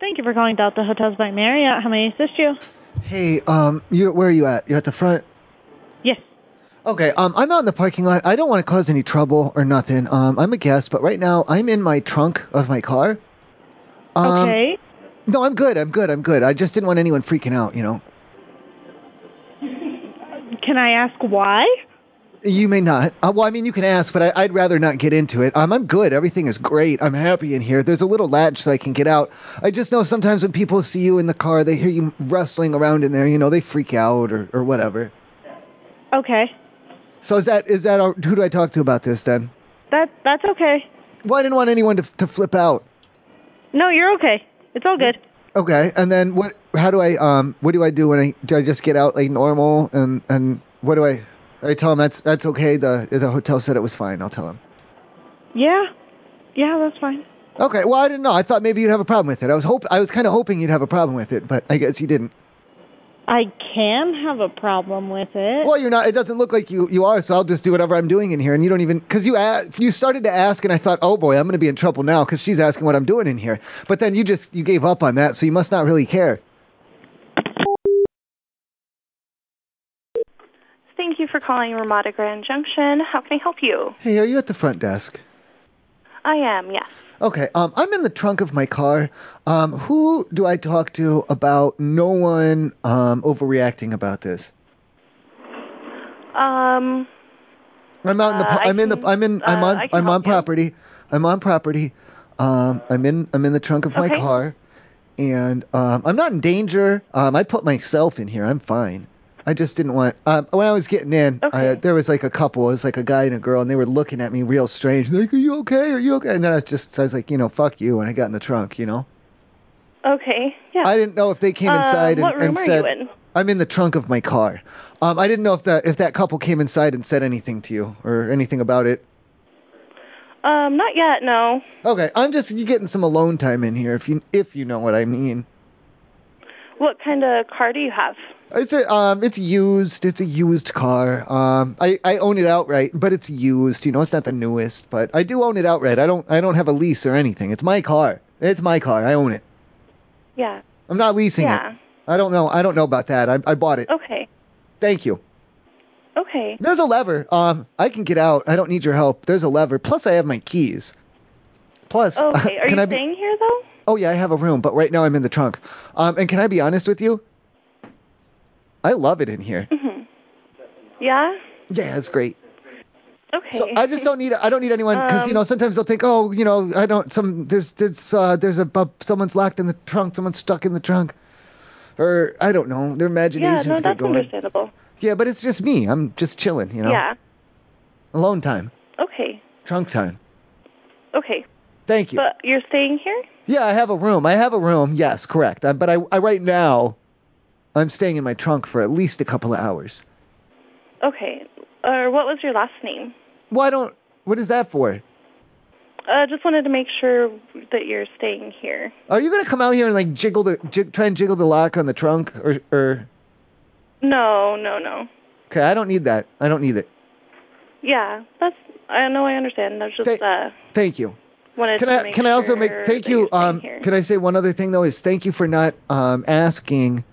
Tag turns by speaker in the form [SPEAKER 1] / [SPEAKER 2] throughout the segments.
[SPEAKER 1] Thank you for calling Delta Hotels by Marriott. How may I assist you?
[SPEAKER 2] Hey, um, you where are you at? You're at the front.
[SPEAKER 1] Yes.
[SPEAKER 2] Okay, um, I'm out in the parking lot. I don't want to cause any trouble or nothing. Um, I'm a guest, but right now I'm in my trunk of my car. Um,
[SPEAKER 1] okay.
[SPEAKER 2] No, I'm good. I'm good. I'm good. I just didn't want anyone freaking out. You know.
[SPEAKER 1] Can I ask why?
[SPEAKER 2] You may not. Uh, well, I mean, you can ask, but I, I'd rather not get into it. Um, I'm good. Everything is great. I'm happy in here. There's a little latch so I can get out. I just know sometimes when people see you in the car, they hear you rustling around in there. You know, they freak out or, or whatever.
[SPEAKER 1] Okay.
[SPEAKER 2] So is that is that all- who do I talk to about this then?
[SPEAKER 1] That that's okay.
[SPEAKER 2] Well, I didn't want anyone to to flip out.
[SPEAKER 1] No, you're okay. It's all good.
[SPEAKER 2] Okay, and then what? How do I um? What do I do when I do? I just get out like normal and and what do I? I tell him that's that's okay. The the hotel said it was fine. I'll tell him.
[SPEAKER 1] Yeah. Yeah, that's fine.
[SPEAKER 2] Okay. Well, I didn't know. I thought maybe you'd have a problem with it. I was hope I was kind of hoping you'd have a problem with it, but I guess you didn't.
[SPEAKER 1] I can have a problem with it.
[SPEAKER 2] Well, you're not. It doesn't look like you you are. So I'll just do whatever I'm doing in here, and you don't even because you a you started to ask, and I thought, oh boy, I'm gonna be in trouble now because she's asking what I'm doing in here. But then you just you gave up on that, so you must not really care.
[SPEAKER 3] Thank you for calling Ramada Grand Junction. How can I help you?
[SPEAKER 2] Hey, are you at the front desk?
[SPEAKER 3] I am, yes.
[SPEAKER 2] Okay, um, I'm in the trunk of my car. Um, who do I talk to about no one um, overreacting about this?
[SPEAKER 3] Um,
[SPEAKER 2] I'm out in the.
[SPEAKER 3] Uh, I
[SPEAKER 2] I'm in the.
[SPEAKER 3] can-
[SPEAKER 2] I'm in. I'm
[SPEAKER 3] uh,
[SPEAKER 2] on.
[SPEAKER 3] I can
[SPEAKER 2] I'm on
[SPEAKER 3] help you.
[SPEAKER 2] property. I'm on property. Um, I'm in. I'm in the trunk of my
[SPEAKER 3] Okay.
[SPEAKER 2] car, and um, I'm not in danger. Um, I put myself in here. I'm fine. I just didn't want. Um, when I was getting in, I,
[SPEAKER 3] Okay.
[SPEAKER 2] there was like a couple. It was like a guy and a girl, and they were looking at me real strange. Like, are you okay? Are you okay? And then I just. I was like, you know, fuck you. And I got in the trunk. You know.
[SPEAKER 3] okay, yeah.
[SPEAKER 2] I didn't know if they came inside
[SPEAKER 3] um,
[SPEAKER 2] and,
[SPEAKER 3] what room
[SPEAKER 2] and
[SPEAKER 3] are
[SPEAKER 2] said,
[SPEAKER 3] you in?
[SPEAKER 2] "I'm in the trunk of my car." Um, I didn't know if that if that couple came inside and said anything to you or anything about it.
[SPEAKER 3] Um, not yet, no.
[SPEAKER 2] Okay, I'm just you getting some alone time in here if you if you know what I mean.
[SPEAKER 3] What kind of car do you have?
[SPEAKER 2] It's a um, it's used. It's a used car. Um, I I own it outright, but it's used. You know, it's not the newest, but I do own it outright. I don't I don't have a lease or anything. It's my car. It's my car. I own it.
[SPEAKER 3] Yeah,
[SPEAKER 2] I'm not leasing
[SPEAKER 3] yeah.
[SPEAKER 2] it. I don't know. I don't know about that. I I bought it.
[SPEAKER 3] Okay,
[SPEAKER 2] Thank you.
[SPEAKER 3] okay.
[SPEAKER 2] There's a lever. Um, I can get out. I don't need your help. There's a lever. Plus, I have my keys. Plus,
[SPEAKER 3] Okay, are
[SPEAKER 2] can
[SPEAKER 3] you
[SPEAKER 2] I be?
[SPEAKER 3] staying here, though?
[SPEAKER 2] Oh yeah, I have a room, but right now I'm in the trunk. Um, and can I be honest with you? I love it in here.
[SPEAKER 3] hmm Yeah?
[SPEAKER 2] Yeah, it's great.
[SPEAKER 3] Okay.
[SPEAKER 2] So I just don't need I don't need anyone because you
[SPEAKER 3] Um,
[SPEAKER 2] know sometimes they'll think oh you know I don't some there's there's uh, there's a bu- someone's locked in the trunk someone's stuck in the trunk or I don't know their
[SPEAKER 3] Yeah,
[SPEAKER 2] imaginations
[SPEAKER 3] no,
[SPEAKER 2] get
[SPEAKER 3] that's
[SPEAKER 2] going.
[SPEAKER 3] understandable.
[SPEAKER 2] Yeah, but it's just me. I'm just chilling, you know.
[SPEAKER 3] Yeah,
[SPEAKER 2] Alone time,
[SPEAKER 3] okay,
[SPEAKER 2] trunk time.
[SPEAKER 3] okay.
[SPEAKER 2] Thank you.
[SPEAKER 3] But you're staying here?
[SPEAKER 2] Yeah, I have a room. I have a room. Yes, correct. I, but I, I right now, I'm staying in my trunk for at least a couple of hours.
[SPEAKER 3] Okay. Or what was your last name?
[SPEAKER 2] Why don't? What is that for?
[SPEAKER 3] I uh, just wanted to make sure that you're staying here.
[SPEAKER 2] Are you gonna come out here and like jiggle the jig, try and jiggle the lock on the trunk or or?
[SPEAKER 3] No, no, no.
[SPEAKER 2] Okay, I don't need that. I don't need it.
[SPEAKER 3] Yeah, that's. I know. I understand. I was just
[SPEAKER 2] Thank-
[SPEAKER 3] uh,
[SPEAKER 2] Thank you.
[SPEAKER 3] wanted
[SPEAKER 2] Can
[SPEAKER 3] to
[SPEAKER 2] I
[SPEAKER 3] make
[SPEAKER 2] can I also make
[SPEAKER 3] sure
[SPEAKER 2] thank
[SPEAKER 3] that you're
[SPEAKER 2] you?
[SPEAKER 3] staying
[SPEAKER 2] Um,
[SPEAKER 3] here.
[SPEAKER 2] can I say one other thing though? Is thank you for not um asking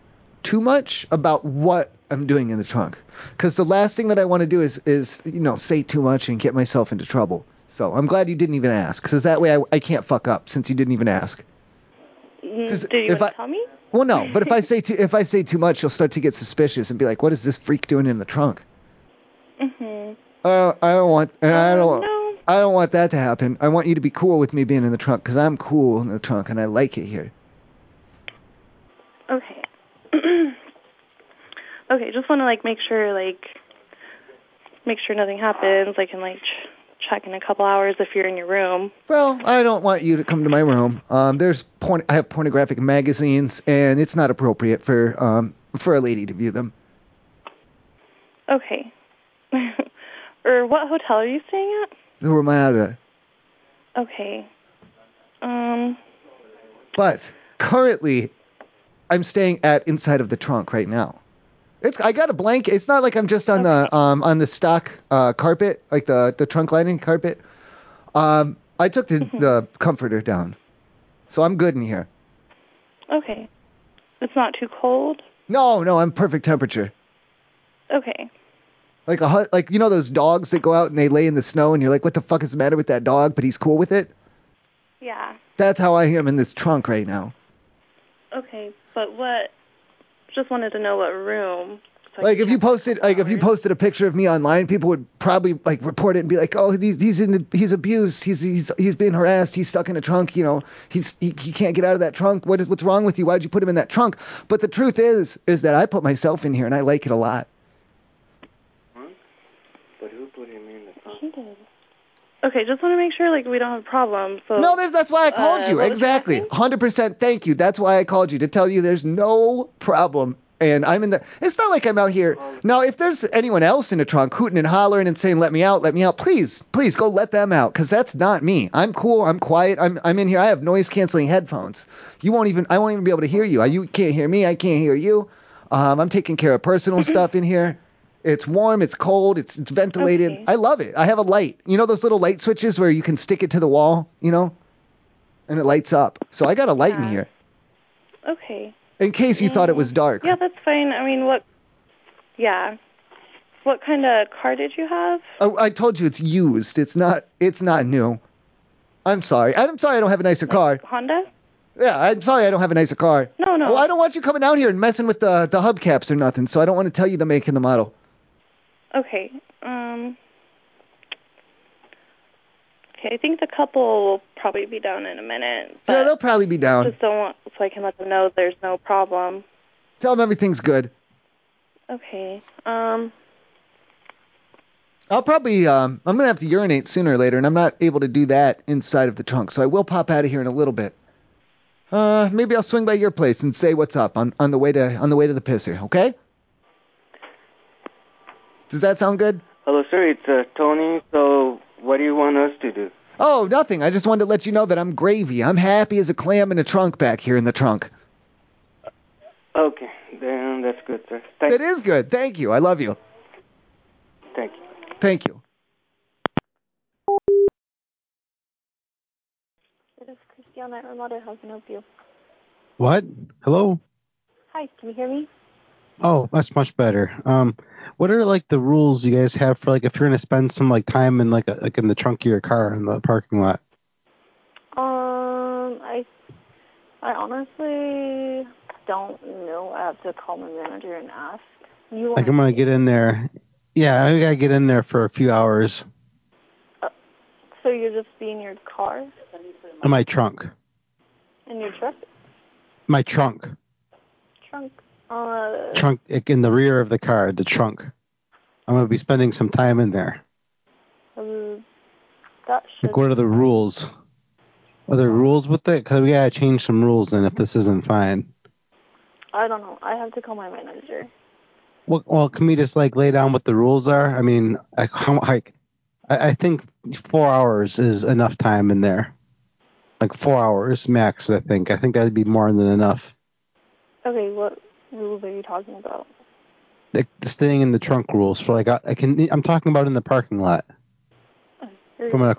[SPEAKER 2] too much about what I'm doing in the trunk. Because the last thing that I want to do is is you know say too much and get myself into trouble. So I'm glad you didn't even ask, because that way I, I can't fuck up since you didn't even ask.
[SPEAKER 3] Mm,
[SPEAKER 2] 'cause
[SPEAKER 3] Did you
[SPEAKER 2] if
[SPEAKER 3] want
[SPEAKER 2] I-
[SPEAKER 3] to tell me?
[SPEAKER 2] Well, no, but if I say too if I say too much, you'll start to get suspicious and be like, what is this freak doing in the trunk?
[SPEAKER 3] Mhm.
[SPEAKER 2] Uh, I don't want and I
[SPEAKER 3] Um,
[SPEAKER 2] don't
[SPEAKER 3] No.
[SPEAKER 2] I don't want that to happen. I want you to be cool with me being in the trunk, because I'm cool in the trunk and I like it here.
[SPEAKER 3] Okay. okay. Just want to like make sure like make sure nothing happens. I can like ch- check in a couple hours if you're in your room.
[SPEAKER 2] Well, I don't want you to come to my room. Um, there's porn. I have pornographic magazines, and it's not appropriate for um for a lady to view them.
[SPEAKER 3] Okay. or what hotel are you staying at?
[SPEAKER 2] The Ramada.
[SPEAKER 3] Okay. Um.
[SPEAKER 2] But currently, I'm staying at inside of the trunk right now. It's I got a blanket. It's not like I'm just on the um on the stock uh carpet, like the the trunk lining carpet.
[SPEAKER 3] Mm-hmm.
[SPEAKER 2] Um, I took the the comforter down, so I'm good in here.
[SPEAKER 3] Okay. It's not too cold.
[SPEAKER 2] No, no, I'm perfect temperature.
[SPEAKER 3] Okay.
[SPEAKER 2] Like a hu- like you know those dogs that go out and they lay in the snow and you're like, what the fuck is the matter with that dog? But he's cool with it.
[SPEAKER 3] Yeah.
[SPEAKER 2] That's how I am in this trunk right now.
[SPEAKER 3] Okay. But what? Just wanted to know what room. so I
[SPEAKER 2] Like
[SPEAKER 3] could
[SPEAKER 2] if you
[SPEAKER 3] check my
[SPEAKER 2] posted like if you
[SPEAKER 3] hours.
[SPEAKER 2] posted a picture of me online, people would probably like report it and be like, oh, he's he's in he's abused, he's he's he's being harassed, he's stuck in a trunk, you know, he's he, he can't get out of that trunk. What is what's wrong with you? Why'd you put him in that trunk? But the truth is is that I put myself in here and I like it a lot.
[SPEAKER 4] But who put him in the trunk?
[SPEAKER 3] Okay. Just want to make sure like we don't have a problem. So.
[SPEAKER 2] No, there's, that's why I called
[SPEAKER 3] uh,
[SPEAKER 2] you.
[SPEAKER 3] what was your last
[SPEAKER 2] Exactly.
[SPEAKER 3] name?
[SPEAKER 2] 100% thank you. That's why I called you to tell you there's no problem. And I'm in the. It's not like I'm out here. Now, if there's anyone else in the trunk hooting and hollering and saying, let me out, let me out, please, please go let them out. Because that's not me. I'm cool. I'm quiet. I'm, I'm in here. I have noise canceling headphones. You won't even. I won't even be able to hear you. You can't hear me. I can't hear you. Um, I'm taking care of personal stuff in here. It's warm, it's cold, it's it's ventilated.
[SPEAKER 3] Okay.
[SPEAKER 2] I love it. I have a light. You know those little light switches where you can stick it to the wall, you know? And it lights up. So I got a light in
[SPEAKER 3] Yeah.
[SPEAKER 2] here.
[SPEAKER 3] uh, Okay.
[SPEAKER 2] In case you thought it was dark.
[SPEAKER 3] Yeah, that's fine. I mean, what? Yeah. What kind of car did you have?
[SPEAKER 2] I, Oh, I told you it's used. It's not it's not new. I'm sorry. I'm sorry I don't have a nicer car.
[SPEAKER 3] Honda?
[SPEAKER 2] Yeah, I'm sorry I don't have a nicer car.
[SPEAKER 3] No, no.
[SPEAKER 2] Well, I don't want you coming out here and messing with the the hubcaps or nothing, so I don't want to tell you the make and the model.
[SPEAKER 3] Okay. Um. Okay, I think the couple will probably be down in a minute. But
[SPEAKER 2] yeah, they'll probably be down.
[SPEAKER 3] just don't want so I can let them know there's no problem.
[SPEAKER 2] Tell them everything's good.
[SPEAKER 3] Okay. Um.
[SPEAKER 2] I'll probably um I'm gonna have to urinate sooner or later, and I'm not able to do that inside of the trunk, so I will pop out of here in a little bit. Uh, maybe I'll swing by your place and say what's up on, on the way to on the way to the pisser, okay? Does that sound good?
[SPEAKER 4] Hello, sir. It's uh, Tony. So, what do you want us to do?
[SPEAKER 2] Oh, nothing. I just wanted to let you know that I'm gravy. I'm happy as a clam in a trunk back here in the trunk.
[SPEAKER 4] Okay, then that's good, sir. Thank,
[SPEAKER 2] That is good. Thank you. I love you.
[SPEAKER 4] thank you.
[SPEAKER 2] Thank you.
[SPEAKER 5] It is Christiana at Ramada. How can I help you?
[SPEAKER 6] What? Hello?
[SPEAKER 5] Hi, can you hear me?
[SPEAKER 6] Oh, that's much better. Um, what are like the rules you guys have for like if you're gonna spend some like time in like a, like in the trunk of your car in the parking lot?
[SPEAKER 5] Um, I, I honestly don't know. I have to call my manager and ask. You
[SPEAKER 6] Like
[SPEAKER 5] want?
[SPEAKER 6] I'm gonna get in there. Yeah, I gotta get in there for a few hours
[SPEAKER 5] so you're just be in your car
[SPEAKER 6] in my trunk.
[SPEAKER 5] in your truck
[SPEAKER 6] My trunk,
[SPEAKER 5] trunk? Uh,
[SPEAKER 6] trunk like, in the rear of the car, the trunk. I'm gonna be spending some time in there.
[SPEAKER 5] uh, that should.
[SPEAKER 6] Like, what are the rules? Are there rules with it? Cause we gotta change some rules then if this isn't fine.
[SPEAKER 5] I don't know. I have to call my manager.
[SPEAKER 6] Well, well, can we just like lay down what the rules are? I mean, like, how, like I, I think four hours is enough time in there. Like four hours max, I think. I think that'd be more than enough.
[SPEAKER 5] Okay, what rules are you talking about?
[SPEAKER 6] Like staying in the trunk rules for like I, I can. I'm talking about in the parking lot.
[SPEAKER 5] Or-
[SPEAKER 6] I'm gonna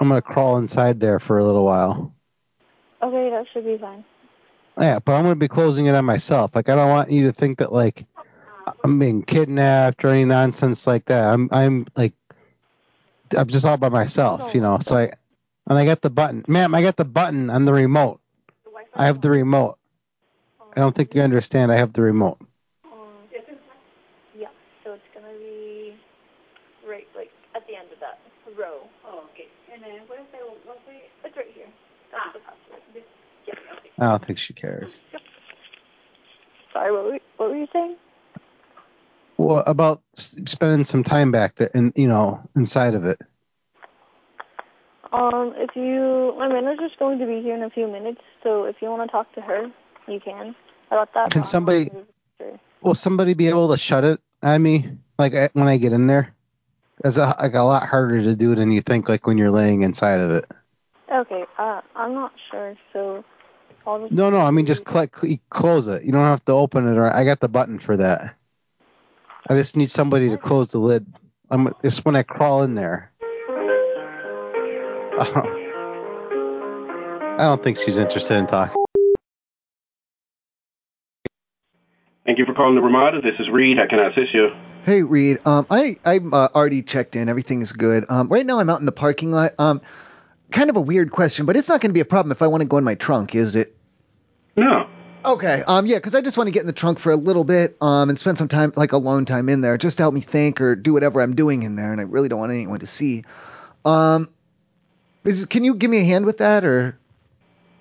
[SPEAKER 6] I'm gonna crawl inside there for a little while.
[SPEAKER 5] Okay, that should be fine.
[SPEAKER 6] Yeah, but I'm gonna be closing it on myself. Like I don't want you to think that like I'm being kidnapped or any nonsense like that. I'm I'm like I'm just all by myself, you know. So I and I got the button, ma'am. I got the button on the remote. I have the remote. I don't think you understand. I have the remote.
[SPEAKER 5] Um, yeah, so it's gonna be right, like at the end of that row. Oh, okay. And then what if I what if I? It's right here. That's the password. Yeah. Okay.
[SPEAKER 6] I don't think she cares.
[SPEAKER 5] Sorry, what were, what were you saying?
[SPEAKER 6] Well, about s- spending some time back there, and you know, inside of it.
[SPEAKER 5] Um, if you, my manager's going to be here in a few minutes, so if you want to talk to her, you can. About that.
[SPEAKER 6] Can
[SPEAKER 5] password
[SPEAKER 6] somebody-
[SPEAKER 5] is-
[SPEAKER 6] Will somebody be able to shut it on me? Like I, when I get in there, that's a, like a lot harder to do than you think. Like when you're laying inside of it.
[SPEAKER 5] Okay. Uh, I'm not sure, so I'll just.
[SPEAKER 6] No, no, I mean just click, cl- close it. You don't have to open it. Or I got the button for that. I just need somebody to close the lid. I'm it's when I crawl in there. I don't think she's interested in talking.
[SPEAKER 7] Thank you for calling the Ramada. This is Reed. How can I assist you?
[SPEAKER 2] Hey Reed, um, I I'm uh, already checked in. Everything is good. Um, right now I'm out in the parking lot. Um, kind of a weird question, but it's not going to be a problem if I want to go in my trunk, is it?
[SPEAKER 7] No.
[SPEAKER 2] Okay. Um, yeah, because I just want to get in the trunk for a little bit. Um, and spend some time, like alone time, in there, just to help me think or do whatever I'm doing in there, and I really don't want anyone to see. Um, is, can you give me a hand with that or?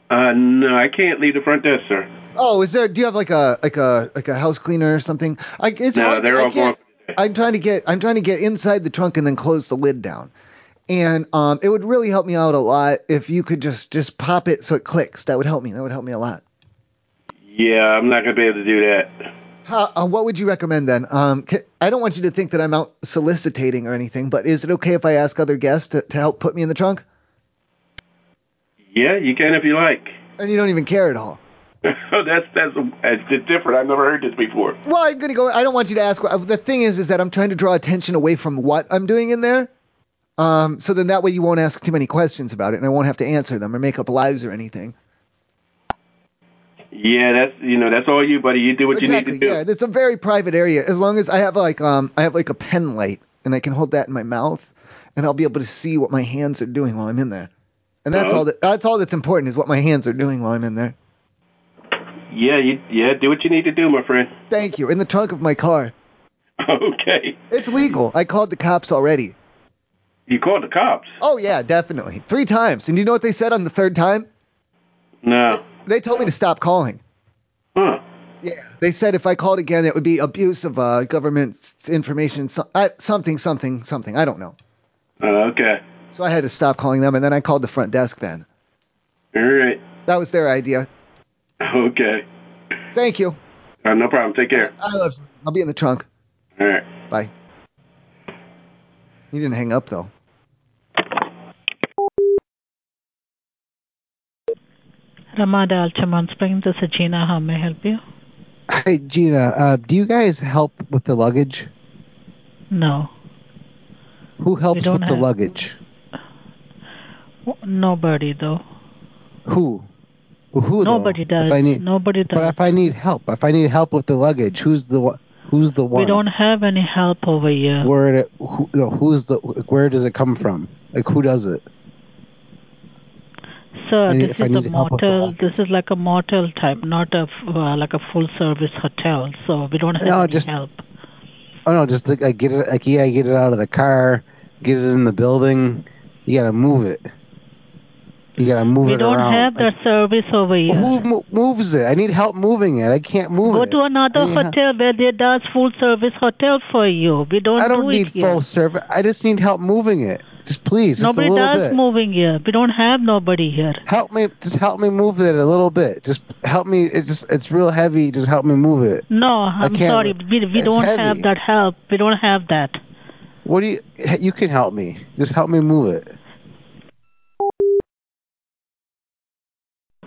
[SPEAKER 7] Uh, no, I can't leave the front desk, sir.
[SPEAKER 2] Oh, is there? Do you have like a like a like a house cleaner or something? I, it's
[SPEAKER 7] No,
[SPEAKER 2] hard-
[SPEAKER 7] they're
[SPEAKER 2] I
[SPEAKER 7] all
[SPEAKER 2] can't- I'm trying to get I'm trying to get inside the trunk and then close the lid down. And um, it would really help me out a lot if you could just just pop it so it clicks. That would help me. That would help me a lot.
[SPEAKER 7] Yeah, I'm not gonna be able to do that.
[SPEAKER 2] How, uh, what would you recommend then? Um, ca I don't want you to think that I'm out soliciting or anything, but is it okay if I ask other guests to, to help put me in the trunk?
[SPEAKER 7] Yeah, you can if you like.
[SPEAKER 2] And you don't even care at all.
[SPEAKER 7] Oh, that's that's that's different. I've never heard this before.
[SPEAKER 2] Well, I'm gonna go. I don't want you to ask. what- The thing is, is that I'm trying to draw attention away from what I'm doing in there. Um, so then that way you won't ask too many questions about it, and I won't have to answer them or make up lies or anything.
[SPEAKER 7] Yeah, that's you know that's all you, buddy. You do what
[SPEAKER 2] exactly.
[SPEAKER 7] you need to do.
[SPEAKER 2] Yeah, it's a very private area. As long as I have like um, I have like a pen light, and I can hold that in my mouth, and I'll be able to see what my hands are doing while I'm in there. And that's
[SPEAKER 7] Uh-huh.
[SPEAKER 2] all that. That's all that's important is what my hands are doing while I'm in there.
[SPEAKER 7] Yeah, you yeah do what you need to do, my friend.
[SPEAKER 2] Thank you. In the trunk of my car.
[SPEAKER 7] Okay.
[SPEAKER 2] It's legal. I called the cops already.
[SPEAKER 7] You called the cops?
[SPEAKER 2] Oh yeah, definitely. Three times. And you know what they said on the third time?
[SPEAKER 7] No.
[SPEAKER 2] They told me to stop calling.
[SPEAKER 7] Huh.
[SPEAKER 2] Yeah. They said if I called again, it would be abuse of uh, government s- information, so, uh, something, something, something. I don't know.
[SPEAKER 7] Uh, okay.
[SPEAKER 2] So I had to stop calling them, and then I called the front desk. Then
[SPEAKER 7] All right.
[SPEAKER 2] that was their idea.
[SPEAKER 7] Okay.
[SPEAKER 2] Thank you.
[SPEAKER 7] Uh, no problem. Take care.
[SPEAKER 2] I love you. I'll be in the trunk.
[SPEAKER 7] All right.
[SPEAKER 2] Bye. You didn't hang up though.
[SPEAKER 8] Ramada Altamont Springs, this is Gina. How may I help you?
[SPEAKER 6] Hey Gina, uh, do you guys help with the luggage?
[SPEAKER 8] No.
[SPEAKER 6] Who helps
[SPEAKER 8] don't
[SPEAKER 6] with the
[SPEAKER 8] have- Oh,
[SPEAKER 6] luggage?
[SPEAKER 8] Nobody, though.
[SPEAKER 6] Who? Who? though?
[SPEAKER 8] Nobody does.
[SPEAKER 6] If I need,
[SPEAKER 8] Nobody does.
[SPEAKER 6] But if I need help, if I need help with the luggage, who's the one? Who's the one?
[SPEAKER 8] We don't have any help over here.
[SPEAKER 6] Where? It, who, no, who's the? Where does it come from? Like who does it?
[SPEAKER 8] Sir,
[SPEAKER 6] I need-
[SPEAKER 8] this
[SPEAKER 6] if I
[SPEAKER 8] is a
[SPEAKER 6] need help with the
[SPEAKER 8] motel. This is like a motel type, not a f- uh, like a full service hotel. So we don't have
[SPEAKER 6] No,
[SPEAKER 8] any
[SPEAKER 6] just-
[SPEAKER 8] help.
[SPEAKER 6] Oh no, just like, like get it. Like yeah, get it out of the car, get it in the building. You gotta move it. You gotta move
[SPEAKER 8] We
[SPEAKER 6] it
[SPEAKER 8] don't
[SPEAKER 6] around.
[SPEAKER 8] have the service over here.
[SPEAKER 6] Who mo- moves it? I need help moving it. I can't move
[SPEAKER 8] Go
[SPEAKER 6] it.
[SPEAKER 8] to another
[SPEAKER 6] Yeah.
[SPEAKER 8] hotel where they does full service hotel for you. We don't,
[SPEAKER 6] I don't
[SPEAKER 8] do
[SPEAKER 6] need
[SPEAKER 8] it here.
[SPEAKER 6] full service. I just need help moving it. Just please, just
[SPEAKER 8] nobody
[SPEAKER 6] a little
[SPEAKER 8] does
[SPEAKER 6] bit.
[SPEAKER 8] moving here. We don't have nobody here.
[SPEAKER 6] help me. Just help me move it a little bit. Just help me. It's just it's real heavy. Just help me move it.
[SPEAKER 8] No, I'm
[SPEAKER 6] can't-
[SPEAKER 8] sorry. We, we
[SPEAKER 6] it's
[SPEAKER 8] don't
[SPEAKER 6] heavy.
[SPEAKER 8] have that help. We don't have that.
[SPEAKER 6] What do you? You can help me. Just help me move it.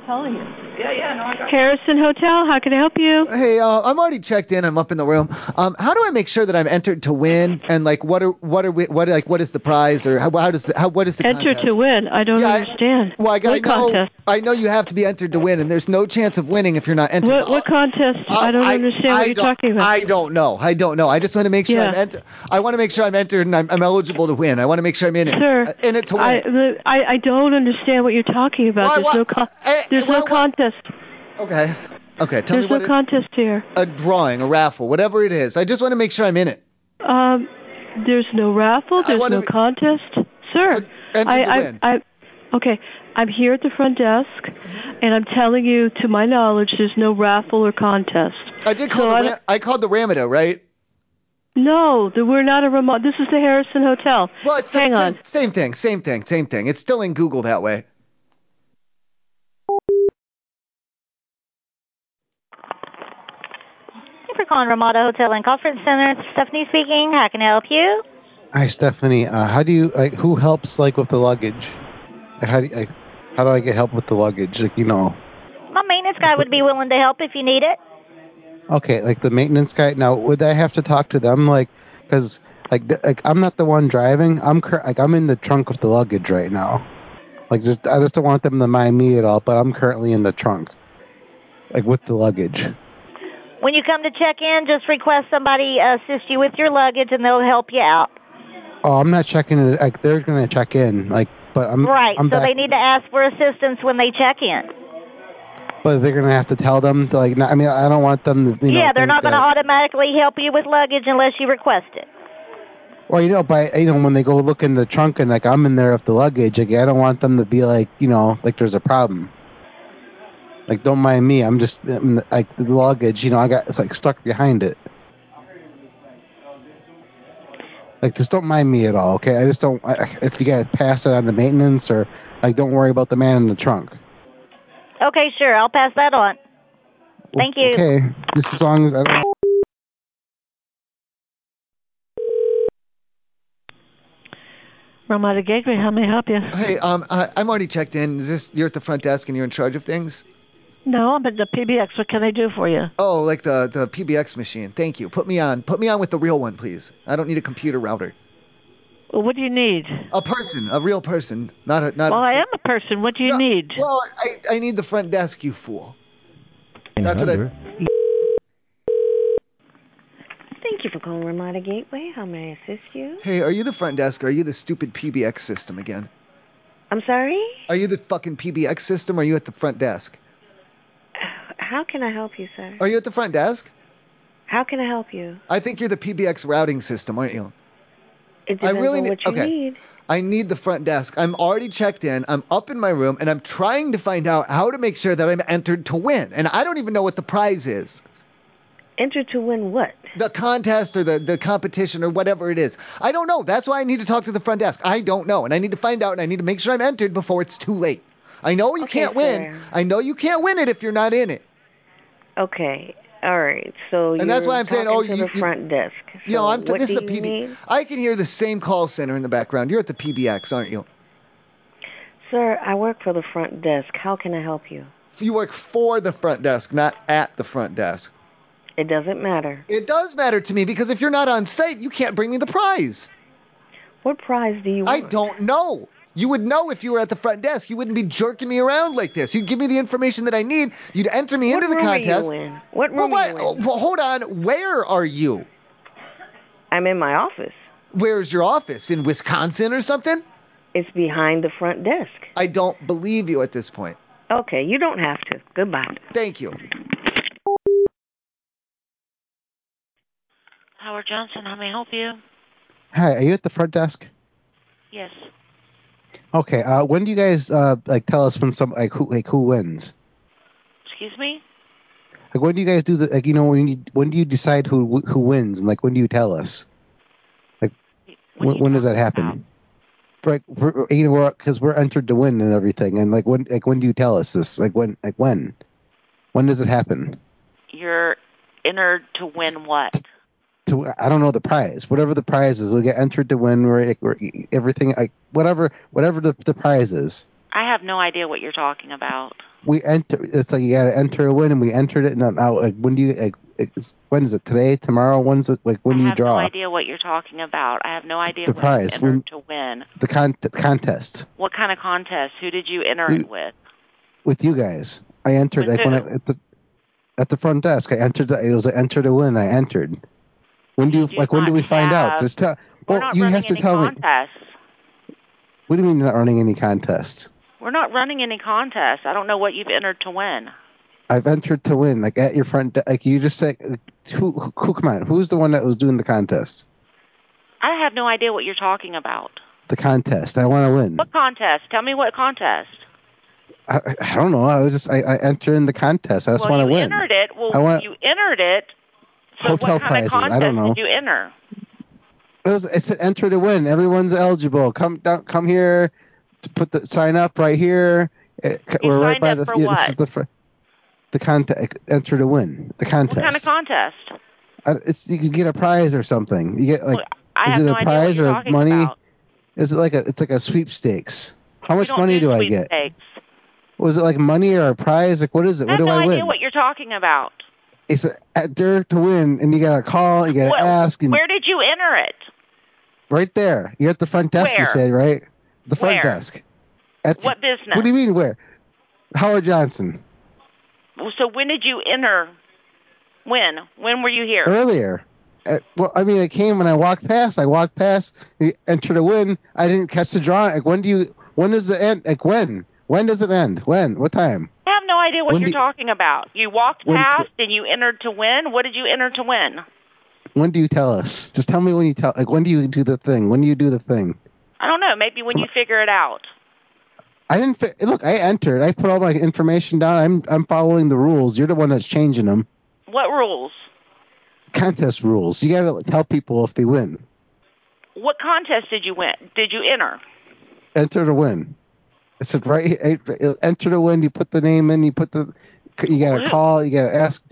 [SPEAKER 9] Calling you. Yeah, yeah, no, I got Harrison Hotel, how can I help you?
[SPEAKER 2] Hey, uh, I'm already checked in. I'm up in the room. Um, how do I make sure that I'm entered to win? And like, what are what are we? What like what is the prize or how, how does the, how what is the
[SPEAKER 9] Enter
[SPEAKER 2] contest?
[SPEAKER 9] to win. I don't
[SPEAKER 2] Yeah, I-
[SPEAKER 9] understand.
[SPEAKER 2] Well, I, I know
[SPEAKER 9] what contest?
[SPEAKER 2] I know you have to be entered to win, and there's no chance of winning if you're not entered. Uh,
[SPEAKER 9] What, what contest? I don't understand
[SPEAKER 2] I
[SPEAKER 9] what you're
[SPEAKER 2] don't-
[SPEAKER 9] talking about.
[SPEAKER 2] I don't know. I don't know. I just want to make sure
[SPEAKER 9] Yeah.
[SPEAKER 2] I'm entered. I want to make sure I'm entered and I'm, I'm eligible to win. I want to make sure I'm in it.
[SPEAKER 9] Sir,
[SPEAKER 2] Uh, in it to win.
[SPEAKER 9] I, the- I I don't understand what you're talking about.
[SPEAKER 2] Why-
[SPEAKER 9] there's
[SPEAKER 2] why-
[SPEAKER 9] no con-
[SPEAKER 2] eh,
[SPEAKER 9] there's
[SPEAKER 2] why-
[SPEAKER 9] no
[SPEAKER 2] why-
[SPEAKER 9] contest.
[SPEAKER 2] okay. Okay. Tell
[SPEAKER 9] there's
[SPEAKER 2] me what
[SPEAKER 9] no
[SPEAKER 2] it-
[SPEAKER 9] contest here.
[SPEAKER 2] a drawing, a raffle, whatever it is. I just want to make sure I'm in it.
[SPEAKER 9] Um, there's no raffle. There's
[SPEAKER 2] wanna
[SPEAKER 9] no
[SPEAKER 2] be-
[SPEAKER 9] contest, sir.
[SPEAKER 2] enter
[SPEAKER 9] I,
[SPEAKER 2] to
[SPEAKER 9] I,
[SPEAKER 2] win.
[SPEAKER 9] I, okay, I'm here at the front desk,
[SPEAKER 2] Mm-hmm.
[SPEAKER 9] and I'm telling you, to my knowledge, there's no raffle or contest.
[SPEAKER 2] I did call
[SPEAKER 9] So
[SPEAKER 2] the
[SPEAKER 9] I
[SPEAKER 2] Ra-
[SPEAKER 9] don't-
[SPEAKER 2] I called the Ramada, right?
[SPEAKER 9] No, the, we're not a remote. This is the Harrison Hotel.
[SPEAKER 2] Well, it's
[SPEAKER 9] Hang
[SPEAKER 2] same,
[SPEAKER 9] on.
[SPEAKER 2] Same thing, same thing, same thing. It's still in Google that way.
[SPEAKER 10] Thank you for calling Ramada Hotel and Conference Center. It's Stephanie speaking. How can I help you?
[SPEAKER 6] Hi, Stephanie. Uh, how do you like? Who helps like with the luggage? Like, How do you, like, How do I get help with the luggage? Like you know.
[SPEAKER 10] My maintenance guy would be willing to help if you need it.
[SPEAKER 6] Okay, like the maintenance guy. Now, would I have to talk to them? Like, because like th- like I'm not the one driving. I'm cur- like I'm in the trunk of the luggage right now. Like just I just don't want them to mind me at all. But I'm currently in the trunk, like with the luggage.
[SPEAKER 10] When you come to check in, just request somebody assist you with your luggage and they'll help you out.
[SPEAKER 6] Oh, I'm not checking it. Like they're gonna check in. Like, but I'm
[SPEAKER 10] right.
[SPEAKER 6] I'm
[SPEAKER 10] so
[SPEAKER 6] back-
[SPEAKER 10] they need to ask for assistance when they check in.
[SPEAKER 6] but they're gonna have to tell them. To, like, not, I mean, I don't want them to. You know,
[SPEAKER 10] yeah, they're
[SPEAKER 6] think
[SPEAKER 10] not going to
[SPEAKER 6] that-
[SPEAKER 10] automatically help you with luggage unless you request it.
[SPEAKER 6] Well, you know, but you know, when they go look in the trunk and like I'm in there with the luggage, like I don't want them to be like, you know, like there's a problem. Like, don't mind me. I'm just I'm, like the luggage. You know, I got it's like stuck behind it. Like, just don't mind me at all, okay? I just don't. I, if you got to pass it on to maintenance or like, don't worry about the man in the trunk.
[SPEAKER 10] Okay, sure. I'll pass that on. Thank you.
[SPEAKER 6] Okay, just as long as I don't.
[SPEAKER 8] Ramada Gateway, how may I help you?
[SPEAKER 2] Hey, um, I, I'm already checked in. Is this you're at the front desk and you're in charge of things?
[SPEAKER 8] No, I'm at the PBX. What can I do for you?
[SPEAKER 2] Oh, like the the PBX machine. Thank you. Put me on. Put me on with the real one, please. I don't need a computer router.
[SPEAKER 8] Well, what do you need?
[SPEAKER 2] A person, a real person, not a not.
[SPEAKER 8] well,
[SPEAKER 2] a,
[SPEAKER 8] I am a person. What do you need?
[SPEAKER 2] Well, I I need the front desk, you fool. That's what I.
[SPEAKER 7] Thank you for calling Ramada Gateway. How may I assist you?
[SPEAKER 2] Hey, are you the front desk? Or are you the stupid PBX system again?
[SPEAKER 7] I'm sorry?
[SPEAKER 2] Are you the fucking PBX system? Or are you at the front desk?
[SPEAKER 7] How can I help you, sir?
[SPEAKER 2] Are you at the front desk?
[SPEAKER 7] How can I help you?
[SPEAKER 2] I think you're the PBX routing system, aren't you? I
[SPEAKER 7] It depends
[SPEAKER 2] really
[SPEAKER 7] on
[SPEAKER 2] need-
[SPEAKER 7] what you
[SPEAKER 2] okay.
[SPEAKER 7] need.
[SPEAKER 2] I need the front desk. I'm already checked in. I'm up in my room, and I'm trying to find out how to make sure that I'm entered to win. And I don't even know what the prize is.
[SPEAKER 7] Entered to win what?
[SPEAKER 2] The contest or the, the competition or whatever it is. I don't know. That's why I need to talk to the front desk. I don't know. And I need to find out, and I need to make sure I'm entered before it's too late. I know you can't win.
[SPEAKER 7] sir.
[SPEAKER 2] I know you can't win it if you're not in it.
[SPEAKER 7] Okay. All right. So
[SPEAKER 2] And that's
[SPEAKER 7] you're
[SPEAKER 2] why I'm saying,
[SPEAKER 7] talking
[SPEAKER 2] oh,
[SPEAKER 7] to
[SPEAKER 2] you-
[SPEAKER 7] the
[SPEAKER 2] you-
[SPEAKER 7] front desk.
[SPEAKER 2] You know, I'm t-
[SPEAKER 7] what
[SPEAKER 2] this is
[SPEAKER 7] do
[SPEAKER 2] a
[SPEAKER 7] you
[SPEAKER 2] PB.
[SPEAKER 7] need?
[SPEAKER 2] I can hear the same call center in the background. You're at the PBX, aren't you?
[SPEAKER 7] Sir, I work for the front desk. How can I help you?
[SPEAKER 2] You work for the front desk, not at the front desk.
[SPEAKER 7] It doesn't matter.
[SPEAKER 2] It does matter to me because if you're not on site, you can't bring me the prize.
[SPEAKER 7] What prize do you
[SPEAKER 2] want? I don't know. You would know if you were at the front desk. You wouldn't be jerking me around like this. You'd give me the information that I need. You'd enter me
[SPEAKER 7] What
[SPEAKER 2] into the
[SPEAKER 7] room are you
[SPEAKER 2] contest.
[SPEAKER 7] in? What
[SPEAKER 2] Well,
[SPEAKER 7] room are you
[SPEAKER 2] why- Well, hold on. Where are you?
[SPEAKER 7] I'm in my office.
[SPEAKER 2] Where's your office? In Wisconsin or something?
[SPEAKER 7] It's behind the front desk.
[SPEAKER 2] I don't believe you at this point.
[SPEAKER 7] Okay, you don't have to. Goodbye.
[SPEAKER 2] Thank you.
[SPEAKER 11] Howard Johnson, how may I help you?
[SPEAKER 6] Hi, are you at the front desk?
[SPEAKER 11] Yes.
[SPEAKER 6] Okay. Uh, when do you guys uh like tell us when some like who like who wins?
[SPEAKER 11] Excuse me?
[SPEAKER 6] Like when do you guys do the like you know when you when do you decide who who wins and like when do you tell us? Like when, when does that happen? Like we're, you know because we're, entered to win and everything and like when like when do you tell us this like when like when when does it happen?
[SPEAKER 11] You're entered to win what?
[SPEAKER 6] To I don't know the prize whatever the prize is we get entered to win we're, we're everything like whatever whatever the, the prize is.
[SPEAKER 11] I have no idea what you're talking about.
[SPEAKER 6] we enter. It's like you gotta enter a win, and we entered it. And then out. Like when do you like? It's, when is it? Today? Tomorrow? When's it? Like when do
[SPEAKER 11] I
[SPEAKER 6] you
[SPEAKER 11] have no
[SPEAKER 6] draw
[SPEAKER 11] idea what you're talking about. I have no idea
[SPEAKER 6] The
[SPEAKER 11] what
[SPEAKER 6] prize.
[SPEAKER 11] you entered
[SPEAKER 6] When-
[SPEAKER 11] to win.
[SPEAKER 6] the, con- the contest
[SPEAKER 11] What kind of contest? Who did you enter
[SPEAKER 6] We-
[SPEAKER 11] it with?
[SPEAKER 6] with you guys? I entered
[SPEAKER 11] With
[SPEAKER 6] like when I,
[SPEAKER 11] who?
[SPEAKER 6] at the at the front desk. I entered. The, it was like enter to win. I entered. When do you, like? When do we find out?
[SPEAKER 11] have-
[SPEAKER 6] Just tell.
[SPEAKER 11] We're
[SPEAKER 6] Well,
[SPEAKER 11] not
[SPEAKER 6] you
[SPEAKER 11] running
[SPEAKER 6] have to
[SPEAKER 11] any
[SPEAKER 6] tell me.
[SPEAKER 11] contests.
[SPEAKER 6] What do you mean you're not running any contests?
[SPEAKER 11] We're not running any contests. I don't know what you've entered to win.
[SPEAKER 6] I've entered to win. Like at your front. De- like you just said. Who, who? Who? Come on. Who's the one that was doing the contest?
[SPEAKER 11] I have no idea what you're talking about.
[SPEAKER 6] The contest. I want to win.
[SPEAKER 11] What contest? Tell me what contest.
[SPEAKER 6] I, I- I don't know. I was just I, I enter in the contest. I just
[SPEAKER 11] well,
[SPEAKER 6] want to
[SPEAKER 11] you
[SPEAKER 6] win.
[SPEAKER 11] entered it. Well,
[SPEAKER 6] I want
[SPEAKER 11] you entered it. So
[SPEAKER 6] Hotel
[SPEAKER 11] what kind
[SPEAKER 6] prizes.
[SPEAKER 11] of contest
[SPEAKER 6] I don't know.
[SPEAKER 11] did you enter?
[SPEAKER 6] It, was, it said enter to win. Everyone's eligible. Come down. Come here. To put the sign up right here. It- we're right
[SPEAKER 11] signed
[SPEAKER 6] by
[SPEAKER 11] up
[SPEAKER 6] the.
[SPEAKER 11] for
[SPEAKER 6] yeah,
[SPEAKER 11] what?
[SPEAKER 6] This is the fr- the contest. Enter to win. The contest.
[SPEAKER 11] What kind of contest?
[SPEAKER 6] I- it's you can get a prize or something. You get like.
[SPEAKER 11] I
[SPEAKER 6] is
[SPEAKER 11] have
[SPEAKER 6] it
[SPEAKER 11] no
[SPEAKER 6] a
[SPEAKER 11] idea what
[SPEAKER 6] prize
[SPEAKER 11] you're
[SPEAKER 6] or
[SPEAKER 11] talking
[SPEAKER 6] money?
[SPEAKER 11] about.
[SPEAKER 6] Is it like a? It's like a sweepstakes. How
[SPEAKER 11] We
[SPEAKER 6] much
[SPEAKER 11] don't
[SPEAKER 6] money do I get?
[SPEAKER 11] sweepstakes.
[SPEAKER 6] Was it like money or a prize? Like what is it?
[SPEAKER 11] I have
[SPEAKER 6] what do
[SPEAKER 11] no
[SPEAKER 6] I
[SPEAKER 11] idea
[SPEAKER 6] win?
[SPEAKER 11] what you're talking about.
[SPEAKER 6] it's a, enter to win, and you gotta call. You gotta
[SPEAKER 11] What-
[SPEAKER 6] ask. And
[SPEAKER 11] Where did you enter it?
[SPEAKER 6] Right there. You're at the front desk,
[SPEAKER 11] Where?
[SPEAKER 6] you said, right? The front
[SPEAKER 11] Where?
[SPEAKER 6] desk. At the-
[SPEAKER 11] What business?
[SPEAKER 6] what do you mean, where? Howard Johnson.
[SPEAKER 11] Well, So when did you enter When? When were you here?
[SPEAKER 6] earlier. Uh, well, I mean, it came when I walked past. I walked past, it entered a win. I didn't catch the drawing. Like, when do you? When does the end? Like, when? When does it end? When? What time?
[SPEAKER 11] I have no idea what
[SPEAKER 6] When
[SPEAKER 11] you're
[SPEAKER 6] did-
[SPEAKER 11] talking about. You walked
[SPEAKER 6] When-
[SPEAKER 11] past and you entered to win. What did you enter to win?
[SPEAKER 6] When do you tell us? Just tell me when you tell. Like, when do you do the thing? When do you do the thing?
[SPEAKER 11] I don't know. Maybe when you figure it out.
[SPEAKER 6] I didn't fi- look. I entered. I put all my information down. I'm I'm following the rules. You're the one that's changing them.
[SPEAKER 11] What rules?
[SPEAKER 6] Contest rules. You gotta tell people if they win.
[SPEAKER 11] What contest did you win? Did you enter?
[SPEAKER 6] Enter to win. It said right. here, it- Enter to win. You put the name in. You put the. You gotta call. You gotta ask.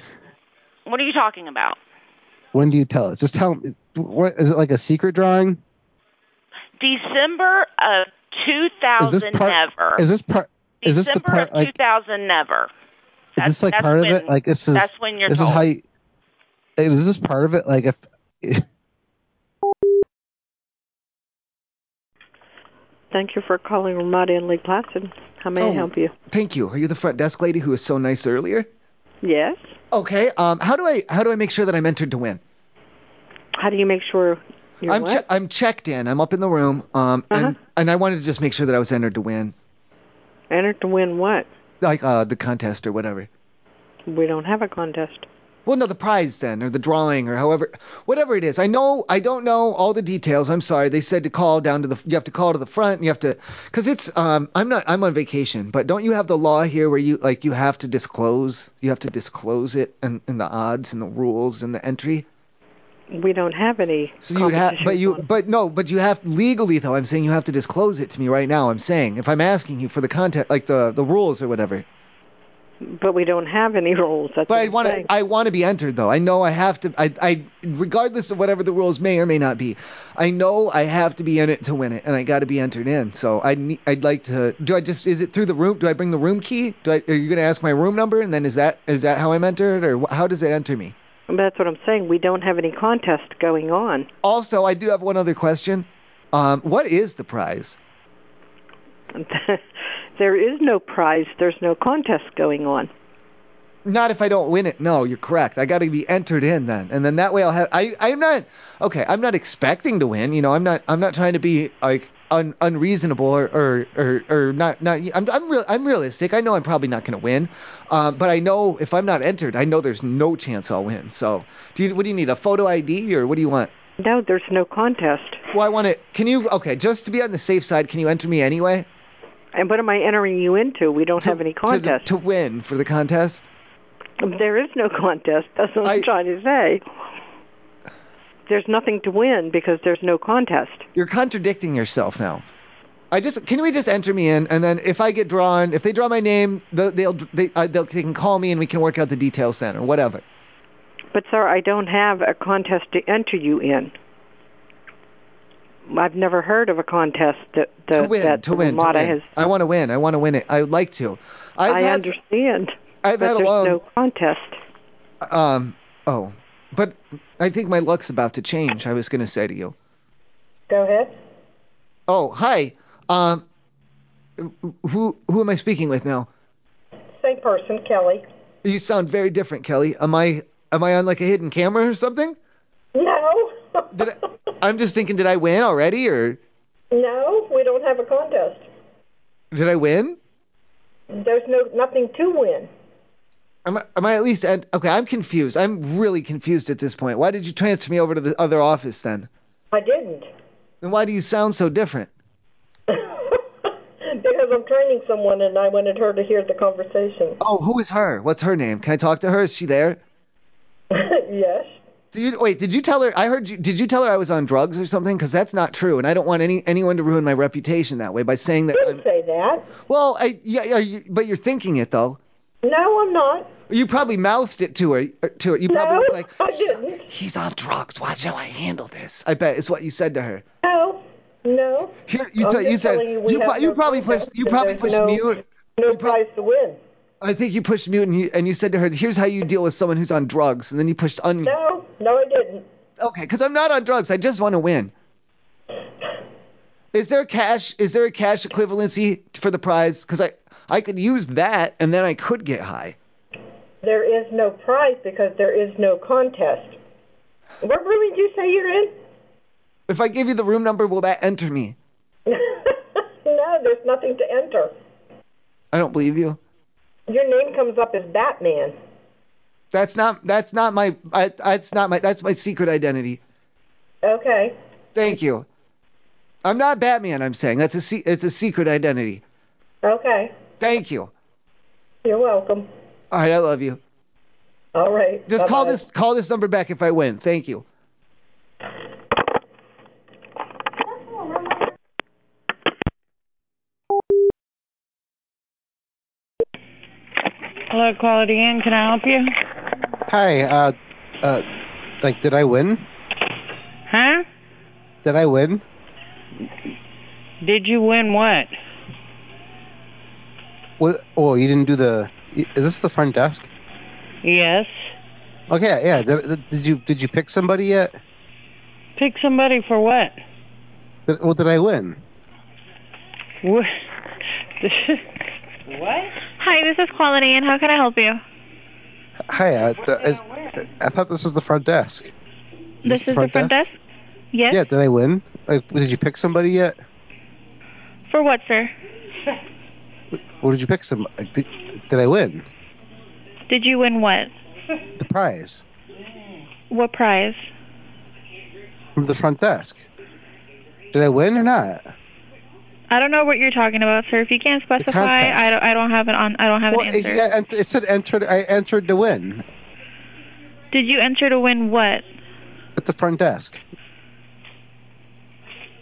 [SPEAKER 11] What are you talking about?
[SPEAKER 6] When do you tell us? Just tell. What is it like a secret drawing?
[SPEAKER 11] December of 2000
[SPEAKER 6] Is this part?
[SPEAKER 11] never.
[SPEAKER 6] Is this part? Is this the
[SPEAKER 11] December
[SPEAKER 6] part?
[SPEAKER 11] of
[SPEAKER 6] Like,
[SPEAKER 11] 2000 never.
[SPEAKER 6] is this like
[SPEAKER 11] that's
[SPEAKER 6] part
[SPEAKER 11] when-
[SPEAKER 6] of it? Like this is.
[SPEAKER 11] that's when you're
[SPEAKER 6] This
[SPEAKER 11] told.
[SPEAKER 6] is how. You, is this part of it? Like if.
[SPEAKER 12] Thank you for calling Ramada in Lake Placid. How
[SPEAKER 2] Oh.
[SPEAKER 12] may I help you?
[SPEAKER 2] Thank you. Are you the front desk lady who was so nice earlier?
[SPEAKER 12] Yes.
[SPEAKER 2] Okay. Um, how do I how do I make sure that I'm entered to win?
[SPEAKER 12] How do you make sure you're
[SPEAKER 2] I'm
[SPEAKER 12] what? Uh-huh.
[SPEAKER 2] che- I'm checked in. I'm up in the room. Um, and and I wanted to just make sure that I was entered to win,
[SPEAKER 12] entered to win what?
[SPEAKER 2] like uh the contest or whatever.
[SPEAKER 12] We don't have a contest.
[SPEAKER 2] Well, no, the prize then, or the drawing, or however, whatever it is. I know, I don't know all the details. I'm sorry. They said to call down to the, you have to call to the front, and you have to, because it's, um, I'm not, I'm on vacation, but don't you have the law here where you, like, you have to disclose, you have to disclose it, and, and the odds, and the rules, and the entry.
[SPEAKER 12] We don't have any.
[SPEAKER 2] So you would have,
[SPEAKER 12] competition
[SPEAKER 2] but you,
[SPEAKER 12] going.
[SPEAKER 2] but no, but you have legally though. I'm saying you have to disclose it to me right now. I'm saying if I'm asking you for the content, like the the rules or whatever.
[SPEAKER 12] But we don't have any rules. That's
[SPEAKER 2] But
[SPEAKER 12] what
[SPEAKER 2] I
[SPEAKER 12] I'm
[SPEAKER 2] want
[SPEAKER 12] saying.
[SPEAKER 2] to. I want to be entered, though. I know I have to. I, I, regardless of whatever the rules may or may not be, I know I have to be in it to win it, and I got to be entered in. So I need. I'd like to. Do I just? Is it through the room? Do I bring the room key? Do I? Are you gonna ask my room number, and then is that is that how I'm entered, or wh- how does it enter me?
[SPEAKER 12] But That's what I'm saying. We don't have any contest going on.
[SPEAKER 2] Also, I do have one other question. Um, what is the prize?
[SPEAKER 12] there is no prize. There's no contest going on.
[SPEAKER 2] Not if I don't win it. No, you're correct. I got to be entered in then, and then that way I'll have. I I'm not okay. I'm not expecting to win. You know, I'm not. I'm not trying to be like un, unreasonable or or, or or not not. I'm I'm real. I'm realistic. I know I'm probably not going to win, uh, but I know if I'm not entered, I know there's no chance I'll win. So, do you what do you need? A photo ID or what do you want?
[SPEAKER 12] No, there's no contest.
[SPEAKER 2] Well, I want to. Can you? Okay, just to be on the safe side, can you enter me anyway?
[SPEAKER 12] And what am I entering you into? We don't have any
[SPEAKER 2] To, the,
[SPEAKER 12] contest.
[SPEAKER 2] to win for the contest.
[SPEAKER 12] There is no contest. That's what I, am trying to say. There's nothing to win because there's no contest.
[SPEAKER 2] You're contradicting yourself now. I just can we just enter me in, and then if I get drawn, if they draw my name, they'll they'll they, uh, they'll they can call me and we can work out the details then or whatever.
[SPEAKER 12] But sir, I don't have a contest to enter you in. I've never heard of a contest that, that,
[SPEAKER 2] to win,
[SPEAKER 12] that
[SPEAKER 2] to win, to
[SPEAKER 12] Ramada
[SPEAKER 2] win.
[SPEAKER 12] has.
[SPEAKER 2] I want to win. I want to win it. I would like to. I've
[SPEAKER 12] I
[SPEAKER 2] had,
[SPEAKER 12] understand.
[SPEAKER 2] I've
[SPEAKER 12] but
[SPEAKER 2] had a
[SPEAKER 12] there's
[SPEAKER 2] long-
[SPEAKER 12] no contest.
[SPEAKER 2] Um. Oh, but I think my luck's about to change. I was gonna say to you.
[SPEAKER 12] Go ahead.
[SPEAKER 2] Oh, hi. Um. Who who am I speaking with now?
[SPEAKER 13] Same person, Kelly.
[SPEAKER 2] You sound very different, Kelly. Am I am I on like a hidden camera or something?
[SPEAKER 13] No,
[SPEAKER 2] Did I, I'm just thinking, did I win already or
[SPEAKER 13] no, we don't have a contest.
[SPEAKER 2] did I win?
[SPEAKER 13] There's no nothing to win.
[SPEAKER 2] Am I, am I at least at, okay? I'm confused. I'm really confused at this point. Why did you transfer me over to the other office then?
[SPEAKER 13] I didn't
[SPEAKER 2] Then why do you sound so different?
[SPEAKER 13] because I'm training someone and I wanted her to hear the conversation.
[SPEAKER 2] Oh, who is her? What's her name? Can I talk to her? Is she there?
[SPEAKER 13] yes.
[SPEAKER 2] Do you, wait, did you tell her? I heard you. Did you tell her I was on drugs or something? Because that's not true, and I don't want any anyone to ruin my reputation that way by saying that. I'm,
[SPEAKER 13] Didn't say that.
[SPEAKER 2] well, I, yeah, yeah, you, but you're thinking it though.
[SPEAKER 13] No, I'm not.
[SPEAKER 2] You probably mouthed it to her. To her. You probably
[SPEAKER 13] no,
[SPEAKER 2] was like,
[SPEAKER 13] I didn't.
[SPEAKER 2] "He's on drugs. Watch how I handle this." I bet it's what you said to her.
[SPEAKER 13] No, no.
[SPEAKER 2] Here, you,
[SPEAKER 13] I'm
[SPEAKER 2] t-
[SPEAKER 13] just
[SPEAKER 2] you said
[SPEAKER 13] telling you we
[SPEAKER 2] you,
[SPEAKER 13] have
[SPEAKER 2] pro- you
[SPEAKER 13] no
[SPEAKER 2] probably pushed
[SPEAKER 13] contest
[SPEAKER 2] you
[SPEAKER 13] and
[SPEAKER 2] probably
[SPEAKER 13] there's
[SPEAKER 2] pushed
[SPEAKER 13] no-
[SPEAKER 2] mute.
[SPEAKER 13] No prize to win.
[SPEAKER 2] I think you pushed mute and you and you said to her, "Here's how you deal with someone who's on drugs," and then you pushed unmute.
[SPEAKER 13] No, no, I didn't.
[SPEAKER 2] Okay, because I'm not on drugs. I just want to win. Is there cash? Is there a cash equivalency for the prize? Because I I could use that and then I could get high.
[SPEAKER 12] There is no prize because there is no contest. What room did you say you're in?
[SPEAKER 2] If I give you the room number, will that enter me?
[SPEAKER 12] no, there's nothing to enter.
[SPEAKER 2] I don't believe you.
[SPEAKER 12] Your name comes up as Batman.
[SPEAKER 2] That's not that's not my I, that's not my that's my secret identity.
[SPEAKER 12] Okay.
[SPEAKER 2] Thank you. I'm not Batman. I'm saying that's a se- it's a secret identity.
[SPEAKER 12] Okay.
[SPEAKER 2] Thank you.
[SPEAKER 12] You're welcome.
[SPEAKER 2] All right, I love you.
[SPEAKER 12] All right.
[SPEAKER 2] Just call
[SPEAKER 12] Bye-bye.
[SPEAKER 2] this call this number back if I win. Thank you.
[SPEAKER 14] Hello, Quality Inn. Can I help you?
[SPEAKER 6] Hi. Uh, uh, like, did I win?
[SPEAKER 14] Huh?
[SPEAKER 6] Did I win?
[SPEAKER 14] Did you win what?
[SPEAKER 6] What? Oh, you didn't do the. Is this the front desk?
[SPEAKER 14] Yes.
[SPEAKER 6] Okay. Yeah. Did, did you did you pick somebody yet?
[SPEAKER 14] Pick somebody for what?
[SPEAKER 6] Did, well, did I win?
[SPEAKER 14] What?
[SPEAKER 15] What? Hi, this is Quality Inn. How can I help you?
[SPEAKER 6] Hi. Uh, the, is, I thought this was the front desk.
[SPEAKER 15] This is the front desk? Yes.
[SPEAKER 6] Yeah. Did I win? Like, did you pick somebody yet?
[SPEAKER 15] For what, sir?
[SPEAKER 6] Or did you pick some? like, Did, did I win
[SPEAKER 15] Did you win what?
[SPEAKER 6] the prize
[SPEAKER 15] What prize?
[SPEAKER 6] from the front desk? Did I win or not?
[SPEAKER 15] I don't know what you're talking about, sir. If you can't specify,
[SPEAKER 6] contest.
[SPEAKER 15] I don't. I don't have an on. I don't have
[SPEAKER 6] well,
[SPEAKER 15] an
[SPEAKER 6] it,
[SPEAKER 15] answer.
[SPEAKER 6] yeah, it said entered. I entered to win
[SPEAKER 15] Did you enter to win what?
[SPEAKER 6] at the front desk.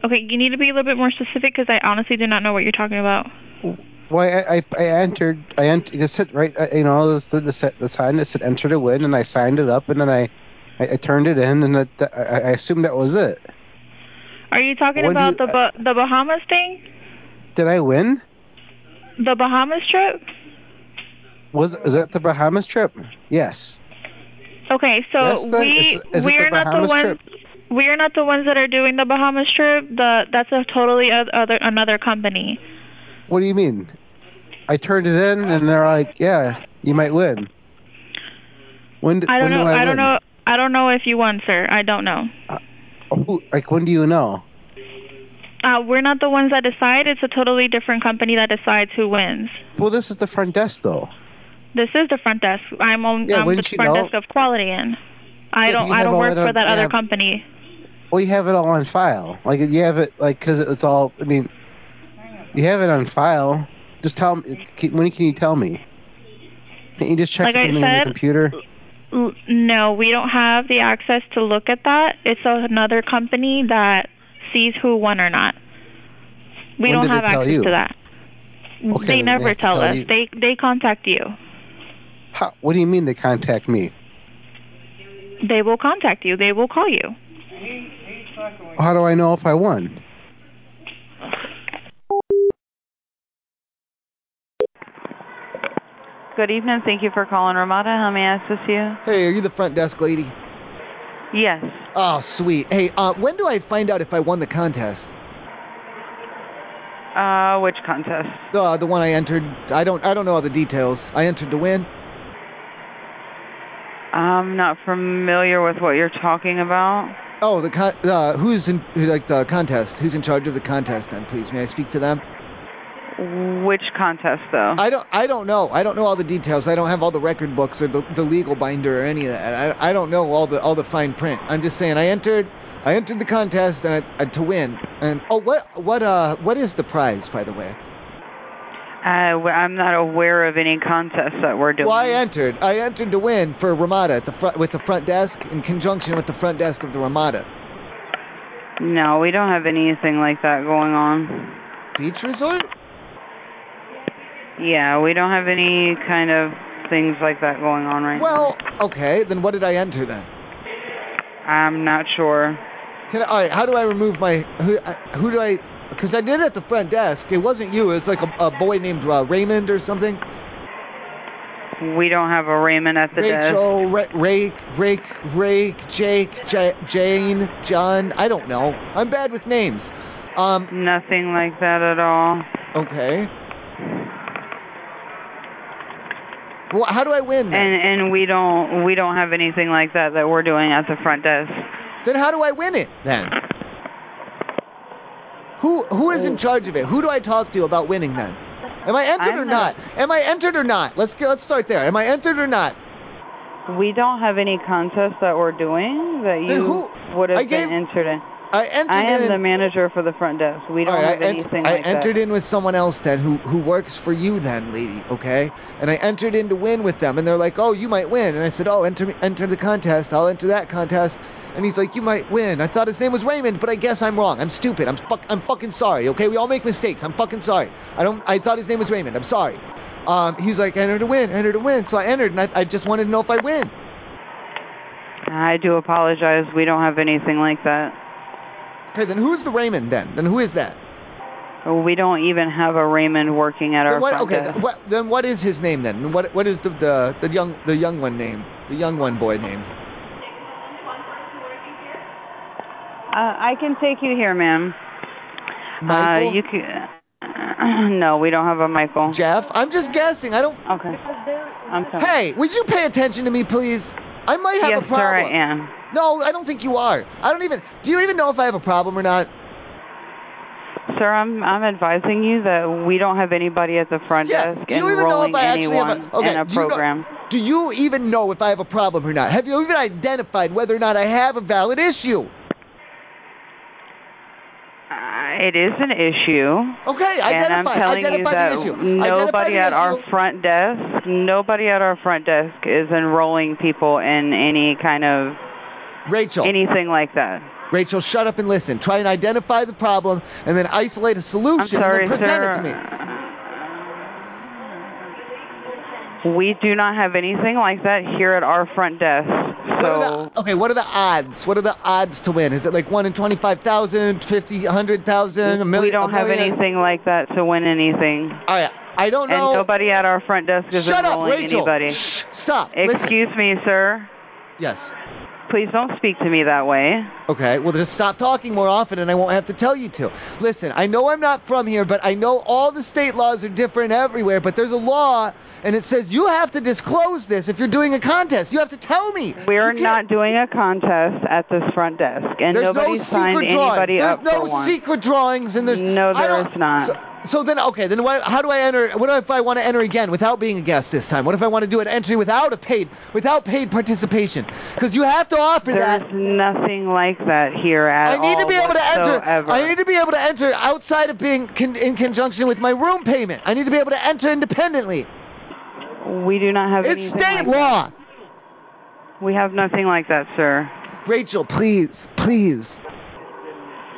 [SPEAKER 15] Okay, you need to be a little bit more specific because I honestly do not know what you're talking about.
[SPEAKER 6] Why I, I I entered I entered it said right uh, you know the the, set- the sign that said enter to win and I signed it up and then I I, I turned it in and that, that, I, I assumed that was it.
[SPEAKER 15] Are you talking
[SPEAKER 6] When do
[SPEAKER 15] about
[SPEAKER 6] you- uh,
[SPEAKER 15] the Ba- the Bahamas thing?
[SPEAKER 6] Did I win?
[SPEAKER 15] The Bahamas trip?
[SPEAKER 6] Was was that the Bahamas trip? Yes.
[SPEAKER 15] Okay, so
[SPEAKER 6] Yes, then,
[SPEAKER 15] we
[SPEAKER 6] is- is it
[SPEAKER 15] we
[SPEAKER 6] the
[SPEAKER 15] are not the
[SPEAKER 6] Bahamas
[SPEAKER 15] ones
[SPEAKER 6] trip?
[SPEAKER 15] we are not the ones that are doing the Bahamas trip. The that's a totally oth- other another company.
[SPEAKER 6] What do you mean? I turned it in and they're like, yeah, you might win. When d-
[SPEAKER 15] I don't
[SPEAKER 6] when
[SPEAKER 15] know.
[SPEAKER 6] do I,
[SPEAKER 15] I don't
[SPEAKER 6] win?
[SPEAKER 15] know. I don't know if you won, sir. I don't know.
[SPEAKER 6] Who, like when do you know?
[SPEAKER 15] Uh, we're not the ones that decide. It's a totally different company that decides who wins.
[SPEAKER 6] Well, this is the front desk though.
[SPEAKER 15] This is the front desk. I'm on
[SPEAKER 6] Yeah,
[SPEAKER 15] I'm the
[SPEAKER 6] wouldn't you
[SPEAKER 15] front
[SPEAKER 6] know?
[SPEAKER 15] desk of quality in. I
[SPEAKER 6] Yeah,
[SPEAKER 15] don't
[SPEAKER 6] you
[SPEAKER 15] I
[SPEAKER 6] have
[SPEAKER 15] don't
[SPEAKER 6] all
[SPEAKER 15] work
[SPEAKER 6] that
[SPEAKER 15] for
[SPEAKER 6] on-
[SPEAKER 15] that other
[SPEAKER 6] yeah.
[SPEAKER 15] company.
[SPEAKER 6] Well, you have it all on file. Like you have it, like because it was all. I mean, you have it on file. Just tell me can- when can you tell me? Can you just check
[SPEAKER 15] Like
[SPEAKER 6] it
[SPEAKER 15] I
[SPEAKER 6] in
[SPEAKER 15] said-
[SPEAKER 6] your computer?
[SPEAKER 15] L- No, we don't have the access to look at that. It's another company that sees who won or not. We
[SPEAKER 6] When
[SPEAKER 15] don't
[SPEAKER 6] did they
[SPEAKER 15] have
[SPEAKER 6] tell
[SPEAKER 15] access
[SPEAKER 6] you?
[SPEAKER 15] to that.
[SPEAKER 6] Okay, then
[SPEAKER 15] they
[SPEAKER 6] they
[SPEAKER 15] never
[SPEAKER 6] have to
[SPEAKER 15] tell
[SPEAKER 6] tell
[SPEAKER 15] us.
[SPEAKER 6] you.
[SPEAKER 15] They they contact you.
[SPEAKER 6] How, what do you mean they contact me?
[SPEAKER 15] They will contact you. They will call you.
[SPEAKER 6] How do I know if I won?
[SPEAKER 16] Good evening. Thank you for calling Ramada. How may I assist you?
[SPEAKER 2] Hey, are you the front desk lady?
[SPEAKER 16] Yes.
[SPEAKER 2] Oh, sweet. Hey, uh, when do I find out if I won the contest?
[SPEAKER 16] Uh, which contest?
[SPEAKER 2] Uh, the one I entered. I don't. I don't know all the details. I entered to win.
[SPEAKER 16] I'm not familiar with what you're talking about.
[SPEAKER 2] Oh, the con- uh, who's in who, like the contest? Who's in charge of the contest? Then, please, may I speak to them?
[SPEAKER 16] Which contest, though?
[SPEAKER 2] I don't. I don't know. I don't know all the details. I don't have all the record books or the, the legal binder or any of that. I, I don't know all the all the fine print. I'm just saying I entered. I entered the contest and I, uh, to win. And oh, what what uh what is the prize by the way?
[SPEAKER 16] I, am Uh, not aware of any contest that we're doing.
[SPEAKER 2] Well, I entered. I entered to win for Ramada at the front with the front desk in conjunction with the front desk of the Ramada
[SPEAKER 16] No, we don't have anything like that going on.
[SPEAKER 2] Beach Resort.
[SPEAKER 16] Yeah, we don't have any kind of things like that going on right
[SPEAKER 2] Well, okay. Then what did I enter then?
[SPEAKER 16] now. I'm not sure.
[SPEAKER 2] Can I, all right, how do I remove my who? I- Who do I? Because I did it at the front desk. It wasn't you. It was like a, a boy named uh, Raymond or something.
[SPEAKER 16] We don't have a Raymond at the desk.
[SPEAKER 2] Rachel, Ra- Rake, Rake, Rake, Jake, J- Jane, John. I don't know. I'm bad with names. Um.
[SPEAKER 16] Nothing like that at all.
[SPEAKER 2] Okay. Well, how do I win? Then?
[SPEAKER 16] And and we don't we don't have anything like that that we're doing at the front desk.
[SPEAKER 2] Then how do I win it? Then who who is
[SPEAKER 16] Oh.
[SPEAKER 2] in charge of it? Who do I talk to about winning then? Am I entered or
[SPEAKER 16] I'm
[SPEAKER 2] not?
[SPEAKER 16] not-
[SPEAKER 2] Am I entered or not? Let's get, let's start there. Am I entered or not?
[SPEAKER 16] We don't have any contest that we're doing that you would have been entered in.
[SPEAKER 2] I entered
[SPEAKER 16] I am
[SPEAKER 2] in-
[SPEAKER 16] the manager for the front desk. We don't
[SPEAKER 2] All right,
[SPEAKER 16] have
[SPEAKER 2] I, ent-
[SPEAKER 16] anything
[SPEAKER 2] I
[SPEAKER 16] like
[SPEAKER 2] entered
[SPEAKER 16] that.
[SPEAKER 2] in with someone else then who who works for you then, lady, okay? And I entered in to win with them, and they're like, "Oh, you might win," and I said, "Oh, enter me- enter the contest. I'll enter that contest." And he's like, "You might win." I thought his name was Raymond, but I guess I'm wrong. I'm stupid. I'm fuck. I'm fucking sorry. Okay, we all make mistakes. I'm fucking sorry. I don't. I thought his name was Raymond. I'm sorry. Um, he's like, "Enter to win. Enter to win." So I entered, and I, I just wanted to know if I win.
[SPEAKER 16] I do apologize. We don't have anything like that.
[SPEAKER 2] Okay, then who's the Raymond then? Then who is that?
[SPEAKER 16] We don't even have a Raymond working at our
[SPEAKER 2] Then what,
[SPEAKER 16] front
[SPEAKER 2] okay,
[SPEAKER 16] desk.
[SPEAKER 2] th- what, then what is his name then? And What what is the, the the young the young one name? The young one boy name?
[SPEAKER 16] Uh, I can take you here, ma'am.
[SPEAKER 2] Michael?
[SPEAKER 16] Uh, you can. no, we don't have a Michael.
[SPEAKER 2] Jeff, I'm just guessing. I don't.
[SPEAKER 16] Okay. I'm sorry.
[SPEAKER 2] Hey, would you pay attention to me, please? I might have
[SPEAKER 16] Yes,
[SPEAKER 2] a
[SPEAKER 16] sir, I
[SPEAKER 2] problem.
[SPEAKER 16] am.
[SPEAKER 2] No, I don't think you are. I don't even. Do you even know if I have a problem or not?
[SPEAKER 16] Sir, I'm I'm advising you that we don't have anybody at the front
[SPEAKER 2] Yeah,
[SPEAKER 16] desk
[SPEAKER 2] do you even know
[SPEAKER 16] enrolling
[SPEAKER 2] if I actually
[SPEAKER 16] anyone
[SPEAKER 2] have a, okay,
[SPEAKER 16] in a
[SPEAKER 2] do you know-
[SPEAKER 16] program.
[SPEAKER 2] do you even know if I have a problem or not? Have you even identified whether or not I have a valid issue?
[SPEAKER 16] Uh, it is an issue.
[SPEAKER 2] Okay,
[SPEAKER 16] and I'm
[SPEAKER 2] identify-
[SPEAKER 16] telling you
[SPEAKER 2] identify the
[SPEAKER 16] that
[SPEAKER 2] issue. Identify
[SPEAKER 16] nobody
[SPEAKER 2] the
[SPEAKER 16] at our
[SPEAKER 2] issue.
[SPEAKER 16] front desk, nobody at our front desk is enrolling people in any kind of
[SPEAKER 2] Rachel.
[SPEAKER 16] anything like that.
[SPEAKER 2] Rachel, shut up and listen. Try and identify the problem, and then isolate a solution
[SPEAKER 16] sorry,
[SPEAKER 2] and then present it
[SPEAKER 16] sir.
[SPEAKER 2] to me.
[SPEAKER 16] We do not have anything like that here at our front desk.
[SPEAKER 2] What are the, okay, what are the odds? What are the odds to win? Is it like 1 in 25,000, 50, 100,000, a million?
[SPEAKER 16] we don't
[SPEAKER 2] a
[SPEAKER 16] have
[SPEAKER 2] million?
[SPEAKER 16] anything like that to win anything.
[SPEAKER 2] All right, I don't know.
[SPEAKER 16] And nobody at our front desk is
[SPEAKER 2] Shut up,
[SPEAKER 16] enrolling
[SPEAKER 2] Rachel.
[SPEAKER 16] anybody.
[SPEAKER 2] Shh, stop.
[SPEAKER 16] Excuse me, sir.
[SPEAKER 2] Yes.
[SPEAKER 16] Please don't speak to me that way.
[SPEAKER 2] Okay, well, just stop talking more often and I won't have to tell you to. Listen, I know I'm not from here, but I know all the state laws are different everywhere, but there's a law and it says you have to disclose this if you're doing a contest. You have to tell me.
[SPEAKER 16] We're not doing a contest at this front desk, and
[SPEAKER 2] There's
[SPEAKER 16] nobody
[SPEAKER 2] no
[SPEAKER 16] signed
[SPEAKER 2] secret
[SPEAKER 16] anybody
[SPEAKER 2] drawings. There's
[SPEAKER 16] up
[SPEAKER 2] no
[SPEAKER 16] for one.
[SPEAKER 2] secret drawings, and there's
[SPEAKER 16] No,
[SPEAKER 2] I
[SPEAKER 16] there
[SPEAKER 2] don't-
[SPEAKER 16] is not.
[SPEAKER 2] So, so then, okay, then what, how do I enter? What if I want to enter again without being a guest this time? What if I want to do an entry without a paid, without paid participation? Because you have to offer
[SPEAKER 16] There's
[SPEAKER 2] that.
[SPEAKER 16] nothing like that here at
[SPEAKER 2] I need to
[SPEAKER 16] all
[SPEAKER 2] be able to enter.
[SPEAKER 16] whatsoever.
[SPEAKER 2] I need to be able to enter outside of being con- in conjunction with my room payment. I need to be able to enter independently.
[SPEAKER 16] We do not have
[SPEAKER 2] It's
[SPEAKER 16] anything
[SPEAKER 2] state
[SPEAKER 16] like
[SPEAKER 2] law.
[SPEAKER 16] We have nothing like that, sir.
[SPEAKER 2] Rachel, please, please,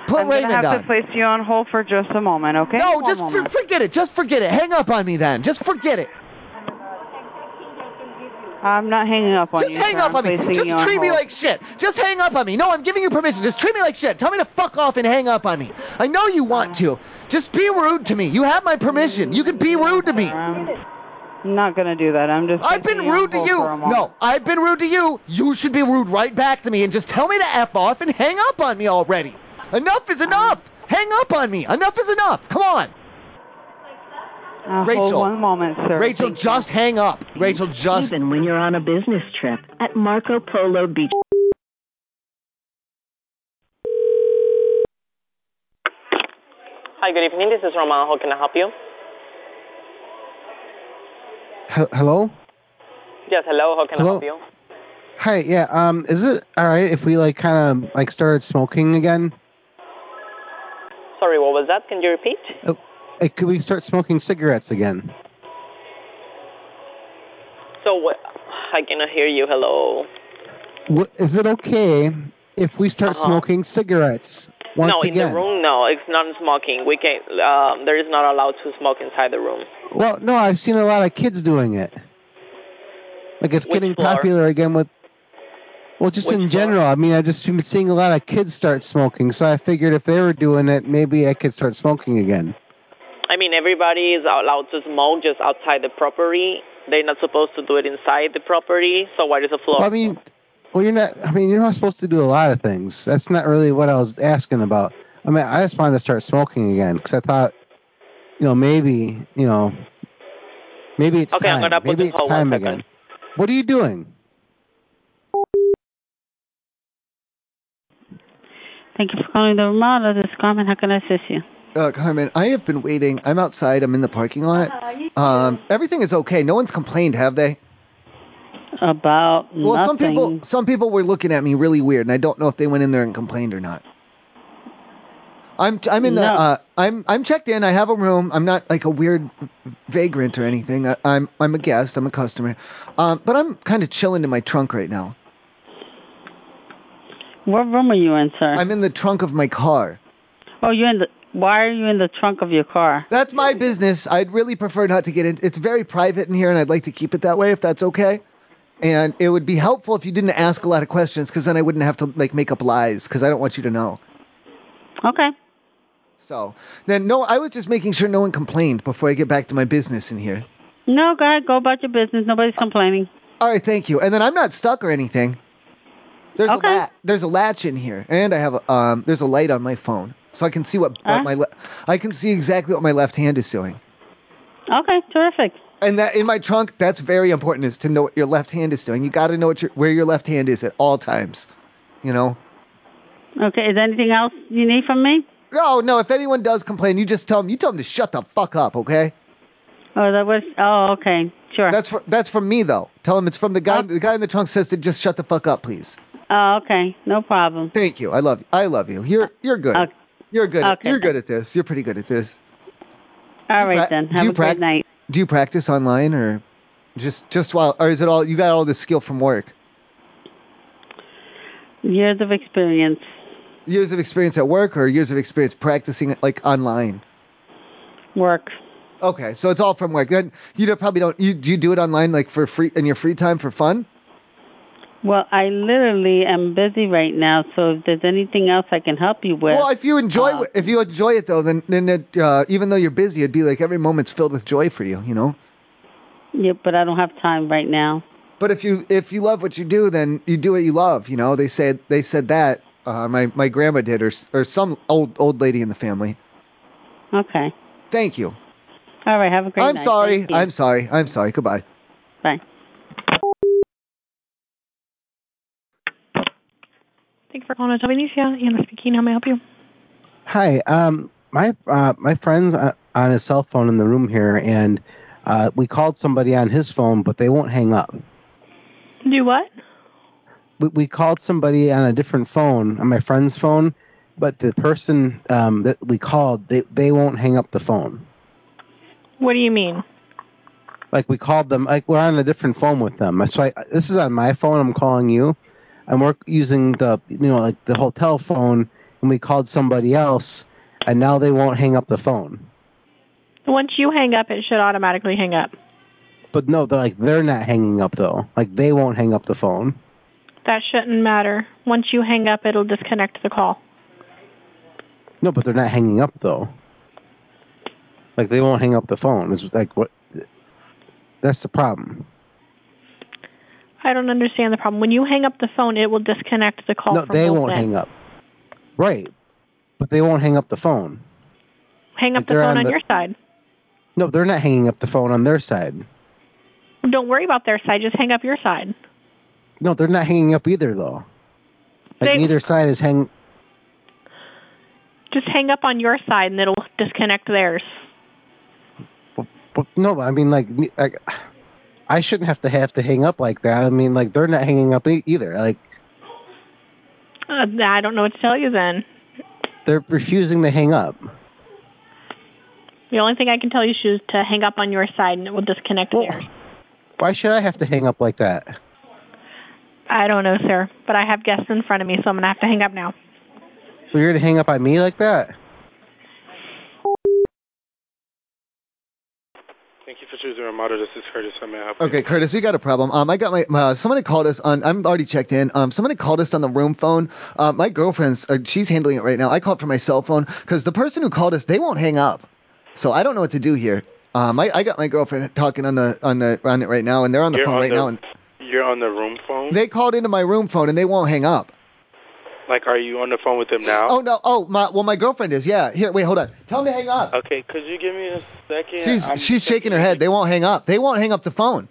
[SPEAKER 2] put
[SPEAKER 16] I'm
[SPEAKER 2] Raymond
[SPEAKER 16] gonna have
[SPEAKER 2] on.
[SPEAKER 16] to place you on hold for just a moment, okay?
[SPEAKER 2] No,
[SPEAKER 16] One
[SPEAKER 2] just for-
[SPEAKER 16] moment.
[SPEAKER 2] forget it. Just forget it. Hang up on me then. Just forget it.
[SPEAKER 16] I'm not hanging up on
[SPEAKER 2] Just
[SPEAKER 16] you.
[SPEAKER 2] hang
[SPEAKER 16] sir.
[SPEAKER 2] up
[SPEAKER 16] I'm
[SPEAKER 2] on me.
[SPEAKER 16] placing you
[SPEAKER 2] Just
[SPEAKER 16] on
[SPEAKER 2] treat me
[SPEAKER 16] hold.
[SPEAKER 2] like shit. Just hang up on me. No, I'm giving you permission. Just treat me like shit. Tell me to fuck off and hang up on me. I know you want
[SPEAKER 16] Uh-huh.
[SPEAKER 2] to. Just be rude to me. You have my permission. You can be rude to me.
[SPEAKER 16] I'm not gonna do that. I'm just.
[SPEAKER 2] I've been
[SPEAKER 16] placing you on
[SPEAKER 2] rude to
[SPEAKER 16] hold
[SPEAKER 2] you.
[SPEAKER 16] for a moment.
[SPEAKER 2] No, I've been rude to you. You should be rude right back to me and just tell me to F off and hang up on me already. Enough is enough. Hang up on me. Enough is enough. Come on.
[SPEAKER 16] Uh,
[SPEAKER 2] Rachel.
[SPEAKER 16] Hold one moment, sir.
[SPEAKER 2] Rachel, just hang up. Rachel, just.
[SPEAKER 17] Even when you're on a business trip at Marco Polo Beach.
[SPEAKER 18] Hi, good evening. This is Romana. How can I help you?
[SPEAKER 6] He- hello.
[SPEAKER 18] Yes, hello. How can
[SPEAKER 6] Hello.
[SPEAKER 18] I help you?
[SPEAKER 6] Hi. Yeah. Um. Is it all right if we like kind of like started smoking again?
[SPEAKER 18] Sorry, what was that? Can you repeat?
[SPEAKER 6] Oh, Like, could we start smoking cigarettes again?
[SPEAKER 18] So, wh- I cannot hear you. Hello.
[SPEAKER 6] Wh- Is it okay if we start
[SPEAKER 18] Uh-huh.
[SPEAKER 6] smoking cigarettes once
[SPEAKER 18] no, in
[SPEAKER 6] again?
[SPEAKER 18] the room, no. It's non-smoking. We can't. Um, there is not allowed to smoke inside the room.
[SPEAKER 6] Well, no, I've seen a lot of kids doing it. Like it's
[SPEAKER 18] Which
[SPEAKER 6] getting
[SPEAKER 18] floor?
[SPEAKER 6] popular again with. Well, just in general, I mean, I've just been seeing a lot of kids start smoking, so I figured if they were doing it, maybe I could start smoking again.
[SPEAKER 18] I mean, everybody is allowed to smoke just outside the property. They're not supposed to do it inside the property. So, what is the floor?
[SPEAKER 6] Well, I mean, well, you're not. I mean, you're not supposed to do a lot of things. That's not really what I was asking about. I mean, I just wanted to start smoking again because I thought, you know, maybe, you know, Maybe it's
[SPEAKER 18] Okay, I'm
[SPEAKER 6] time.
[SPEAKER 18] gonna put
[SPEAKER 6] Maybe
[SPEAKER 18] this
[SPEAKER 6] it's
[SPEAKER 18] hold one
[SPEAKER 6] time
[SPEAKER 18] second.
[SPEAKER 6] again. What are you doing?
[SPEAKER 14] Thank you for calling the Ramada. This is Carmen. How can I assist you?
[SPEAKER 2] Uh, Carmen, I have been waiting. I'm outside. I'm in the parking lot. Um, everything is okay. No one's complained, have they?
[SPEAKER 14] About
[SPEAKER 2] Well, some
[SPEAKER 14] nothing.
[SPEAKER 2] people some people were looking at me really weird, and I don't know if they went in there and complained or not. I'm I'm in the
[SPEAKER 14] No.
[SPEAKER 2] uh, I'm I'm checked in. I have a room. I'm not like a weird vagrant or anything. I, I'm I'm a guest. I'm a customer. Um, but I'm kind of chilling in my trunk right now.
[SPEAKER 14] What room are you in, sir?
[SPEAKER 2] I'm in the trunk of my car.
[SPEAKER 14] Oh, you're in the. Why are you in the trunk of your car?
[SPEAKER 2] That's my business. I'd really prefer not to get in. It's very private in here, and I'd like to keep it that way if that's okay. And it would be helpful if you didn't ask a lot of questions, because then I wouldn't have to like make up lies, because I don't want you to know.
[SPEAKER 14] Okay.
[SPEAKER 2] So then, no, I was just making sure no one complained before I get back to my business in here.
[SPEAKER 14] No, go ahead. Go about your business. Nobody's complaining.
[SPEAKER 2] All right, thank you. And then I'm not stuck or anything. There's a
[SPEAKER 14] Okay.
[SPEAKER 2] lat, there's a latch in here, and I have a, um there's a light on my phone, so I can see what, what
[SPEAKER 14] Huh?
[SPEAKER 2] my le- I can see exactly what my left hand is doing.
[SPEAKER 14] Okay, terrific.
[SPEAKER 2] And that in my trunk, that's very important is to know what your left hand is doing. You got to know what your, where your left hand is at all times. You know.
[SPEAKER 14] Okay. Is there anything else you need from me?
[SPEAKER 2] No, no. If anyone does complain, you just tell them. You tell them to shut the fuck up, okay?
[SPEAKER 14] Oh, that was. Oh, okay. Sure.
[SPEAKER 2] That's for, that's from me though. Tell them it's from the guy. The guy in the trunk says to just shut the fuck up, please.
[SPEAKER 14] Oh, okay. No problem.
[SPEAKER 2] Thank you. I love you. I love you. You're you're good.
[SPEAKER 14] Okay.
[SPEAKER 2] You're good. At,
[SPEAKER 14] Okay.
[SPEAKER 2] you're good at this. You're pretty good at this.
[SPEAKER 14] All
[SPEAKER 2] pra-
[SPEAKER 14] right then.
[SPEAKER 2] do
[SPEAKER 14] Have
[SPEAKER 2] you
[SPEAKER 14] a
[SPEAKER 2] prac-
[SPEAKER 14] great night.
[SPEAKER 2] Do you practice online or just just while or is it all you got all this skill from work?
[SPEAKER 14] Years of experience.
[SPEAKER 2] Years of experience at work or years of experience practicing like online?
[SPEAKER 14] Work.
[SPEAKER 2] Okay, so it's all from work. Then you don't- probably don't. You do you do it online like for free in your free time for fun?
[SPEAKER 14] Well, I literally am busy right now, so if there's anything else I can help you with. uh,
[SPEAKER 2] Well, if you enjoy it- if you enjoy it though, then then it, uh, even though you're busy, it'd be like every moment's filled with joy for you. You know.
[SPEAKER 14] yeah, but I don't have time right now.
[SPEAKER 2] But if you if you love what you do, then you do what you love. You know. They said they said that. Uh, my my grandma did, or s- or some old old lady in the family.
[SPEAKER 14] Okay.
[SPEAKER 2] Thank you.
[SPEAKER 14] All right. Have a great
[SPEAKER 2] I'm
[SPEAKER 14] night.
[SPEAKER 2] sorry.
[SPEAKER 14] Thank you.
[SPEAKER 2] I'm sorry. I'm sorry. Goodbye.
[SPEAKER 14] Bye.
[SPEAKER 19] Thank you for calling Atobinicia. Anna speaking. How may I help you?
[SPEAKER 6] Hi. Um, my uh, my friend's on, on his cell phone in the room here, and uh, we called somebody on his phone, but they won't hang up.
[SPEAKER 19] Do what?
[SPEAKER 6] We, we called somebody on a different phone, on my friend's phone, but the person um, that we called, they, they won't hang up the phone.
[SPEAKER 19] What do you mean?
[SPEAKER 6] Like we called them, like we're on a different phone with them. So I, this is on my phone. I'm calling you, and we're using the you know like the hotel phone, and we called somebody else, and now they won't hang up the phone.
[SPEAKER 19] Once you hang up, it should automatically hang up.
[SPEAKER 6] But no, they're like they're not hanging up though. Like they won't hang up the phone.
[SPEAKER 19] That shouldn't matter. Once you hang up, it'll disconnect the call.
[SPEAKER 6] No, but they're not hanging up though. Like they won't hang up the phone. Is like what? That's the problem.
[SPEAKER 19] I don't understand the problem. When you hang up the phone, it will disconnect the call.
[SPEAKER 6] no,
[SPEAKER 19] from
[SPEAKER 6] they
[SPEAKER 19] both
[SPEAKER 6] won't
[SPEAKER 19] ends.
[SPEAKER 6] hang up. Right, but they won't hang up the phone.
[SPEAKER 19] Hang up
[SPEAKER 6] Like
[SPEAKER 19] the
[SPEAKER 6] they're
[SPEAKER 19] phone
[SPEAKER 6] on
[SPEAKER 19] on,
[SPEAKER 6] the-
[SPEAKER 19] your side.
[SPEAKER 6] No, they're not hanging up the phone on their side.
[SPEAKER 19] Don't worry about their side. Just hang up your side.
[SPEAKER 6] No, they're not hanging up either though. Like
[SPEAKER 19] They-
[SPEAKER 6] neither side is hang.
[SPEAKER 19] Just hang up on your side, and it'll disconnect theirs.
[SPEAKER 6] But no, I mean like, me- like I shouldn't have to have to hang up like that. I mean like they're not hanging up e- either. Like
[SPEAKER 19] Uh, I don't know what to tell you then.
[SPEAKER 6] they're refusing to hang up.
[SPEAKER 19] The only thing I can tell you is to hang up on your side, and it will disconnect theirs.
[SPEAKER 6] Why should I have to hang up like that?
[SPEAKER 19] I don't know, sir, but I have guests in front of me, so I'm gonna have to hang up now.
[SPEAKER 6] So you're gonna hang up on me like that?
[SPEAKER 20] Thank you for choosing Ramada. This is Curtis. How may I help you?
[SPEAKER 2] Okay, Curtis, we got a problem. Um, I got my, my somebody called us on. I'm already checked in. Um, somebody called us on the room phone. Uh, my girlfriend's, uh, she's handling it right now. I called from my cell phone because the person who called us, they won't hang up. So I don't know what to do here. Um, I, I got my girlfriend talking on the on the on it right now, and they're on the
[SPEAKER 20] You're
[SPEAKER 2] phone
[SPEAKER 20] on
[SPEAKER 2] right
[SPEAKER 20] the-
[SPEAKER 2] now, and
[SPEAKER 20] You're on the room phone.
[SPEAKER 2] they called into my room phone and they won't hang up.
[SPEAKER 20] Like, are you on the phone with them now?
[SPEAKER 2] Oh no! Oh my! Well, my girlfriend is. Yeah. Here, wait, hold on. Tell him to hang up.
[SPEAKER 20] Okay, could you give me a second?
[SPEAKER 2] She's she's shaking her head. They won't hang up. They won't hang up the phone.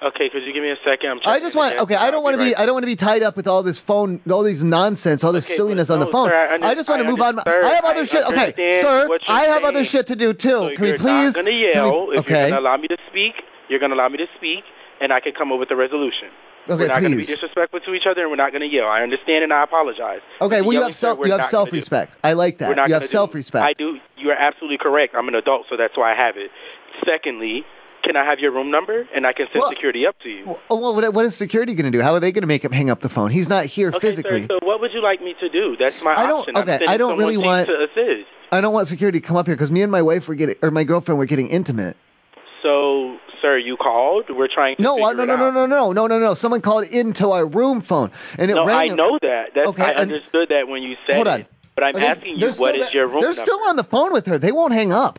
[SPEAKER 20] Okay, could you give me a second? I'm
[SPEAKER 2] I just want. Okay, I don't want to be. I don't want to be tied up with all this phone, all these nonsense, all this silliness on the phone.
[SPEAKER 20] sir, I under-
[SPEAKER 2] just want
[SPEAKER 20] I
[SPEAKER 2] to move on.
[SPEAKER 20] under-
[SPEAKER 2] I have
[SPEAKER 20] I
[SPEAKER 2] other shit. Okay,
[SPEAKER 20] understand
[SPEAKER 2] sir,
[SPEAKER 20] what you're
[SPEAKER 2] I have other shit to do too. can we
[SPEAKER 20] you're
[SPEAKER 2] please?
[SPEAKER 20] not gonna
[SPEAKER 2] can we-
[SPEAKER 20] yell. if
[SPEAKER 2] okay.
[SPEAKER 20] you're gonna allow me to speak, you're gonna allow me to speak, and I can come up with a resolution.
[SPEAKER 2] Okay,
[SPEAKER 20] we're not gonna be
[SPEAKER 2] please.
[SPEAKER 20] disrespectful to each other, and we're not gonna yell. I understand, and I apologize.
[SPEAKER 2] okay,
[SPEAKER 20] But
[SPEAKER 2] well you
[SPEAKER 20] yelling,
[SPEAKER 2] have self.
[SPEAKER 20] sir, we're
[SPEAKER 2] You have
[SPEAKER 20] not gonna
[SPEAKER 2] self
[SPEAKER 20] do.
[SPEAKER 2] respect. I like that.
[SPEAKER 20] We're not
[SPEAKER 2] You
[SPEAKER 20] gonna
[SPEAKER 2] have
[SPEAKER 20] do-
[SPEAKER 2] self
[SPEAKER 20] I
[SPEAKER 2] respect.
[SPEAKER 20] do. You are absolutely correct. I'm an adult, so that's why I have it. Secondly, can I have your room number, and I can send
[SPEAKER 2] Well-
[SPEAKER 20] security up to you?
[SPEAKER 2] Oh well, what, what is security going to do? How are they going to make him hang up the phone? He's not here
[SPEAKER 20] okay,
[SPEAKER 2] physically.
[SPEAKER 20] sir. So what would you like me to do? That's my
[SPEAKER 2] I don't-
[SPEAKER 20] option.
[SPEAKER 2] okay,
[SPEAKER 20] I'm sending
[SPEAKER 2] I don't really
[SPEAKER 20] someone to
[SPEAKER 2] want-
[SPEAKER 20] to assist.
[SPEAKER 2] I don't want security to come up here because me and my wife were getting, or my girlfriend were getting intimate.
[SPEAKER 20] So, sir, you called. We're trying to
[SPEAKER 2] No,
[SPEAKER 20] figure
[SPEAKER 2] uh, no,
[SPEAKER 20] it
[SPEAKER 2] no,
[SPEAKER 20] out.
[SPEAKER 2] no, no, no, no, no, no. Someone called into our room phone, and it
[SPEAKER 20] no,
[SPEAKER 2] rang.
[SPEAKER 20] I know that. That's,
[SPEAKER 2] Okay,
[SPEAKER 20] I
[SPEAKER 2] and-
[SPEAKER 20] understood that when you said
[SPEAKER 2] Hold on.
[SPEAKER 20] it. But I'm
[SPEAKER 2] Okay,
[SPEAKER 20] asking you,
[SPEAKER 2] they're
[SPEAKER 20] what is
[SPEAKER 2] still there-
[SPEAKER 20] your room
[SPEAKER 2] They're
[SPEAKER 20] number?
[SPEAKER 2] still on the phone with her. They won't hang up.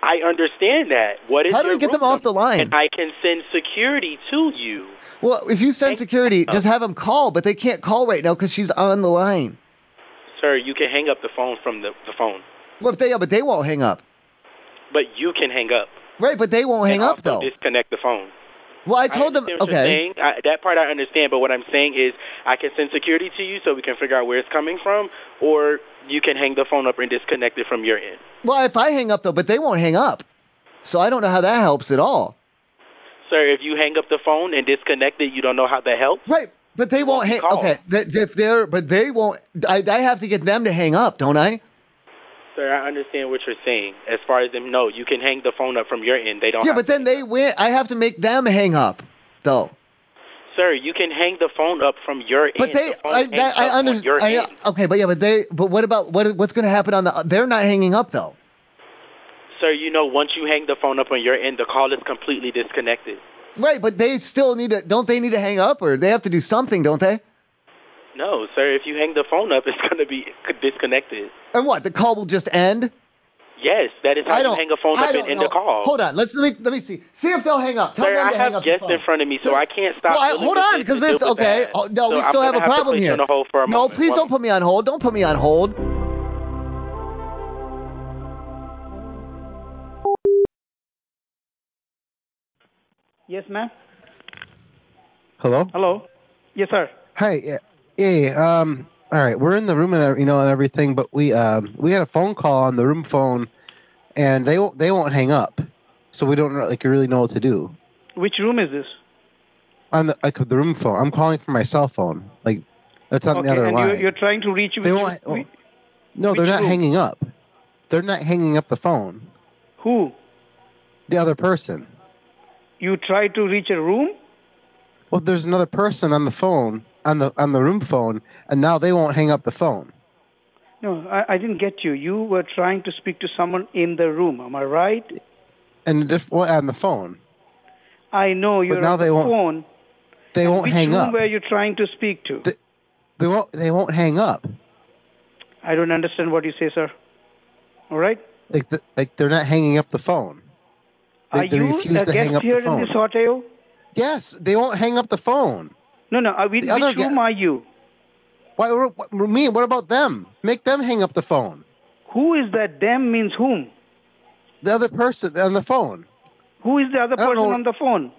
[SPEAKER 20] I understand that. What is
[SPEAKER 2] How do we
[SPEAKER 20] your
[SPEAKER 2] get
[SPEAKER 20] room
[SPEAKER 2] them off the line?
[SPEAKER 20] number? I can send security to you.
[SPEAKER 2] Well, if you send security, just have them call, but they can't call right now because she's on the line.
[SPEAKER 20] Sir, you can hang up the phone from the, the phone.
[SPEAKER 2] Well, if they, yeah, but they won't hang up.
[SPEAKER 20] But you can hang up.
[SPEAKER 2] Right, but they won't hang up though.
[SPEAKER 20] Disconnect the phone.
[SPEAKER 2] Well, I told them.
[SPEAKER 20] understand what you're
[SPEAKER 2] Okay.
[SPEAKER 20] saying. I, that part I understand, but what I'm saying is I can send security to you so we can figure out where it's coming from, or you can hang the phone up and disconnect it from your end.
[SPEAKER 2] Well, if I hang up though, but they won't hang up. So I don't know how that helps at all.
[SPEAKER 20] Sir, if you hang up the phone and disconnect it, you don't know how that helps.
[SPEAKER 2] Right, but they won't hang.
[SPEAKER 20] called.
[SPEAKER 2] Okay, that if they're, but they won't. I, I have to get them to hang up, don't I?
[SPEAKER 20] Sir, I understand what you're saying. As far as them, no, you can hang the phone up from your end. They don't.
[SPEAKER 2] Yeah,
[SPEAKER 20] have
[SPEAKER 2] but then they win. I have to make them hang up, though.
[SPEAKER 20] Sir, you can hang the phone up from your
[SPEAKER 2] But
[SPEAKER 20] end.
[SPEAKER 2] they,
[SPEAKER 20] The phone
[SPEAKER 2] I,
[SPEAKER 20] hangs
[SPEAKER 2] that, I
[SPEAKER 20] up on your
[SPEAKER 2] understand.
[SPEAKER 20] end.
[SPEAKER 2] Okay, but yeah, but they, but what about what? What's going to happen on the? They're not hanging up though.
[SPEAKER 20] Sir, you know once you hang the phone up on your end, the call is completely disconnected.
[SPEAKER 2] Right, but they still need to. Don't they need to hang up, or they have to do something, don't they?
[SPEAKER 20] No, sir, if you hang the phone up, it's going to be disconnected.
[SPEAKER 2] And what? The call will just end.
[SPEAKER 20] Yes, that is how
[SPEAKER 2] I
[SPEAKER 20] you
[SPEAKER 2] don't.
[SPEAKER 20] hang a phone
[SPEAKER 2] I
[SPEAKER 20] up
[SPEAKER 2] don't
[SPEAKER 20] and end
[SPEAKER 2] know.
[SPEAKER 20] a call.
[SPEAKER 2] Hold on. Let's let me let me see. See if they'll hang up. Tell
[SPEAKER 20] Sir,
[SPEAKER 2] them
[SPEAKER 20] I
[SPEAKER 2] to hang
[SPEAKER 20] have
[SPEAKER 2] up. the
[SPEAKER 20] guests in
[SPEAKER 2] phone.
[SPEAKER 20] front of me, so I can't stop.
[SPEAKER 2] Well, I-
[SPEAKER 20] dealing
[SPEAKER 2] hold
[SPEAKER 20] with
[SPEAKER 2] on,
[SPEAKER 20] this
[SPEAKER 2] because
[SPEAKER 20] and
[SPEAKER 2] this
[SPEAKER 20] deal with
[SPEAKER 2] okay.
[SPEAKER 20] that.
[SPEAKER 2] Oh, no,
[SPEAKER 20] So
[SPEAKER 2] we
[SPEAKER 20] I'm
[SPEAKER 2] still have a
[SPEAKER 20] gonna have to
[SPEAKER 2] problem
[SPEAKER 20] put you
[SPEAKER 2] here.
[SPEAKER 20] on hold for a
[SPEAKER 2] no,
[SPEAKER 20] moment.
[SPEAKER 2] please
[SPEAKER 20] One
[SPEAKER 2] don't put me on hold. Don't put me on hold.
[SPEAKER 1] Yes, ma'am.
[SPEAKER 6] Hello.
[SPEAKER 1] Hello. Yes, sir.
[SPEAKER 6] Hi. Yeah. yeah, yeah, Um. All right. We're in the room and uh, you know and everything, but we um we had a phone call on the room phone, and they won't they won't hang up, so we don't like really know what to do
[SPEAKER 1] Which room is this?
[SPEAKER 6] on the like the room phone. I'm calling from my cell phone. Like that's on
[SPEAKER 1] okay,
[SPEAKER 6] the other
[SPEAKER 1] and
[SPEAKER 6] line.
[SPEAKER 1] You're, you're trying to reach.
[SPEAKER 6] They
[SPEAKER 1] which-
[SPEAKER 6] won't-
[SPEAKER 1] whi-
[SPEAKER 6] no, they're
[SPEAKER 1] which
[SPEAKER 6] not
[SPEAKER 1] room?
[SPEAKER 6] hanging up. They're not hanging up the phone.
[SPEAKER 1] Who?
[SPEAKER 6] The other person.
[SPEAKER 1] You try to reach a room.
[SPEAKER 6] Well, there's another person on the phone on the on the room phone, and now they won't hang up the phone.
[SPEAKER 1] No, I, I didn't get you. You were trying to speak to someone in the room. Am I right?
[SPEAKER 6] And if, well, on the phone,
[SPEAKER 1] I know you're
[SPEAKER 6] now
[SPEAKER 1] on the
[SPEAKER 6] they won't
[SPEAKER 1] phone.
[SPEAKER 6] they won't
[SPEAKER 1] Which
[SPEAKER 6] hang
[SPEAKER 1] room
[SPEAKER 6] up.
[SPEAKER 1] were you trying to speak to?
[SPEAKER 6] They won't they won't hang up.
[SPEAKER 1] I don't understand what you say, sir. All right.
[SPEAKER 6] Like the, like they're not hanging up the phone. They,
[SPEAKER 1] Are
[SPEAKER 6] they
[SPEAKER 1] you
[SPEAKER 6] refuse
[SPEAKER 1] a
[SPEAKER 6] to
[SPEAKER 1] guest
[SPEAKER 6] hang up
[SPEAKER 1] here
[SPEAKER 6] the phone.
[SPEAKER 1] in this hotel?
[SPEAKER 6] Yes, they won't hang up the phone.
[SPEAKER 1] No, no. Are we,
[SPEAKER 6] The other
[SPEAKER 1] which room are you?
[SPEAKER 6] Why? What, what, me? What about them? Make them hang up the phone.
[SPEAKER 1] Who is that? Them means whom?
[SPEAKER 6] The other person on the phone.
[SPEAKER 1] Who is the other person on the phone?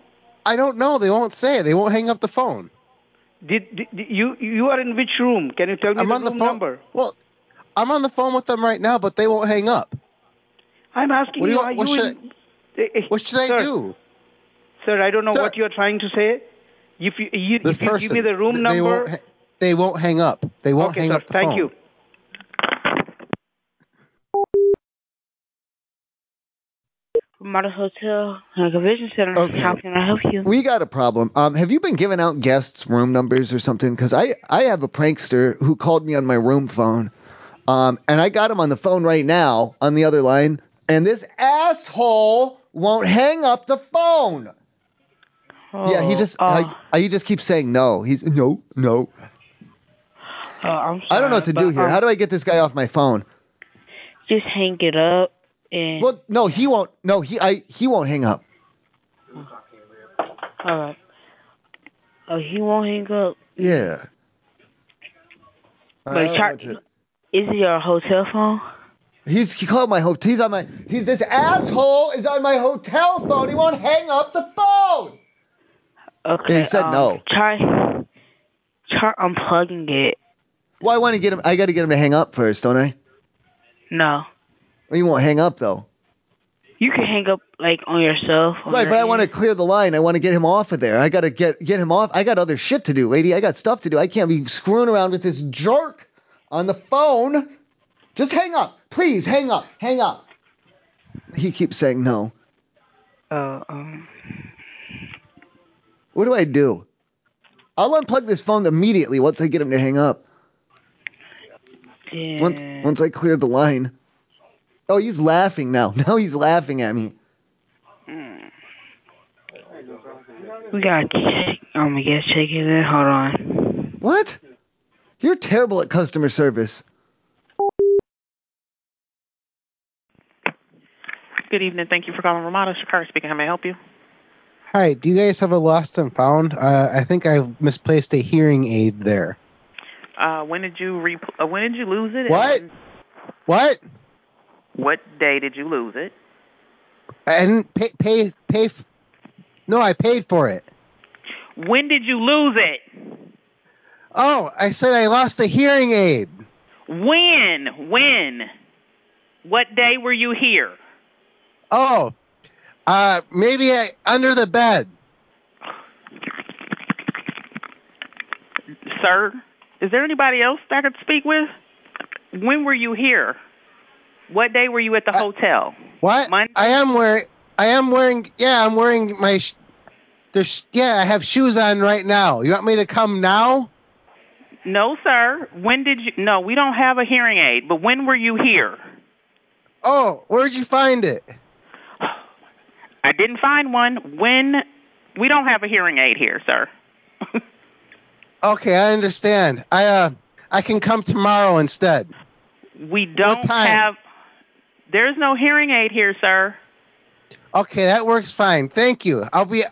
[SPEAKER 6] I don't know. They won't say. They won't hang up the phone.
[SPEAKER 1] Did, did you you are in which room? Can you tell me
[SPEAKER 6] I'm
[SPEAKER 1] the
[SPEAKER 6] on the
[SPEAKER 1] room
[SPEAKER 6] phone-
[SPEAKER 1] number?
[SPEAKER 6] Well, I'm on the phone with them right now, but they won't hang up.
[SPEAKER 1] I'm asking
[SPEAKER 6] What do
[SPEAKER 1] you,
[SPEAKER 6] you
[SPEAKER 1] are
[SPEAKER 6] want- what
[SPEAKER 1] you
[SPEAKER 6] should
[SPEAKER 1] in, Eh, eh,
[SPEAKER 6] What should
[SPEAKER 1] sir,
[SPEAKER 6] I do?
[SPEAKER 1] Sir, I don't know
[SPEAKER 6] Sir.
[SPEAKER 1] what you are trying to say. If you, you
[SPEAKER 6] This
[SPEAKER 1] if you
[SPEAKER 6] person.
[SPEAKER 1] give me the room
[SPEAKER 6] They
[SPEAKER 1] number,
[SPEAKER 6] won't ha- they won't hang up. They won't
[SPEAKER 1] okay,
[SPEAKER 6] hang
[SPEAKER 1] sir.
[SPEAKER 6] up the
[SPEAKER 1] thank
[SPEAKER 6] phone.
[SPEAKER 1] you.
[SPEAKER 3] Ramada Hotel, uh, Convention Center. How can I help you?
[SPEAKER 2] We got a problem. Um, have you been giving out guests' room numbers or something? Because I, I have a prankster who called me on my room phone, um, and I got him on the phone right now on the other line, and this asshole won't hang up the phone. yeah, he
[SPEAKER 3] Oh,
[SPEAKER 2] just
[SPEAKER 3] Uh,
[SPEAKER 2] I, he just keeps saying no. He's no, no.
[SPEAKER 3] uh, I'm
[SPEAKER 2] I don't know what to
[SPEAKER 3] sorry,
[SPEAKER 2] do
[SPEAKER 3] but,
[SPEAKER 2] here.
[SPEAKER 3] um,
[SPEAKER 2] How do I get this guy off my phone?
[SPEAKER 3] Just hang it up and.
[SPEAKER 2] Well, no, he won't. No, he I he won't hang up.
[SPEAKER 3] All right. Oh, he won't hang up.
[SPEAKER 2] Yeah.
[SPEAKER 3] But Char- is it your hotel phone?
[SPEAKER 2] He's he called my hotel. He's on my. He's this asshole is on my hotel phone. He won't hang up the phone.
[SPEAKER 3] Okay.
[SPEAKER 2] he said
[SPEAKER 3] um,
[SPEAKER 2] no.
[SPEAKER 3] Char, Char, unplugging it.
[SPEAKER 2] Well, I want to get him. I got to get him to hang up first, don't I?
[SPEAKER 3] No.
[SPEAKER 2] He won't hang up though.
[SPEAKER 3] You can hang up like on yourself.
[SPEAKER 2] Right, but I want to clear the line. I want to get him off of there. I got to get get him off. I got other shit to do, lady. I got stuff to do. I can't be screwing around with this jerk on the phone. Just hang up. Please hang up. Hang up. He keeps saying no.
[SPEAKER 3] Uh, um,
[SPEAKER 2] What do I do? I'll unplug this phone immediately once I get him to hang up.
[SPEAKER 3] yeah.
[SPEAKER 2] Once once I clear the line. Oh, he's laughing now. Now he's laughing at me.
[SPEAKER 21] Hmm.
[SPEAKER 3] We oh gotta check. I'm gonna get check it in. Hold on.
[SPEAKER 2] What? You're terrible at customer service.
[SPEAKER 4] Good evening. Thank you for calling Ramada. Shakari speaking. How may I help you?
[SPEAKER 6] Hi, do you guys have a lost and found? Uh, I think I misplaced a hearing aid there.
[SPEAKER 4] Uh, when did you re- uh, When did you lose it?
[SPEAKER 6] What?
[SPEAKER 4] And
[SPEAKER 6] What?
[SPEAKER 4] what day did you lose it?
[SPEAKER 6] I didn't pay pay pay. F- no, I paid for it.
[SPEAKER 4] When did you lose it?
[SPEAKER 6] Oh, I said I lost a hearing aid.
[SPEAKER 4] When? When? What day were you here?
[SPEAKER 6] Oh, uh, maybe I under the bed.
[SPEAKER 4] Sir, is there anybody else that I could speak with? When were you here? What day were you at the hotel?
[SPEAKER 6] What? I am wearing. I am wearing. Yeah, I'm wearing my. Sh- there's. Yeah, I have shoes on right now. You want me to come now?
[SPEAKER 4] No, sir. When did you? No, we don't have a hearing aid. But when were you here?
[SPEAKER 6] Oh, where'd you find it?
[SPEAKER 4] I didn't find one. When? We don't have a hearing aid here, sir.
[SPEAKER 6] Okay, I understand. I uh, I can come tomorrow instead.
[SPEAKER 4] We don't have. There's no hearing aid here, sir.
[SPEAKER 6] Okay, that works fine. Thank you. I'll be. I,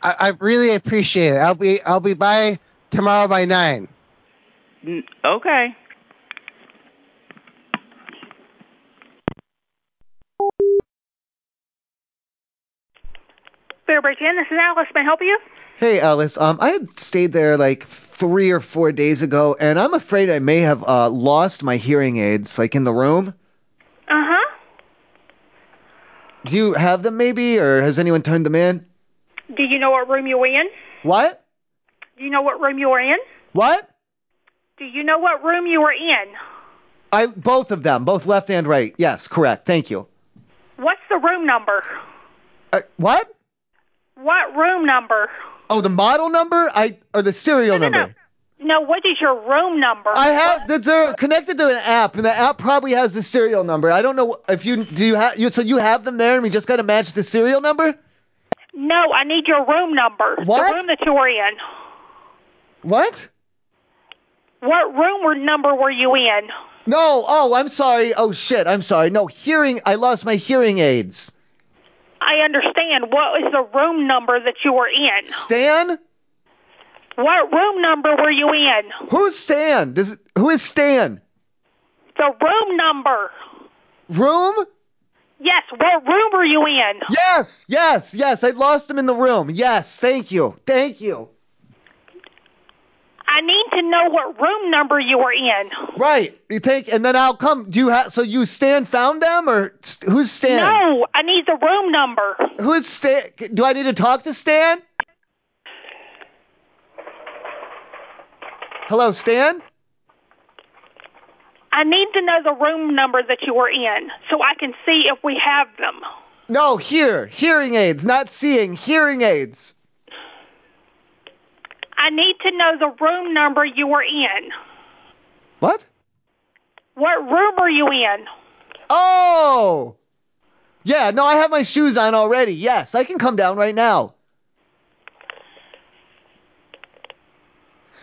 [SPEAKER 6] I really appreciate it. I'll be. I'll be by tomorrow by nine.
[SPEAKER 4] N- Okay.
[SPEAKER 5] Fairbrace Inn, this is Alice. May I help you?
[SPEAKER 2] Hey, Alice. Um, I had stayed there like three or four days ago, and I'm afraid I may have uh, lost my hearing aids, like in the room.
[SPEAKER 5] Uh huh.
[SPEAKER 2] Uh-huh. Do you have them, maybe, or has anyone turned them in?
[SPEAKER 5] Do you know what room you're in?
[SPEAKER 2] What?
[SPEAKER 5] Do you know what room you're in?
[SPEAKER 2] What?
[SPEAKER 5] Do you know what room you were in?
[SPEAKER 2] I both of them, both left and right. Yes, correct. Thank you.
[SPEAKER 5] What's the room number?
[SPEAKER 2] Uh, what?
[SPEAKER 5] What room number?
[SPEAKER 2] Oh, the model number? I or the serial number?
[SPEAKER 5] No, what is your room number?
[SPEAKER 2] I have that's they're connected to an app, and the app probably has the serial number. I don't know if you do you have you so you have them there, and we just gotta match the serial number.
[SPEAKER 5] No, I need your room number.
[SPEAKER 2] What?
[SPEAKER 5] The room that you were in.
[SPEAKER 2] What?
[SPEAKER 5] What room or number were you in?
[SPEAKER 2] No. Oh, I'm sorry. Oh shit. I'm sorry. No hearing. I lost my hearing aids.
[SPEAKER 5] I understand. What is the room number that you were in?
[SPEAKER 2] Stan?
[SPEAKER 5] What room number were you in?
[SPEAKER 2] Who's Stan? Does who is Stan?
[SPEAKER 5] The room number.
[SPEAKER 2] Room?
[SPEAKER 5] Yes, what room were you in?
[SPEAKER 2] Yes. Yes. Yes. I lost them in the room. Yes. Thank you. Thank you.
[SPEAKER 5] I need to know what room number you were in.
[SPEAKER 2] Right. You take and then I'll come. Do you have so you Stan found them or st- who's Stan?
[SPEAKER 5] No, I need the room number.
[SPEAKER 2] Who's Stan? Do I need to talk to Stan? Hello, Stan?
[SPEAKER 5] I need to know the room number that you were in so I can see if we have them.
[SPEAKER 2] No, here. Hearing aids, not seeing. Hearing aids.
[SPEAKER 5] I need to know the room number you were in.
[SPEAKER 2] What?
[SPEAKER 5] What room were you in?
[SPEAKER 2] Oh! Yeah, no, I have my shoes on already. Yes, I can come down right now.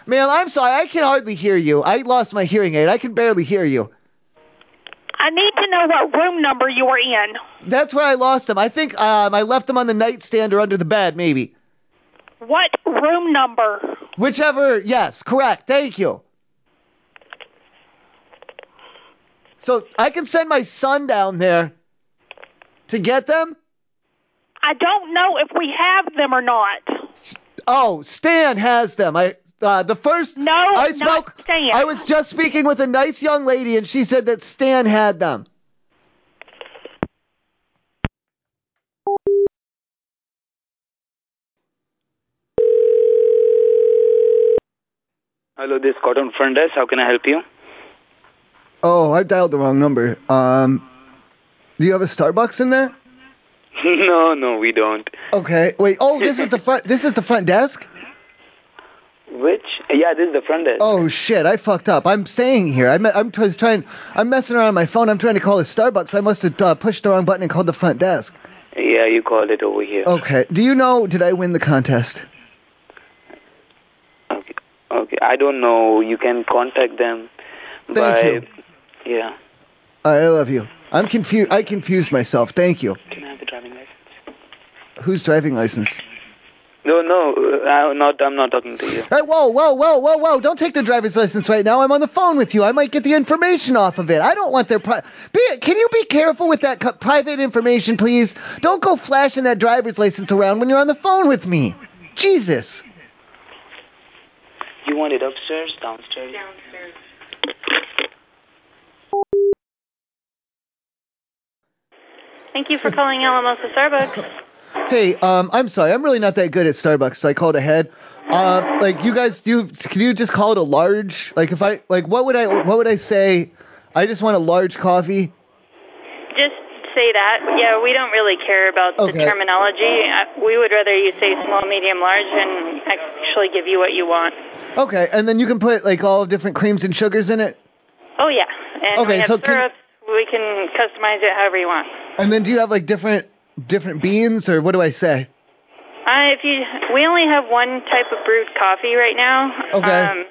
[SPEAKER 2] Ma'am, I'm sorry. I can hardly hear you. I lost my hearing aid. I can barely hear you.
[SPEAKER 5] I need to know what room number you were in.
[SPEAKER 2] That's where I lost them. I think um, I left them on the nightstand or under the bed, maybe.
[SPEAKER 5] What room number?
[SPEAKER 2] Whichever. Yes, correct. Thank you. So I can send my son down there to get them?
[SPEAKER 5] I don't know if we have them or not.
[SPEAKER 2] Oh, Stan has them. I uh, the first no, I spoke.
[SPEAKER 5] Stan.
[SPEAKER 2] I was just speaking with a nice young lady, and she said that Stan had them.
[SPEAKER 21] Hello, this is Cotton Front Desk. How can I help you?
[SPEAKER 2] Oh, I dialed the wrong number. Um, do you have a Starbucks in there?
[SPEAKER 21] no, no, we don't.
[SPEAKER 2] Okay. Wait. Oh, this is the front. This is the front desk.
[SPEAKER 21] Which? Yeah, this is the front desk.
[SPEAKER 2] Oh shit! I fucked up. I'm staying here. I'm I'm try- trying. I'm messing around on my phone. I'm trying to call a Starbucks. I must have uh, pushed the wrong button and called the front desk.
[SPEAKER 21] Yeah, you called it over here.
[SPEAKER 2] Okay. Do you know? Did I win the contest?
[SPEAKER 21] Okay, I don't know. You can contact them. by,
[SPEAKER 2] Thank
[SPEAKER 21] Yeah.
[SPEAKER 2] I love you. I'm confused. I confused myself. Thank you.
[SPEAKER 21] Can I have the driving license?
[SPEAKER 2] Who's driving license?
[SPEAKER 21] No, no, uh, I'm not. I'm not talking to you.
[SPEAKER 2] Hey, whoa, whoa, whoa, whoa, whoa! Don't take the driver's license right now. I'm on the phone with you. I might get the information off of it. I don't want their pri- be, Can you be careful with that cu- private information, please? Don't go flashing that driver's license around when you're on the phone with me. Jesus.
[SPEAKER 21] You want it upstairs, downstairs? Downstairs.
[SPEAKER 22] Thank you for calling Alamosa Starbucks.
[SPEAKER 2] Hey, um, I'm sorry. I'm really not that good at Starbucks, so I called ahead. Um, like you guys, do you, can you just call it a large? Like if I like, what would I what would I say? I just want a large coffee.
[SPEAKER 22] Just say that. Yeah, we don't really care about
[SPEAKER 2] Okay.
[SPEAKER 22] the terminology. Uh, We would rather you say small, medium, large, and actually give you what you want.
[SPEAKER 2] Okay, and then you can put like all different creams and sugars in it.
[SPEAKER 22] Oh yeah, and
[SPEAKER 2] Okay,
[SPEAKER 22] we have
[SPEAKER 2] so can-
[SPEAKER 22] syrups. We can customize it however you want.
[SPEAKER 2] And then do you have like different different beans or what do I say?
[SPEAKER 22] Uh, if you, we only have one type of brewed coffee right now.
[SPEAKER 2] Okay.
[SPEAKER 22] Um,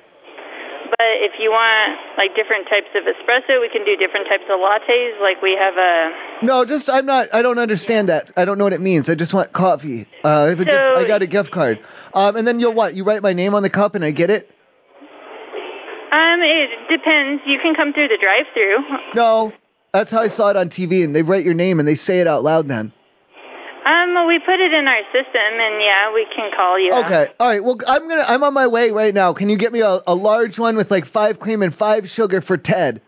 [SPEAKER 22] but if you want like different types of espresso, we can do different types of lattes. Like we have a
[SPEAKER 2] No, just I'm not. I don't understand that. I don't know what it means. I just want coffee. Uh, I, have a gift, I got a gift card. Um, and then you'll what? You write my name on the cup and I get it?
[SPEAKER 22] Um, it depends. You can come through the drive-through.
[SPEAKER 2] No, that's how I saw it on TV. And they write your name and they say it out loud then.
[SPEAKER 22] Um, we put it in our system, and yeah, we can call you. out.
[SPEAKER 2] Okay. All right. Well, I'm gonna. I'm on my way right now. Can you get me a, a large one with like five cream and five sugar for Ted?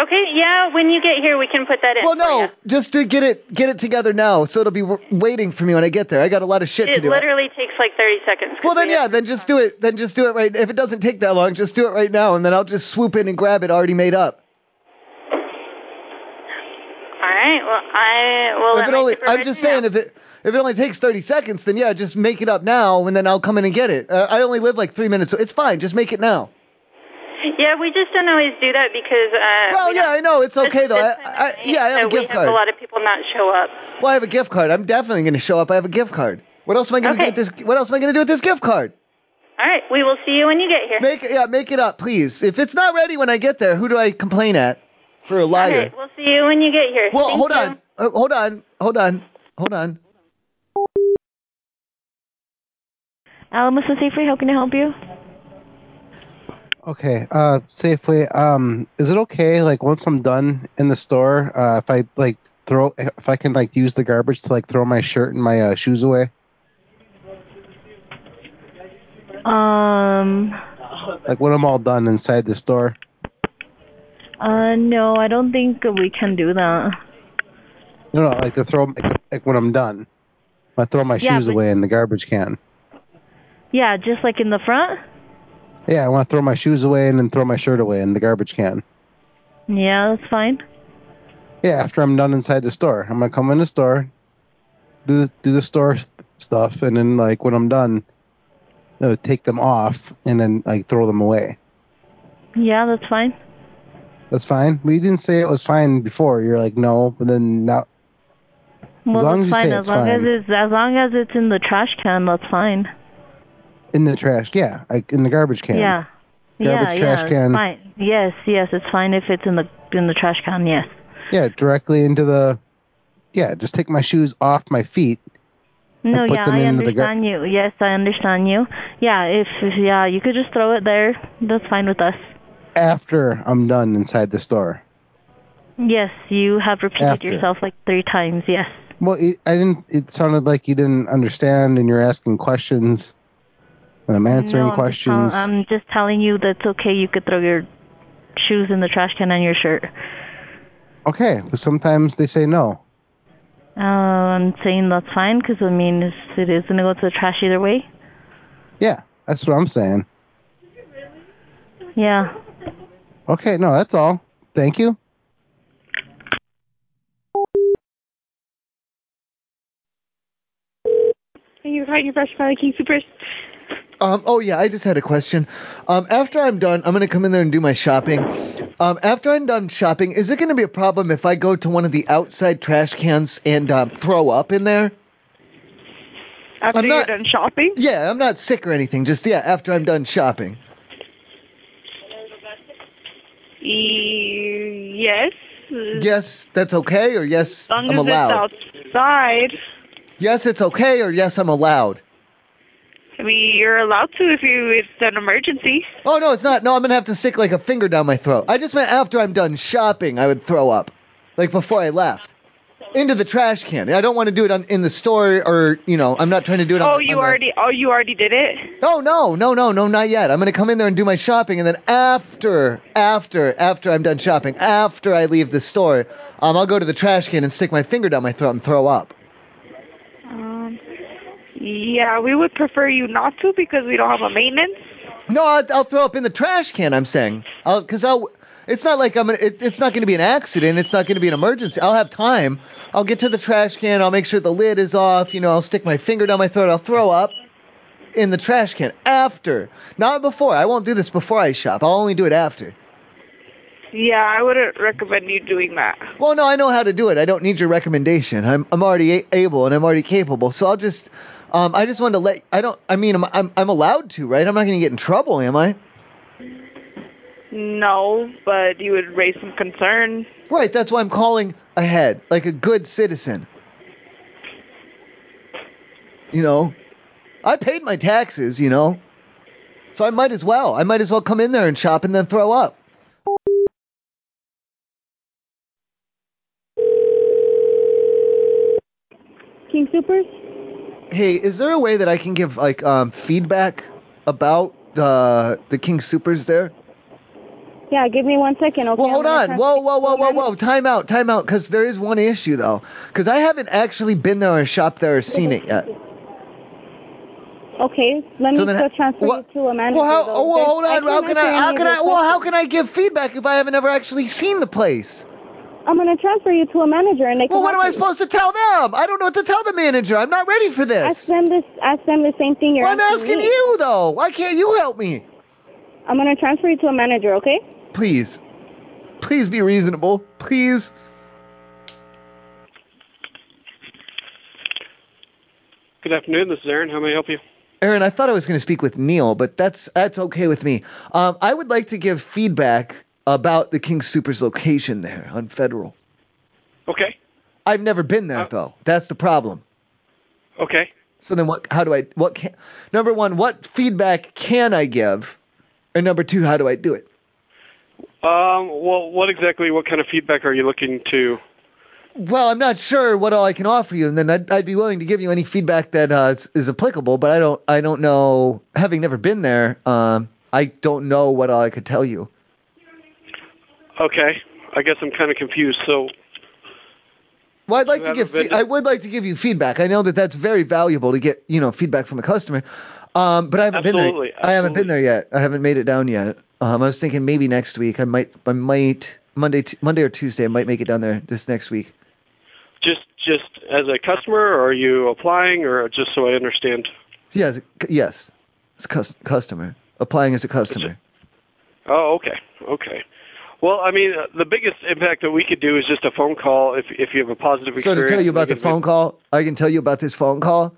[SPEAKER 22] Okay. Yeah. When you get here, we can put that in.
[SPEAKER 2] Well, no, just to get it get it together now, so it'll be w- waiting for me when I get there. I got a lot of shit to
[SPEAKER 22] It
[SPEAKER 2] do.
[SPEAKER 22] literally takes like 30 seconds.
[SPEAKER 2] Well then yeah, then just do it. Then just do it right. If it doesn't take that long, just do it right now, and then I'll just swoop in and grab it already made up.
[SPEAKER 22] All right. Well, I will.
[SPEAKER 2] if
[SPEAKER 22] let
[SPEAKER 2] it
[SPEAKER 22] my
[SPEAKER 2] only, I'm
[SPEAKER 22] supervisor
[SPEAKER 2] just saying if it if it only takes 30 seconds, then yeah, just make it up now, and then I'll come in and get it. Uh, I only live like three minutes, so it's fine. Just make it now.
[SPEAKER 22] know. Yeah, we just don't always do that because. Uh,
[SPEAKER 2] Well,
[SPEAKER 22] we
[SPEAKER 2] yeah,
[SPEAKER 22] don't-
[SPEAKER 2] I know it's okay though. I,
[SPEAKER 22] this time of
[SPEAKER 2] I, yeah, I
[SPEAKER 22] so
[SPEAKER 2] have a
[SPEAKER 22] we
[SPEAKER 2] gift
[SPEAKER 22] have
[SPEAKER 2] card.
[SPEAKER 22] a lot of people not show up.
[SPEAKER 2] Well, I have a gift card. I'm definitely going to show up. I have a gift card. What else am I going to do with this? What else am I going to do with this gift card?
[SPEAKER 22] All right. We will see you when you get here.
[SPEAKER 2] Make yeah, make it up, please. If it's not ready when I get there, who do I complain at? For a liar.
[SPEAKER 22] Okay. We'll see you when you get here.
[SPEAKER 2] Well,
[SPEAKER 22] Thank
[SPEAKER 2] hold
[SPEAKER 22] you.
[SPEAKER 2] on. Uh, hold on. Hold on. Hold on.
[SPEAKER 23] Alamosa Safeway, how can I help you?
[SPEAKER 6] Okay. Uh, Safeway. Um, is it okay? Like once I'm done in the store, uh, if I like throw, if I can like use the garbage to like throw my shirt and my uh, shoes away,
[SPEAKER 23] Um,
[SPEAKER 6] like when I'm all done inside the store.
[SPEAKER 23] uh, no, I don't think we can do that.
[SPEAKER 6] No, no, like to throw like, like when I'm done, I throw my
[SPEAKER 23] Yeah,
[SPEAKER 6] shoes
[SPEAKER 23] but-
[SPEAKER 6] away in the garbage can.
[SPEAKER 23] Yeah, just like in the front?
[SPEAKER 6] Yeah, I want to throw my shoes away and then throw my shirt away in the garbage can.
[SPEAKER 23] Yeah, that's fine.
[SPEAKER 6] Yeah, after I'm done inside the store, I'm gonna come in the store, do the, do the store s- stuff, and then like when I'm done, uh, take them off and then like throw them away.
[SPEAKER 23] Yeah, that's fine.
[SPEAKER 6] That's fine. We didn't say it was fine before. You're like no, but then now.
[SPEAKER 23] Well,
[SPEAKER 6] as long as
[SPEAKER 23] that's
[SPEAKER 6] you
[SPEAKER 23] fine.
[SPEAKER 6] say
[SPEAKER 23] As
[SPEAKER 6] it's
[SPEAKER 23] long as
[SPEAKER 6] fine
[SPEAKER 23] it's as long as it's in the trash can, that's fine.
[SPEAKER 6] in the trash, yeah, like in the garbage can.
[SPEAKER 23] Yeah. yeah,
[SPEAKER 6] Garbage trash
[SPEAKER 23] yeah,
[SPEAKER 6] can.
[SPEAKER 23] It's fine. Yes, yes, it's fine if it's in the in the trash can. Yes.
[SPEAKER 6] Yeah, directly into the. Yeah, just take my shoes off my feet. and
[SPEAKER 23] No,
[SPEAKER 6] put
[SPEAKER 23] yeah,
[SPEAKER 6] them
[SPEAKER 23] I
[SPEAKER 6] into the gar-
[SPEAKER 23] understand you. Yes, I understand you. Yeah, if if- yeah, you could just throw it there. That's fine with us.
[SPEAKER 6] after I'm done inside the store.
[SPEAKER 23] Yes, you have repeated
[SPEAKER 6] After.
[SPEAKER 23] yourself like three times. Yes.
[SPEAKER 6] Well, it, I didn't. It sounded like you didn't understand, and you're asking questions, and I'm answering
[SPEAKER 23] No, I'm just tell-
[SPEAKER 6] questions.
[SPEAKER 23] I'm just telling you that's okay. You could throw your shoes in the trash can and your shirt.
[SPEAKER 6] okay, but sometimes they say no.
[SPEAKER 23] Uh, I'm saying that's fine because I mean, if it is gonna go to the trash either way.
[SPEAKER 6] Yeah, that's what I'm saying.
[SPEAKER 23] Yeah.
[SPEAKER 6] Okay, no, that's all. Thank you.
[SPEAKER 8] you find your brush by King Supers.
[SPEAKER 2] Um, oh yeah, I just had a question. Um, after I'm done, I'm gonna come in there and do my shopping. Um, after I'm done shopping, is it gonna be a problem if I go to one of the outside trash cans and um, throw up in there?
[SPEAKER 8] After
[SPEAKER 2] I'm
[SPEAKER 8] you're
[SPEAKER 2] not,
[SPEAKER 8] done shopping?
[SPEAKER 2] Yeah, I'm not sick or anything. Just yeah, after I'm done shopping.
[SPEAKER 8] E- yes.
[SPEAKER 2] Yes, that's okay, or yes,
[SPEAKER 8] As long
[SPEAKER 2] I'm
[SPEAKER 8] as
[SPEAKER 2] allowed.
[SPEAKER 8] it's outside.
[SPEAKER 2] Yes, it's okay, or yes, I'm allowed.
[SPEAKER 8] I mean, you're allowed to if you it's an emergency.
[SPEAKER 2] Oh no, it's not. No, I'm gonna have to stick like a finger down my throat. I just meant after I'm done shopping, I would throw up, like before I left, into the trash can. I don't want to do it on, in the store, or you know, I'm not trying to do it. on
[SPEAKER 8] Oh,
[SPEAKER 2] the-
[SPEAKER 8] you
[SPEAKER 2] on the-
[SPEAKER 8] already oh you already did it?
[SPEAKER 2] No, no, no, no, no, not yet. I'm gonna come in there and do my shopping, and then after, after, after I'm done shopping, after I leave the store, um, I'll go to the trash can and stick my finger down my throat and throw up.
[SPEAKER 8] Um yeah, we would prefer you not to because we don't have a maintenance.
[SPEAKER 2] No, I'll, I'll throw up in the trash can. I'm saying, I'll, cause I'll. It's not like I'm. Gonna, it, it's not gonna be an accident. It's not gonna be an emergency. I'll have time. I'll get to the trash can. I'll make sure the lid is off. You know, I'll stick my finger down my throat. I'll throw up in the trash can after, not before. I won't do this before I shop. I'll only do it after.
[SPEAKER 8] Yeah, I wouldn't recommend you doing that.
[SPEAKER 2] Well, no, I know how to do it. I don't need your recommendation. I'm I'm already a- able and I'm already capable. So I'll just um I just wanted to let I don't I mean I'm I'm, I'm allowed to, right? I'm not going to get in trouble, am I?
[SPEAKER 8] No, but you would raise some concern.
[SPEAKER 2] Right, that's why I'm calling ahead like a good citizen. You know, I paid my taxes, you know. So I might as well. I might as well come in there and shop and then throw up.
[SPEAKER 8] King Supers?
[SPEAKER 2] Hey, is there a way that I can give like um, feedback about the the King Supers there?
[SPEAKER 10] Yeah, give me one second, okay?
[SPEAKER 2] Well, hold
[SPEAKER 10] I'm gonna
[SPEAKER 2] on.
[SPEAKER 10] trans-
[SPEAKER 2] Whoa, whoa, whoa, whoa, whoa. Time out, time out. Because there is one issue though. Because I haven't actually been there or shopped there or seen it yet.
[SPEAKER 10] Okay, let
[SPEAKER 2] So
[SPEAKER 10] me
[SPEAKER 2] then-
[SPEAKER 10] go transfer
[SPEAKER 2] what-
[SPEAKER 10] you to a manager.
[SPEAKER 2] Well, how?
[SPEAKER 10] though.
[SPEAKER 2] Oh, well,
[SPEAKER 10] There's-
[SPEAKER 2] hold on. How can I?
[SPEAKER 10] answer
[SPEAKER 2] How
[SPEAKER 10] any
[SPEAKER 2] can
[SPEAKER 10] of
[SPEAKER 2] I?
[SPEAKER 10] your
[SPEAKER 2] Well, how can I give feedback if I haven't ever actually seen the place?
[SPEAKER 10] questions. I'm gonna transfer you to a manager, and they can.
[SPEAKER 2] Well, what am
[SPEAKER 10] help
[SPEAKER 2] I
[SPEAKER 10] you.
[SPEAKER 2] supposed to tell them? I don't know what to tell the manager. I'm not ready for
[SPEAKER 10] Ask
[SPEAKER 2] this.
[SPEAKER 10] them this. Ask them the same thing you're
[SPEAKER 2] Well, I'm
[SPEAKER 10] asking,
[SPEAKER 2] asking
[SPEAKER 10] me.
[SPEAKER 2] you though. Why can't you help me?
[SPEAKER 10] I'm gonna transfer you to a manager, okay?
[SPEAKER 2] Please, please be reasonable. Please.
[SPEAKER 7] Good afternoon. This is Aaron. How may I help you?
[SPEAKER 2] Aaron, I thought I was going to speak with Neil, but that's that's okay with me. Um, I would like to give feedback about the King Supers location there on Federal.
[SPEAKER 7] Okay. Uh,
[SPEAKER 2] I've never been there though. That's the problem.
[SPEAKER 7] Okay.
[SPEAKER 2] So then, what? How do I? What can? Number one, what feedback can I give? And number two, how do I do it?
[SPEAKER 7] Um, well, what exactly, what kind of feedback are you looking to?
[SPEAKER 2] Well, I'm not sure what all I can offer you, and then I'd, I'd be willing to give you any feedback that uh, is, is applicable. But I don't, I don't know. Having never been there, um, I don't know what all I could tell you.
[SPEAKER 7] Okay. I guess I'm kind of confused. So,
[SPEAKER 2] Well, I'd like
[SPEAKER 7] You
[SPEAKER 2] to
[SPEAKER 7] haven't
[SPEAKER 2] give.
[SPEAKER 7] been
[SPEAKER 2] Fe-
[SPEAKER 7] to-
[SPEAKER 2] I would like to give you feedback. I know that that's very valuable to get, you know, feedback from a customer. Um, but I haven't
[SPEAKER 7] Absolutely,
[SPEAKER 2] been there. I haven't been there yet. I haven't made it down yet. Um, I was thinking maybe next week. I might. I might Monday, t- Monday or Tuesday. I might make it down there this next week.
[SPEAKER 7] just just as a customer, or are you applying, or just so I understand?
[SPEAKER 2] Yes. c- Yes. It's cus- customer applying as a customer.
[SPEAKER 7] Oh, okay. Okay. Well, I mean, uh, the biggest impact that we could do is just a phone call if if you have a positive
[SPEAKER 2] So
[SPEAKER 7] experience.
[SPEAKER 2] to tell you about the phone call, I can tell you about this phone call.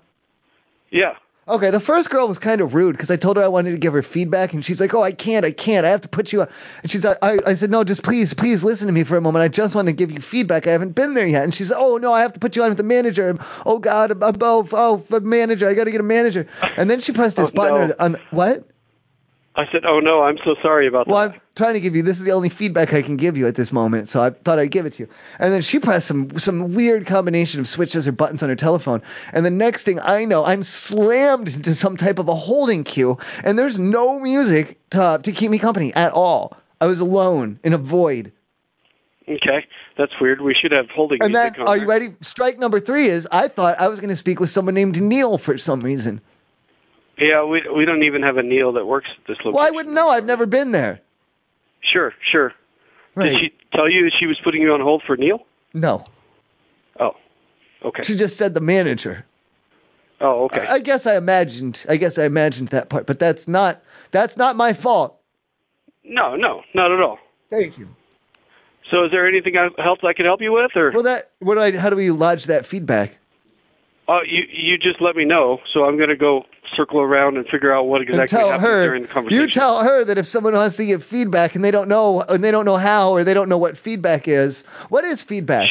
[SPEAKER 7] Yeah.
[SPEAKER 2] Okay, the first girl was kind of rude because I told her I wanted to give her feedback, and she's like, "Oh, I can't, I can't, I have to put you." Up. And she's like, I, "I said no, just please, please listen to me for a moment. I just want to give you feedback. I haven't been there yet." And she's like, "Oh no, I have to put you on with the manager. Oh God, I'm, I'm- oh, oh, f- manager, I got to get a manager." And then she pressed this button on, on what?
[SPEAKER 7] I said, oh no, I'm so sorry about that.
[SPEAKER 2] Well, I'm, trying to give you. This is the only feedback I can give you at this moment, so I thought I'd give it to you. And then she pressed some some weird combination of switches or buttons on her telephone. And the next thing I know, I'm slammed into some type of a holding queue, and there's no music to to keep me company at all. I was alone in a void.
[SPEAKER 7] Okay, that's weird. We should have holding
[SPEAKER 2] And
[SPEAKER 7] music
[SPEAKER 2] then,
[SPEAKER 7] on.
[SPEAKER 2] are you ready? Strike number three is I thought I was going to speak with someone named Neil for some reason.
[SPEAKER 7] yeah, we we don't even have a Neil that works at this location.
[SPEAKER 2] Well, I wouldn't know. I've never been there.
[SPEAKER 7] Sure, sure. Did she tell you she was putting you on hold for Neil?
[SPEAKER 2] No.
[SPEAKER 7] Oh. Okay.
[SPEAKER 2] She just said the manager.
[SPEAKER 7] Oh, okay.
[SPEAKER 2] I, I guess I imagined. I guess I imagined that part, but that's not that's not my fault.
[SPEAKER 7] No, no, not at all.
[SPEAKER 2] Thank you.
[SPEAKER 7] So, is there anything I, help I can help you with, or
[SPEAKER 2] well, that what do I how do we lodge that feedback?
[SPEAKER 7] uh, you you just let me know? So I'm gonna go circle around and figure out what
[SPEAKER 2] And
[SPEAKER 7] exactly
[SPEAKER 2] tell
[SPEAKER 7] happened
[SPEAKER 2] her
[SPEAKER 7] during the conversation.
[SPEAKER 2] you tell her that if someone wants to give feedback and they don't know and they don't know how or they don't know what feedback is, what is feedback?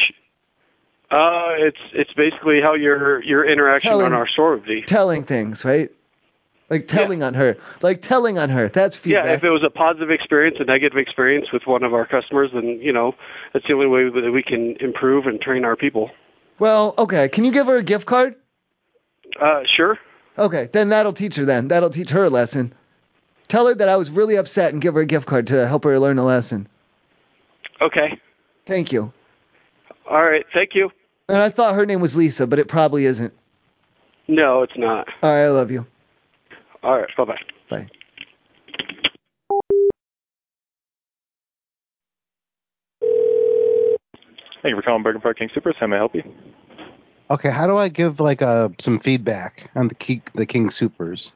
[SPEAKER 7] Uh, it's it's basically how your your interaction
[SPEAKER 2] Telling-
[SPEAKER 7] on our store would be.
[SPEAKER 2] Telling things, right? Like telling on her, like telling on her. That's feedback.
[SPEAKER 7] Yeah, if it was a positive experience, a negative experience with one of our customers, then you know that's the only way that we can improve and train our people.
[SPEAKER 2] Well, okay. Can you give her a gift card?
[SPEAKER 7] Uh, sure.
[SPEAKER 2] Okay, then that'll teach her. Then that'll teach her a lesson. Tell her that I was really upset and give her a gift card to help her learn a lesson.
[SPEAKER 7] Okay.
[SPEAKER 2] Thank you.
[SPEAKER 7] All right. Thank you.
[SPEAKER 2] And I thought her name was Lisa, but it probably isn't.
[SPEAKER 7] No, it's not.
[SPEAKER 2] All right, I love you.
[SPEAKER 7] All right. Bye bye.
[SPEAKER 2] Bye.
[SPEAKER 11] Thank you for calling Bergen Park King Supers. How may I help you?
[SPEAKER 6] Okay, how do I give like uh some feedback on the King the King Supers?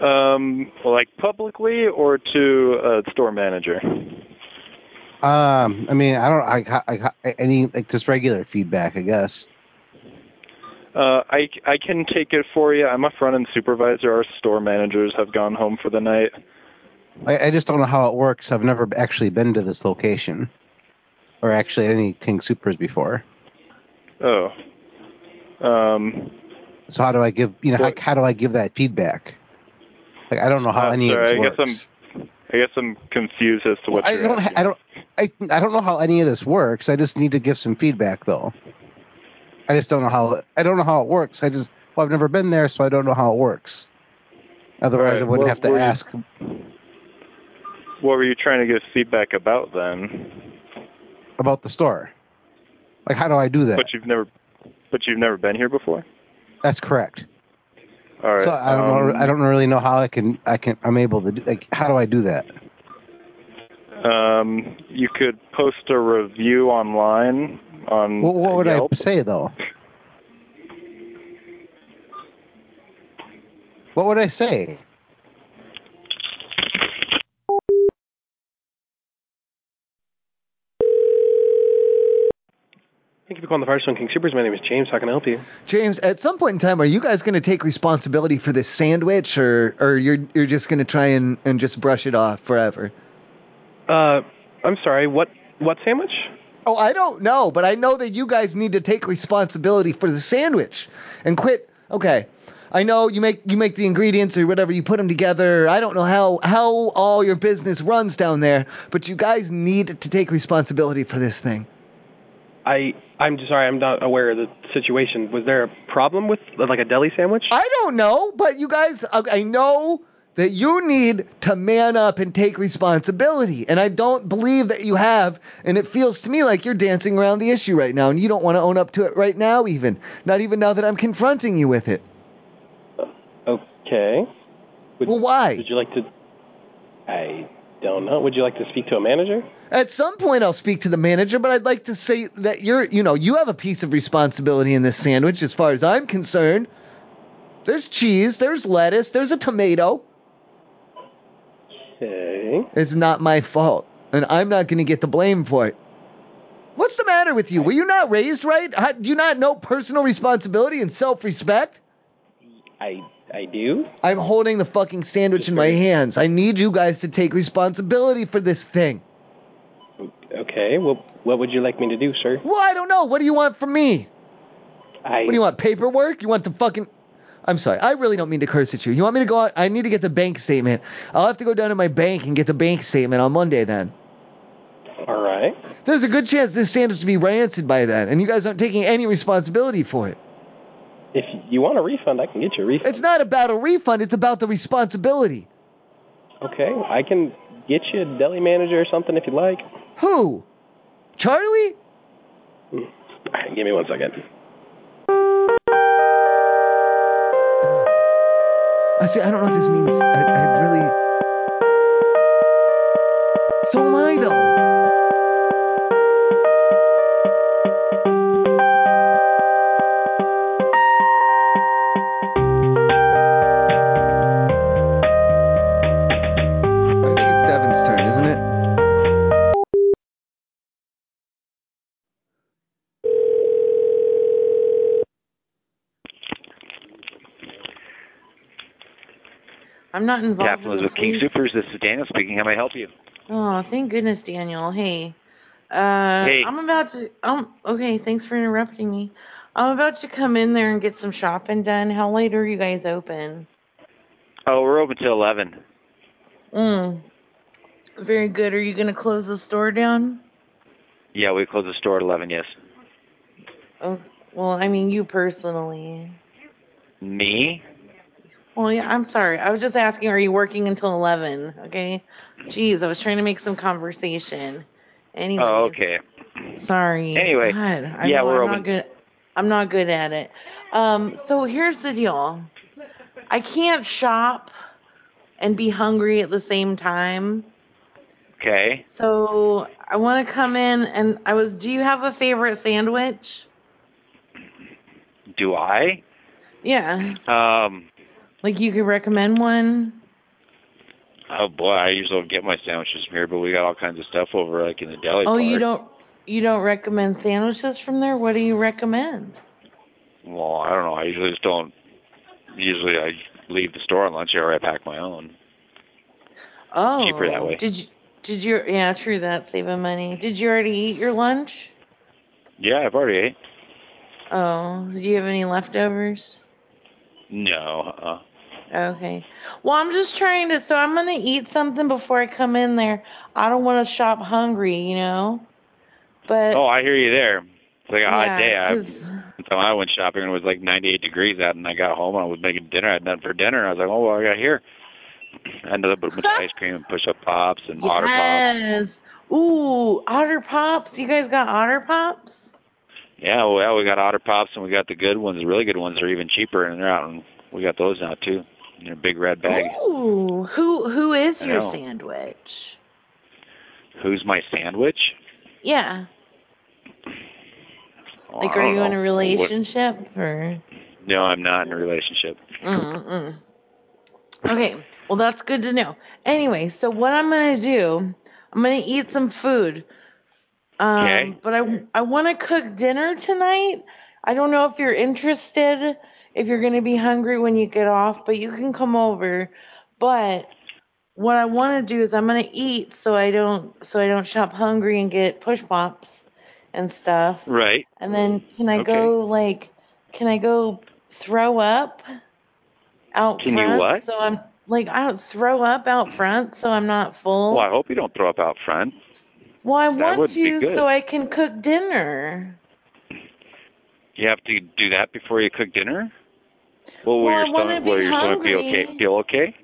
[SPEAKER 11] Um, like publicly or to uh, the store manager?
[SPEAKER 6] Um, I mean, I don't, I, I, I any like just regular feedback, I guess.
[SPEAKER 11] Uh, I I can take it for you. I'm a front end supervisor. Our store managers have gone home for the night.
[SPEAKER 6] I, I just don't know how it works. I've never actually been to this location, or actually any King Supers before.
[SPEAKER 11] Oh. Um,
[SPEAKER 6] So how do I give, you know, how, how do I give that feedback? Like I don't know how any of
[SPEAKER 11] Uh, sorry,
[SPEAKER 6] this
[SPEAKER 11] I
[SPEAKER 6] works.
[SPEAKER 11] guess I'm I guess I'm confused as to what
[SPEAKER 6] I
[SPEAKER 11] you're
[SPEAKER 6] don't, ha-
[SPEAKER 11] asking.
[SPEAKER 6] I don't, I, I don't know how any of this works. I just need to give some feedback though. I just don't know how, I don't know how it works. I just, well, I've never been there, so I don't know how it works. Otherwise,
[SPEAKER 11] Alright,
[SPEAKER 6] I wouldn't
[SPEAKER 11] well,
[SPEAKER 6] have to
[SPEAKER 11] we're-
[SPEAKER 6] ask.
[SPEAKER 11] What were you trying to give feedback about then?
[SPEAKER 6] about the store. Like, how do I do that?
[SPEAKER 11] But you've never but you've never been here before.
[SPEAKER 6] That's correct.
[SPEAKER 11] All right.
[SPEAKER 6] so I don't know.
[SPEAKER 11] um,
[SPEAKER 6] I don't really know how I can. I can. I'm able to. Do, like, how do I do that?
[SPEAKER 11] Um, you could post a review online on
[SPEAKER 6] Well, what would
[SPEAKER 11] Yelp.
[SPEAKER 6] I say though? What would I say?
[SPEAKER 12] Thank you for calling the Firestone King Supers. My name is James. How can I help you?
[SPEAKER 2] James, at some point in time, are you guys going to take responsibility for this sandwich, or or you're you're just going to try and and just brush it off forever?
[SPEAKER 12] Uh, I'm sorry. What what sandwich?
[SPEAKER 2] Oh, I don't know, but I know that you guys need to take responsibility for the sandwich and quit. Okay, I know you make you make the ingredients or whatever you put them together. I don't know how how all your business runs down there, but you guys need to take responsibility for this thing.
[SPEAKER 12] I I'm just sorry. I'm not aware of the situation. Was there a problem with like a deli sandwich?
[SPEAKER 2] I don't know, but you guys, uh, I I know that you need to man up and take responsibility, and I don't believe that you have. And it feels to me like you're dancing around the issue right now, and you don't want to own up to it right now, even not even now that I'm confronting you with it.
[SPEAKER 12] Okay.
[SPEAKER 2] well, why?
[SPEAKER 12] Would you like to? I don't know. Would you like to speak to a manager?
[SPEAKER 2] At some point, I'll speak to the manager, but I'd like to say that you're, you know, you have a piece of responsibility in this sandwich as far as I'm concerned. There's cheese, there's lettuce, there's a tomato.
[SPEAKER 12] Okay.
[SPEAKER 2] It's not my fault, and I'm not going to get the blame for it. What's the matter with you? Were you not raised right? How, do you not know personal responsibility and self respect?
[SPEAKER 12] I I do.
[SPEAKER 2] I'm holding the fucking sandwich in my hands. I need you guys to take responsibility for this thing.
[SPEAKER 12] Okay. Well, what would you like me to do, sir?
[SPEAKER 2] Well, I don't know. What do you want from me?
[SPEAKER 12] I
[SPEAKER 2] What do you want? Paperwork? You want the fucking? I'm sorry. I really don't mean to curse at you. You want me to go out? I need to get the bank statement. I'll have to go down to my bank and get the bank statement on Monday then.
[SPEAKER 11] All right.
[SPEAKER 2] There's a good chance this sandwich will be rancid by then, and you guys aren't taking any responsibility for it.
[SPEAKER 11] If you want a refund, I can get you a refund.
[SPEAKER 2] It's not about a refund. It's about the responsibility.
[SPEAKER 11] Okay, I can get you a deli manager or something if you'd like.
[SPEAKER 2] Who? Charlie?
[SPEAKER 11] Give me one second.
[SPEAKER 2] I see. I don't know what this means. I, I really. So am I though. I think it's Devin's turn, isn't it?
[SPEAKER 13] I'm not involved.
[SPEAKER 24] Captain
[SPEAKER 13] in the
[SPEAKER 24] with King
[SPEAKER 13] police.
[SPEAKER 24] Supers. This is Daniel speaking. How may I help you?
[SPEAKER 13] Oh, thank goodness, Daniel. Hey. Uh,
[SPEAKER 24] Hey.
[SPEAKER 13] I'm about to. Um. Okay. Thanks for interrupting me. I'm about to come in there and get some shopping done. How late are you guys open?
[SPEAKER 24] Oh, we're open till 11.
[SPEAKER 13] Mm. Very good. Are you gonna close the store down?
[SPEAKER 24] Yeah, we close the store at 11, yes.
[SPEAKER 13] Oh, well, I mean you personally.
[SPEAKER 24] Me?
[SPEAKER 13] Well, yeah. I'm sorry. I was just asking. Are you working until eleven? Okay. Jeez, I was trying to make some conversation. Anyway.
[SPEAKER 24] Oh, okay.
[SPEAKER 13] Sorry.
[SPEAKER 24] Anyway,
[SPEAKER 13] God, I
[SPEAKER 24] yeah,
[SPEAKER 13] know
[SPEAKER 24] we're
[SPEAKER 13] I'm
[SPEAKER 24] open.
[SPEAKER 13] Not good, I'm not good at it. Um, so here's the deal. I can't shop and be hungry at the same time.
[SPEAKER 24] Okay.
[SPEAKER 13] So I want to come in and I was. Do you have a favorite sandwich?
[SPEAKER 24] Do I?
[SPEAKER 13] Yeah.
[SPEAKER 24] Um,
[SPEAKER 13] Like you could recommend one.
[SPEAKER 24] oh boy, I usually don't get my sandwiches from here, but we got all kinds of stuff over like in the deli.
[SPEAKER 13] oh,
[SPEAKER 24] part.
[SPEAKER 13] you don't. You don't recommend sandwiches from there. What do you recommend?
[SPEAKER 24] Well, I don't know. I usually just don't. Usually I leave the store on lunch hour. I pack my own.
[SPEAKER 13] Oh.
[SPEAKER 24] Cheaper that way.
[SPEAKER 13] Did you? Did you? Yeah, true. That saving money. Did you already eat your lunch?
[SPEAKER 24] Yeah, I've already ate.
[SPEAKER 13] Oh, do you have any leftovers?
[SPEAKER 24] No. Uh,
[SPEAKER 13] Okay. Well, I'm just trying to. So I'm gonna eat something before I come in there. I don't want to shop hungry, you know. But
[SPEAKER 24] oh, I hear you there. It's like a
[SPEAKER 13] Yeah,
[SPEAKER 24] hot day. I,
[SPEAKER 13] 'cause-
[SPEAKER 24] one time I went shopping and it was like 98 degrees out, and I got home and I was making dinner. I had nothing for dinner. And I was like, oh, well, I got here. I ended up with a bunch of ice cream and push-up pops and water pops.
[SPEAKER 13] yes. Ooh, otter pops. You guys got otter pops?
[SPEAKER 24] Yeah, well, we got otter pops and we got the good ones. The really good ones are even cheaper, and they're out. And we got those now too in a big red bag.
[SPEAKER 13] Ooh, who who is
[SPEAKER 24] I
[SPEAKER 13] your
[SPEAKER 24] know.
[SPEAKER 13] sandwich?
[SPEAKER 24] Who's my sandwich?
[SPEAKER 13] Yeah.
[SPEAKER 24] Oh,
[SPEAKER 13] Like,
[SPEAKER 24] I
[SPEAKER 13] are
[SPEAKER 24] don't
[SPEAKER 13] you in
[SPEAKER 24] know.
[SPEAKER 13] a
[SPEAKER 24] What-
[SPEAKER 13] relationship or?
[SPEAKER 24] No, I'm not in a relationship.
[SPEAKER 13] Mm-mm. Mm-hmm. Okay, well that's good to know. Anyway, so what I'm gonna do, I'm gonna eat some food. Um,
[SPEAKER 24] Okay.
[SPEAKER 13] But I I want to cook dinner tonight. I don't know if you're interested, if you're gonna be hungry when you get off, but you can come over. But what I want to do is I'm gonna eat so I don't so I don't shop hungry and get push pops and stuff.
[SPEAKER 24] Right.
[SPEAKER 13] And then can I
[SPEAKER 24] Okay.
[SPEAKER 13] go like can I go throw up out
[SPEAKER 24] Can you
[SPEAKER 13] front?
[SPEAKER 24] what?
[SPEAKER 13] So I'm like I don't throw up out front so I'm not full.
[SPEAKER 24] Well, I hope you don't throw up out front.
[SPEAKER 13] Well, I
[SPEAKER 24] that
[SPEAKER 13] want
[SPEAKER 24] wouldn't be
[SPEAKER 13] to
[SPEAKER 24] good.
[SPEAKER 13] so I can cook dinner.
[SPEAKER 24] You have to do that before you cook dinner. Well, will
[SPEAKER 13] Well, I
[SPEAKER 24] your
[SPEAKER 13] wanna
[SPEAKER 24] stomach
[SPEAKER 13] be
[SPEAKER 24] will your stomach be
[SPEAKER 13] hungry.
[SPEAKER 24] okay? Feel okay?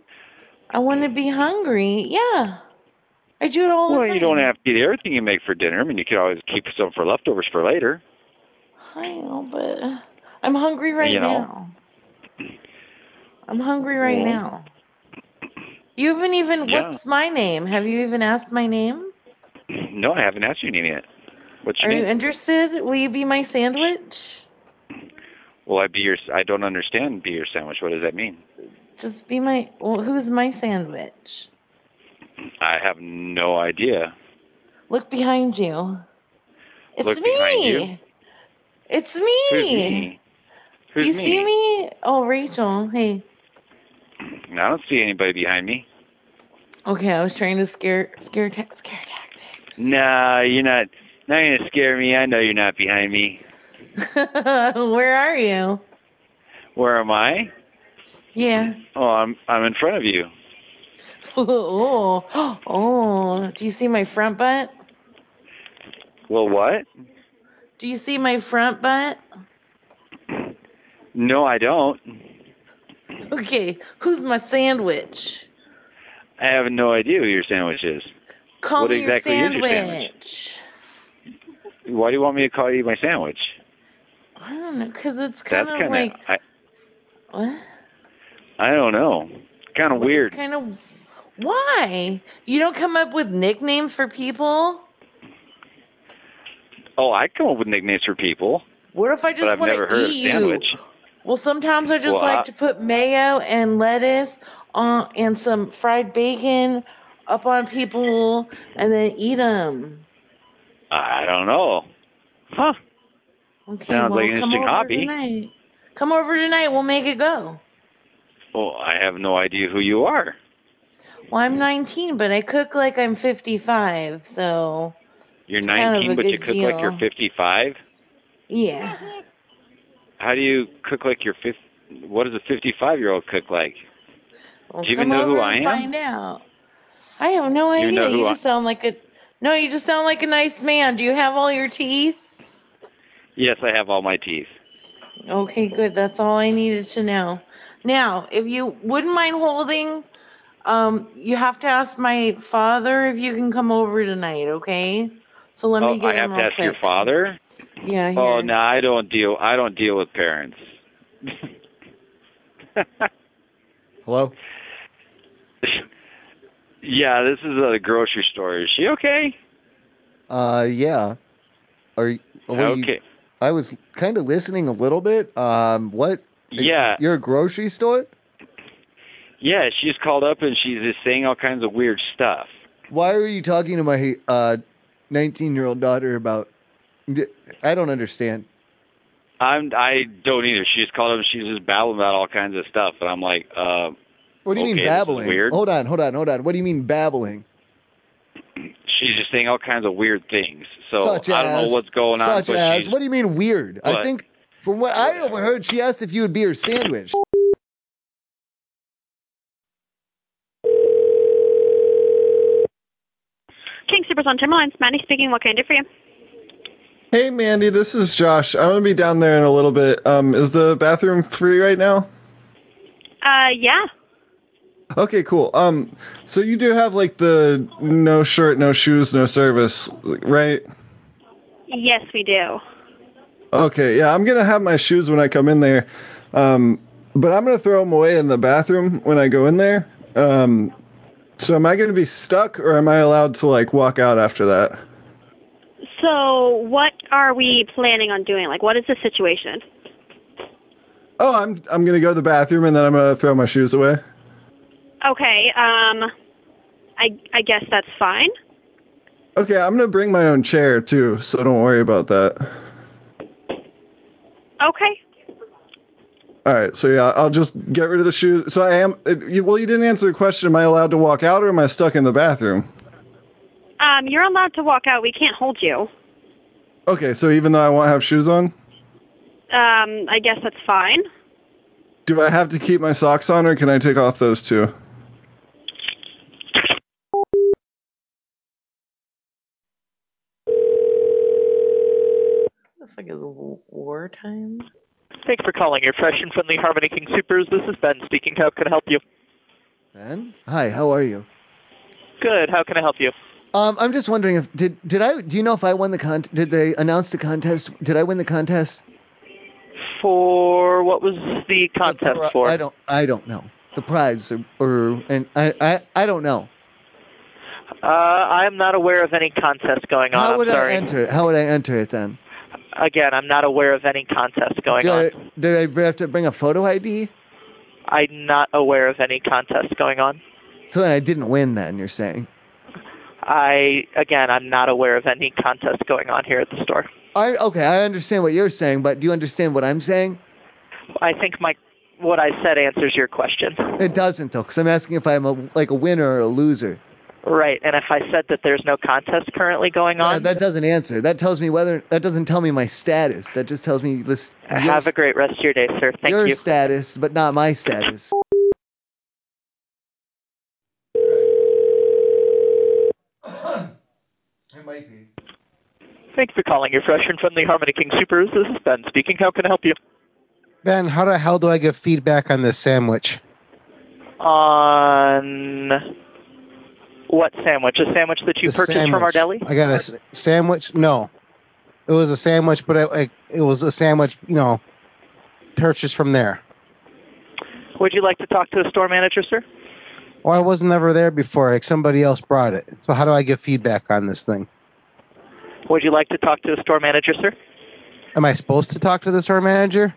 [SPEAKER 13] I want to be hungry. Yeah. I do it all
[SPEAKER 24] well,
[SPEAKER 13] the time.
[SPEAKER 24] you don't have to eat everything you make for dinner. I mean, you could always keep some for leftovers for later.
[SPEAKER 13] I know, but I'm hungry right
[SPEAKER 24] You know.
[SPEAKER 13] now. I'm hungry right
[SPEAKER 24] Well.
[SPEAKER 13] now. You haven't even
[SPEAKER 24] Yeah.
[SPEAKER 13] what's my name? Have you even asked my name?
[SPEAKER 24] No, I haven't asked you any yet. What's your
[SPEAKER 13] Are
[SPEAKER 24] name?
[SPEAKER 13] you interested? Will you be my sandwich?
[SPEAKER 24] Will I be your? I don't understand. Be your sandwich. What does that mean?
[SPEAKER 13] Just be my. Well, who's my sandwich?
[SPEAKER 24] I have no idea.
[SPEAKER 13] Look behind you. It's
[SPEAKER 24] Look
[SPEAKER 13] me.
[SPEAKER 24] behind you.
[SPEAKER 13] It's me.
[SPEAKER 24] Who's me?
[SPEAKER 13] Do you
[SPEAKER 24] Who's
[SPEAKER 13] see me? Oh, Rachel. Hey.
[SPEAKER 24] I don't see anybody behind me.
[SPEAKER 13] Okay, I was trying to scare scare ta- scare
[SPEAKER 24] No, you're not. Not gonna scare me. I know you're not behind me.
[SPEAKER 13] ta- Where are you?
[SPEAKER 24] Where am I?
[SPEAKER 13] Yeah.
[SPEAKER 24] Oh, I'm I'm in front of you.
[SPEAKER 13] oh, oh, do you see my front butt?
[SPEAKER 24] Well, what?
[SPEAKER 13] Do you see my front butt?
[SPEAKER 24] No, I don't.
[SPEAKER 13] Okay, who's my sandwich?
[SPEAKER 24] I have no idea who your sandwich is.
[SPEAKER 13] Call
[SPEAKER 24] what
[SPEAKER 13] me your
[SPEAKER 24] exactly is your
[SPEAKER 13] sandwich.
[SPEAKER 24] Why do you want me to call you my sandwich?
[SPEAKER 13] I don't know, because it's kind
[SPEAKER 24] That's
[SPEAKER 13] of
[SPEAKER 24] kind of
[SPEAKER 13] like,
[SPEAKER 24] I,
[SPEAKER 13] what?
[SPEAKER 24] I don't know. Kind of weird.
[SPEAKER 13] Kind of, why? You don't come up with nicknames for people?
[SPEAKER 24] Oh, I come up with nicknames for people,
[SPEAKER 13] What if I
[SPEAKER 24] but
[SPEAKER 13] just
[SPEAKER 24] I've
[SPEAKER 13] want
[SPEAKER 24] never
[SPEAKER 13] to
[SPEAKER 24] heard
[SPEAKER 13] eat
[SPEAKER 24] of
[SPEAKER 13] you?
[SPEAKER 24] sandwich.
[SPEAKER 13] Well, sometimes I just
[SPEAKER 24] Well,
[SPEAKER 13] like
[SPEAKER 24] I-
[SPEAKER 13] to put mayo and lettuce on and some fried bacon up on people and then eat them.
[SPEAKER 24] I don't know. Huh?
[SPEAKER 13] Okay,
[SPEAKER 24] Sounds
[SPEAKER 13] well,
[SPEAKER 24] like an
[SPEAKER 13] come
[SPEAKER 24] interesting
[SPEAKER 13] over
[SPEAKER 24] hobby.
[SPEAKER 13] Tonight. Come over tonight. We'll make it go.
[SPEAKER 24] Well, Oh, I have no idea who you are.
[SPEAKER 13] Well, I'm 19, but I cook like I'm 55. So,
[SPEAKER 24] You're
[SPEAKER 13] kind of
[SPEAKER 24] 19,
[SPEAKER 13] a
[SPEAKER 24] but you
[SPEAKER 13] good
[SPEAKER 24] cook like you're
[SPEAKER 13] deal.
[SPEAKER 24] 55.
[SPEAKER 13] yeah.
[SPEAKER 24] How do you cook like you're 50? What does a 55 year old cook like?
[SPEAKER 13] Well,
[SPEAKER 24] do you even
[SPEAKER 13] come
[SPEAKER 24] know who
[SPEAKER 13] over
[SPEAKER 24] I
[SPEAKER 13] and
[SPEAKER 24] am?
[SPEAKER 13] Find out. I have no
[SPEAKER 24] You
[SPEAKER 13] idea.
[SPEAKER 24] know who
[SPEAKER 13] you
[SPEAKER 24] I-
[SPEAKER 13] just sound like a no. You just sound like a nice man. Do you have all your teeth?
[SPEAKER 24] Yes, I have all my teeth.
[SPEAKER 13] Okay, good. That's all I needed to know. Now, if you wouldn't mind holding, um, you have to ask my father if you can come over tonight. Okay. So let
[SPEAKER 24] oh,
[SPEAKER 13] me get
[SPEAKER 24] I have
[SPEAKER 13] him
[SPEAKER 24] to
[SPEAKER 13] real
[SPEAKER 24] ask your
[SPEAKER 13] quick.
[SPEAKER 24] father.
[SPEAKER 13] Yeah.
[SPEAKER 24] Oh
[SPEAKER 13] here.
[SPEAKER 24] no, I don't deal. I don't deal with parents.
[SPEAKER 2] Hello.
[SPEAKER 24] Yeah, this is a grocery store. Is she okay?
[SPEAKER 2] Uh, yeah. Are you, Oh, what are you-
[SPEAKER 24] Okay.
[SPEAKER 2] I was kind of listening a little bit. Um, what?
[SPEAKER 24] Yeah.
[SPEAKER 2] You're a grocery store?
[SPEAKER 24] Yeah, she's called up and she's just saying all kinds of weird stuff.
[SPEAKER 2] Why are you talking to my uh 19 year old daughter about? I don't understand.
[SPEAKER 24] I'm I don't either. She just called up and she's just babbling about all kinds of stuff, and I'm like, uh,
[SPEAKER 2] What do you
[SPEAKER 24] okay,
[SPEAKER 2] mean
[SPEAKER 24] this is
[SPEAKER 2] babbling?
[SPEAKER 24] weird.
[SPEAKER 2] Hold on, hold on, hold on. What do you mean babbling?
[SPEAKER 24] She's just saying all kinds of weird things. So
[SPEAKER 2] such
[SPEAKER 24] I don't
[SPEAKER 2] as,
[SPEAKER 24] know what's going
[SPEAKER 2] such
[SPEAKER 24] on, but
[SPEAKER 2] as,
[SPEAKER 24] she's
[SPEAKER 2] what do you mean weird? I
[SPEAKER 24] What?
[SPEAKER 2] think from what I overheard, she asked if you would be her sandwich.
[SPEAKER 19] King Supers on Timberline. Mandy speaking. What can I do for you?
[SPEAKER 25] Hey Mandy, this is Josh. I'm gonna be down there in a little bit. Um, is the bathroom free right now?
[SPEAKER 19] Uh, yeah.
[SPEAKER 25] Okay, cool. Um, so you do have like the no shirt, no shoes, no service, right?
[SPEAKER 19] Yes, we do.
[SPEAKER 25] Okay, yeah, I'm gonna have my shoes when I come in there, um, but I'm gonna throw them away in the bathroom when I go in there. Um, so am I gonna be stuck, or am I allowed to like walk out after that?
[SPEAKER 19] So, what are we planning on doing? Like, what is the situation?
[SPEAKER 25] Oh, I'm I'm gonna go to the bathroom and then I'm gonna throw my shoes away.
[SPEAKER 19] Okay. Um, I I guess that's fine.
[SPEAKER 25] Okay, I'm gonna bring my own chair too, so don't worry about that.
[SPEAKER 19] Okay.
[SPEAKER 25] All right, so yeah, I'll just get rid of the shoes. So I am. It, you, well, you didn't answer the question. Am I allowed to walk out, or am I stuck in the bathroom?
[SPEAKER 19] Um, you're allowed to walk out. We can't hold you.
[SPEAKER 25] Okay, so even though I won't have shoes on,
[SPEAKER 19] Um, I guess that's fine.
[SPEAKER 25] do I have to keep my socks on, or can I take off those too?
[SPEAKER 13] the fuck is w- wartime?
[SPEAKER 17] Thanks for calling your fresh and friendly Harmony King Supers. This is Ben speaking. How can I help you?
[SPEAKER 2] Ben, hi, how are you?
[SPEAKER 17] Good. How can I help you?
[SPEAKER 2] Um, I'm just wondering if did did I do you know if I won the con did they announce the contest? Did I win the contest?
[SPEAKER 17] For what was the contest for?
[SPEAKER 2] I don't I don't know the prize or, or and I, I I don't know.
[SPEAKER 17] Uh, I'm not aware of any contest going on.
[SPEAKER 2] How
[SPEAKER 17] I'm
[SPEAKER 2] would
[SPEAKER 17] sorry.
[SPEAKER 2] I enter? it? How would I enter it then?
[SPEAKER 17] Again, I'm not aware of any contest going
[SPEAKER 2] Did
[SPEAKER 17] on.
[SPEAKER 2] I, did I have to bring a photo ID?
[SPEAKER 17] I'm not aware of any contest going on.
[SPEAKER 2] So then I didn't win. Then you're saying
[SPEAKER 17] I again, I'm not aware of any contest going on here at the store.
[SPEAKER 2] I okay. I understand what you're saying, but do you understand what I'm saying?
[SPEAKER 17] I think my what I said answers your question.
[SPEAKER 2] It doesn't though, because I'm asking if I'm a, like a winner or a loser.
[SPEAKER 17] Right. And if I said that there's no contest currently going
[SPEAKER 2] Uh,
[SPEAKER 17] on,
[SPEAKER 2] that doesn't answer. That tells me whether that doesn't tell me my status. That just tells me this.
[SPEAKER 17] have a great rest of your day, sir. Thank
[SPEAKER 2] your
[SPEAKER 17] you.
[SPEAKER 2] status, but not my status.
[SPEAKER 17] Thank you for calling your fresh and friendly Harmony King Supers. This is Ben speaking. How can I help you?
[SPEAKER 6] Ben, how the hell do I get feedback on this sandwich?
[SPEAKER 17] On what sandwich? A sandwich that you
[SPEAKER 6] The
[SPEAKER 17] purchased
[SPEAKER 6] sandwich.
[SPEAKER 17] from our deli?
[SPEAKER 6] I got a s- sandwich. No, it was a sandwich, but I, I, it was a sandwich. You know, purchased from there.
[SPEAKER 17] Would you like to talk to the store manager, sir?
[SPEAKER 6] Well, I was never there before. Like somebody else brought it. So how do I get feedback on this thing?
[SPEAKER 17] Would you like to talk to the store manager, sir?
[SPEAKER 6] Am I supposed to talk to the store manager?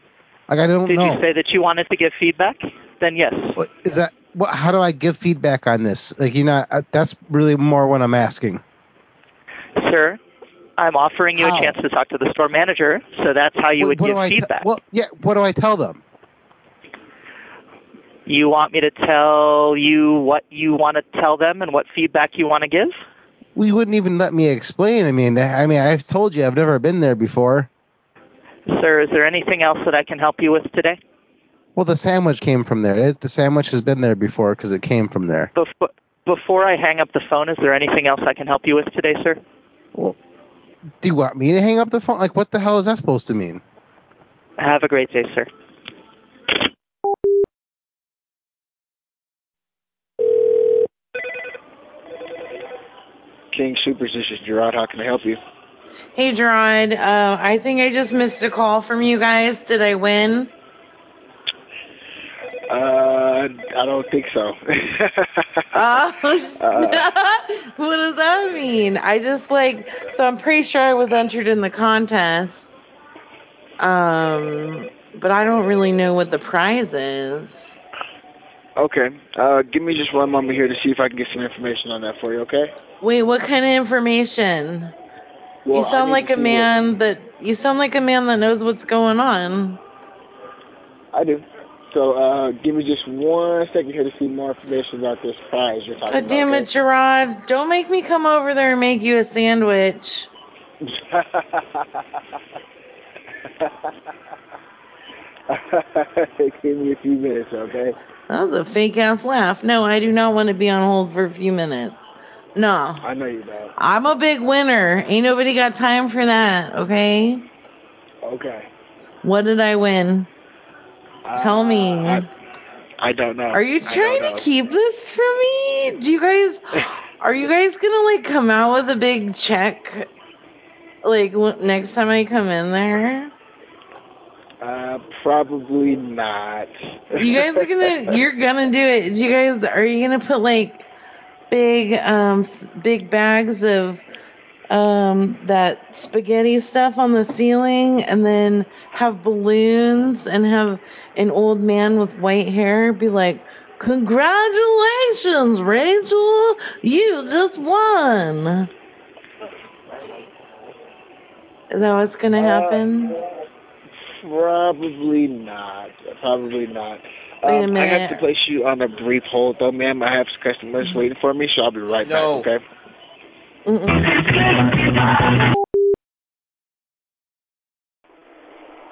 [SPEAKER 6] Like I don't
[SPEAKER 17] Did
[SPEAKER 6] know.
[SPEAKER 17] you say that you wanted to give feedback? Then yes.
[SPEAKER 6] What is that? What? How do I give feedback on this? Like you know, I, that's really more what I'm asking.
[SPEAKER 17] Sir, I'm offering you
[SPEAKER 6] How?
[SPEAKER 17] a chance to talk to the store manager, so that's how you would
[SPEAKER 6] What- what
[SPEAKER 17] give
[SPEAKER 6] do I te-
[SPEAKER 17] feedback.
[SPEAKER 6] well, yeah. What do I tell them?
[SPEAKER 17] you want me to tell you what you want to tell them and what feedback you want to give?
[SPEAKER 6] Well, you wouldn't even let me explain. I mean, I mean, I've told you I've never been there before.
[SPEAKER 17] Sir, is there anything else that I can help you with today?
[SPEAKER 6] Well, the sandwich came from there. It, the sandwich has been there before because it came from there.
[SPEAKER 17] Before, before I hang up the phone, is there anything else I can help you with today, sir?
[SPEAKER 6] Well, do you want me to hang up the phone? Like, what the hell is that supposed to mean?
[SPEAKER 17] Have a great day, sir.
[SPEAKER 18] King Superstitious Gerard, how can I help you?
[SPEAKER 13] Hey, Gerard. Uh, I think I just missed a call from you guys. Did I win?
[SPEAKER 18] Uh, I don't think so.
[SPEAKER 13] Oh,
[SPEAKER 18] Uh,
[SPEAKER 24] Uh.
[SPEAKER 13] what does that mean? I just like so I'm pretty sure I was entered in the contest. Um, but I don't really know what the prize is.
[SPEAKER 18] okay, uh, give me just one moment here to see if I can get some information on that for you, okay?
[SPEAKER 13] Wait, what kind of information?
[SPEAKER 18] Well,
[SPEAKER 13] you
[SPEAKER 18] I
[SPEAKER 13] sound
[SPEAKER 18] need
[SPEAKER 13] like
[SPEAKER 18] to
[SPEAKER 13] a
[SPEAKER 18] see what-
[SPEAKER 13] man that you sound like a man that knows what's going on.
[SPEAKER 18] I do. So, uh, give me just one second here to see more information about this prize you're talking
[SPEAKER 13] God
[SPEAKER 18] about.
[SPEAKER 13] damn it, Gerard! Don't make me come over there and make you a sandwich.
[SPEAKER 18] okay? give me a few minutes, okay?
[SPEAKER 13] That was a fake ass laugh. No, I do not want to be on hold for a few minutes. No.
[SPEAKER 18] I know you don't.
[SPEAKER 13] I'm a big winner. Ain't nobody got time for that, okay?
[SPEAKER 18] Okay.
[SPEAKER 13] What did I win? Tell me.
[SPEAKER 18] Uh, I don't know.
[SPEAKER 13] Are you
[SPEAKER 18] I don't
[SPEAKER 13] trying
[SPEAKER 18] know.
[SPEAKER 13] to keep this from me? Do you guys are you guys gonna like come out with a big check like w- next time I come in there?
[SPEAKER 18] Uh, probably not.
[SPEAKER 13] You guys are gonna you're gonna do it. Do you guys are you gonna put like big um s- big bags of um that spaghetti stuff on the ceiling and then have balloons and have an old man with white hair be like Congratulations, Rachel! You just won! Is that what's
[SPEAKER 18] Uh,
[SPEAKER 13] gonna happen?
[SPEAKER 18] Probably not. Probably not.
[SPEAKER 13] Wait a
[SPEAKER 18] Um, I have to
[SPEAKER 13] minute.
[SPEAKER 18] place you on a brief hold, though, ma'am. I have customers waiting for me, so I'll be right back, okay?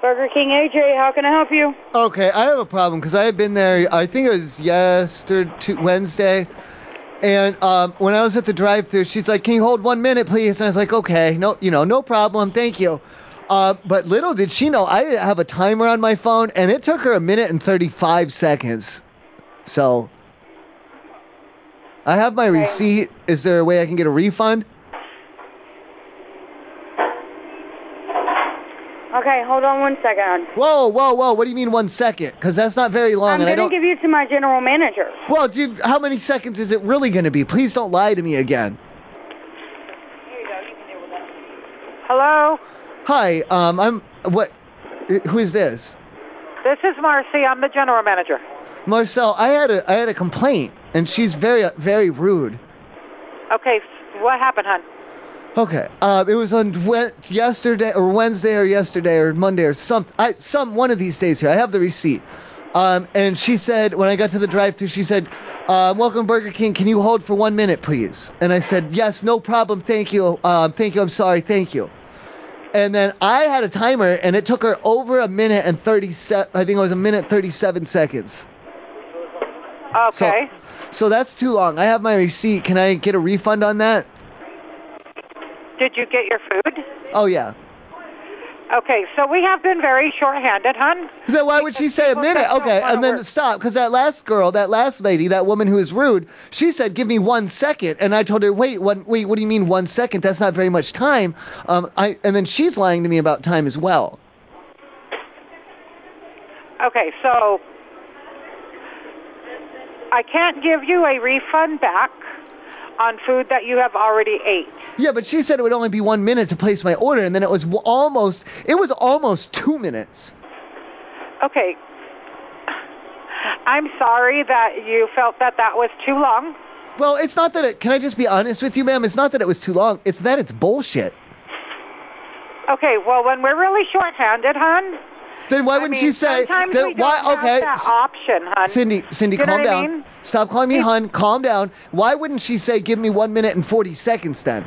[SPEAKER 14] Burger King AJ, how can I help you?
[SPEAKER 2] Okay, I have a problem because I had been there. I think it was yesterday, to Wednesday, and um, when I was at the drive-through, she's like, "Can you hold one minute, please?" And I was like, "Okay, no, you know, no problem, thank you." Uh, but little did she know, I have a timer on my phone, and it took her a minute and 35 seconds. So, I have my receipt. Is there a way I can get a refund?
[SPEAKER 14] Okay, hold on one second.
[SPEAKER 2] Whoa, whoa, whoa! What do you mean one second? Because that's not very long,
[SPEAKER 14] I'm
[SPEAKER 2] and I
[SPEAKER 14] gonna
[SPEAKER 2] don't.
[SPEAKER 14] give you to my general manager.
[SPEAKER 2] Well, dude, how many seconds is it really going to be? Please don't lie to me again.
[SPEAKER 14] Hello,
[SPEAKER 2] Hi, um, I'm what? Who is this?
[SPEAKER 14] this is Marcy. I'm the general manager.
[SPEAKER 2] Marcel, I had a I had a complaint, and she's very very rude.
[SPEAKER 14] Okay, f- what happened, hon?
[SPEAKER 2] Okay, uh, it was on Wed- yesterday or Wednesday or yesterday or Monday or some I some one of these days here. I have the receipt. Um, and she said, when I got to the drive-thru, she said, um, "Welcome Burger King. Can you hold for one minute, please?" And I said, "Yes, no problem. Thank you. Um, thank you. I'm sorry. Thank you." And then I had a timer, and it took her over a minute and thirty. Se- I think it was a minute thirty-seven seconds.
[SPEAKER 14] Okay.
[SPEAKER 2] So that's too long. I have my receipt. Can I get a refund on that?
[SPEAKER 14] Did you get your food?
[SPEAKER 2] Oh yeah.
[SPEAKER 14] Okay, so we have been very shorthanded, hun.
[SPEAKER 2] Then why would she say a minute? Okay, and then stop because that last girl, that last lady, that woman who was rude, she said, "Give me one second. and I told her, "Wait, one, wait, what do you mean one second? That's not very much time." Um, I and then she's lying to me about time as well.
[SPEAKER 14] Okay, so I can't give you a refund back on food that you have already ate.
[SPEAKER 2] Yeah, but she said it would only be one minute to place my order, and then it was w- almost, it was almost two minutes.
[SPEAKER 14] Okay. I'm sorry that you felt that that was too long.
[SPEAKER 2] Well, it's not that it. Can I just be honest with you, ma'am? It's not that it was too long. It's that it's bullshit.
[SPEAKER 14] Okay, well, when we're really shorthanded, hun,
[SPEAKER 2] Then why wouldn't
[SPEAKER 14] mean,
[SPEAKER 2] she say?
[SPEAKER 14] sometimes
[SPEAKER 2] then
[SPEAKER 14] we
[SPEAKER 2] why?
[SPEAKER 14] don't have
[SPEAKER 2] okay.
[SPEAKER 14] that
[SPEAKER 2] S-
[SPEAKER 14] option, hun.
[SPEAKER 2] Cindy, Cindy,
[SPEAKER 14] You know
[SPEAKER 2] calm
[SPEAKER 14] what I
[SPEAKER 2] down.
[SPEAKER 14] mean?
[SPEAKER 2] Stop calling me hun. Calm down. Why wouldn't she say, "Give me one minute and forty seconds"? Then.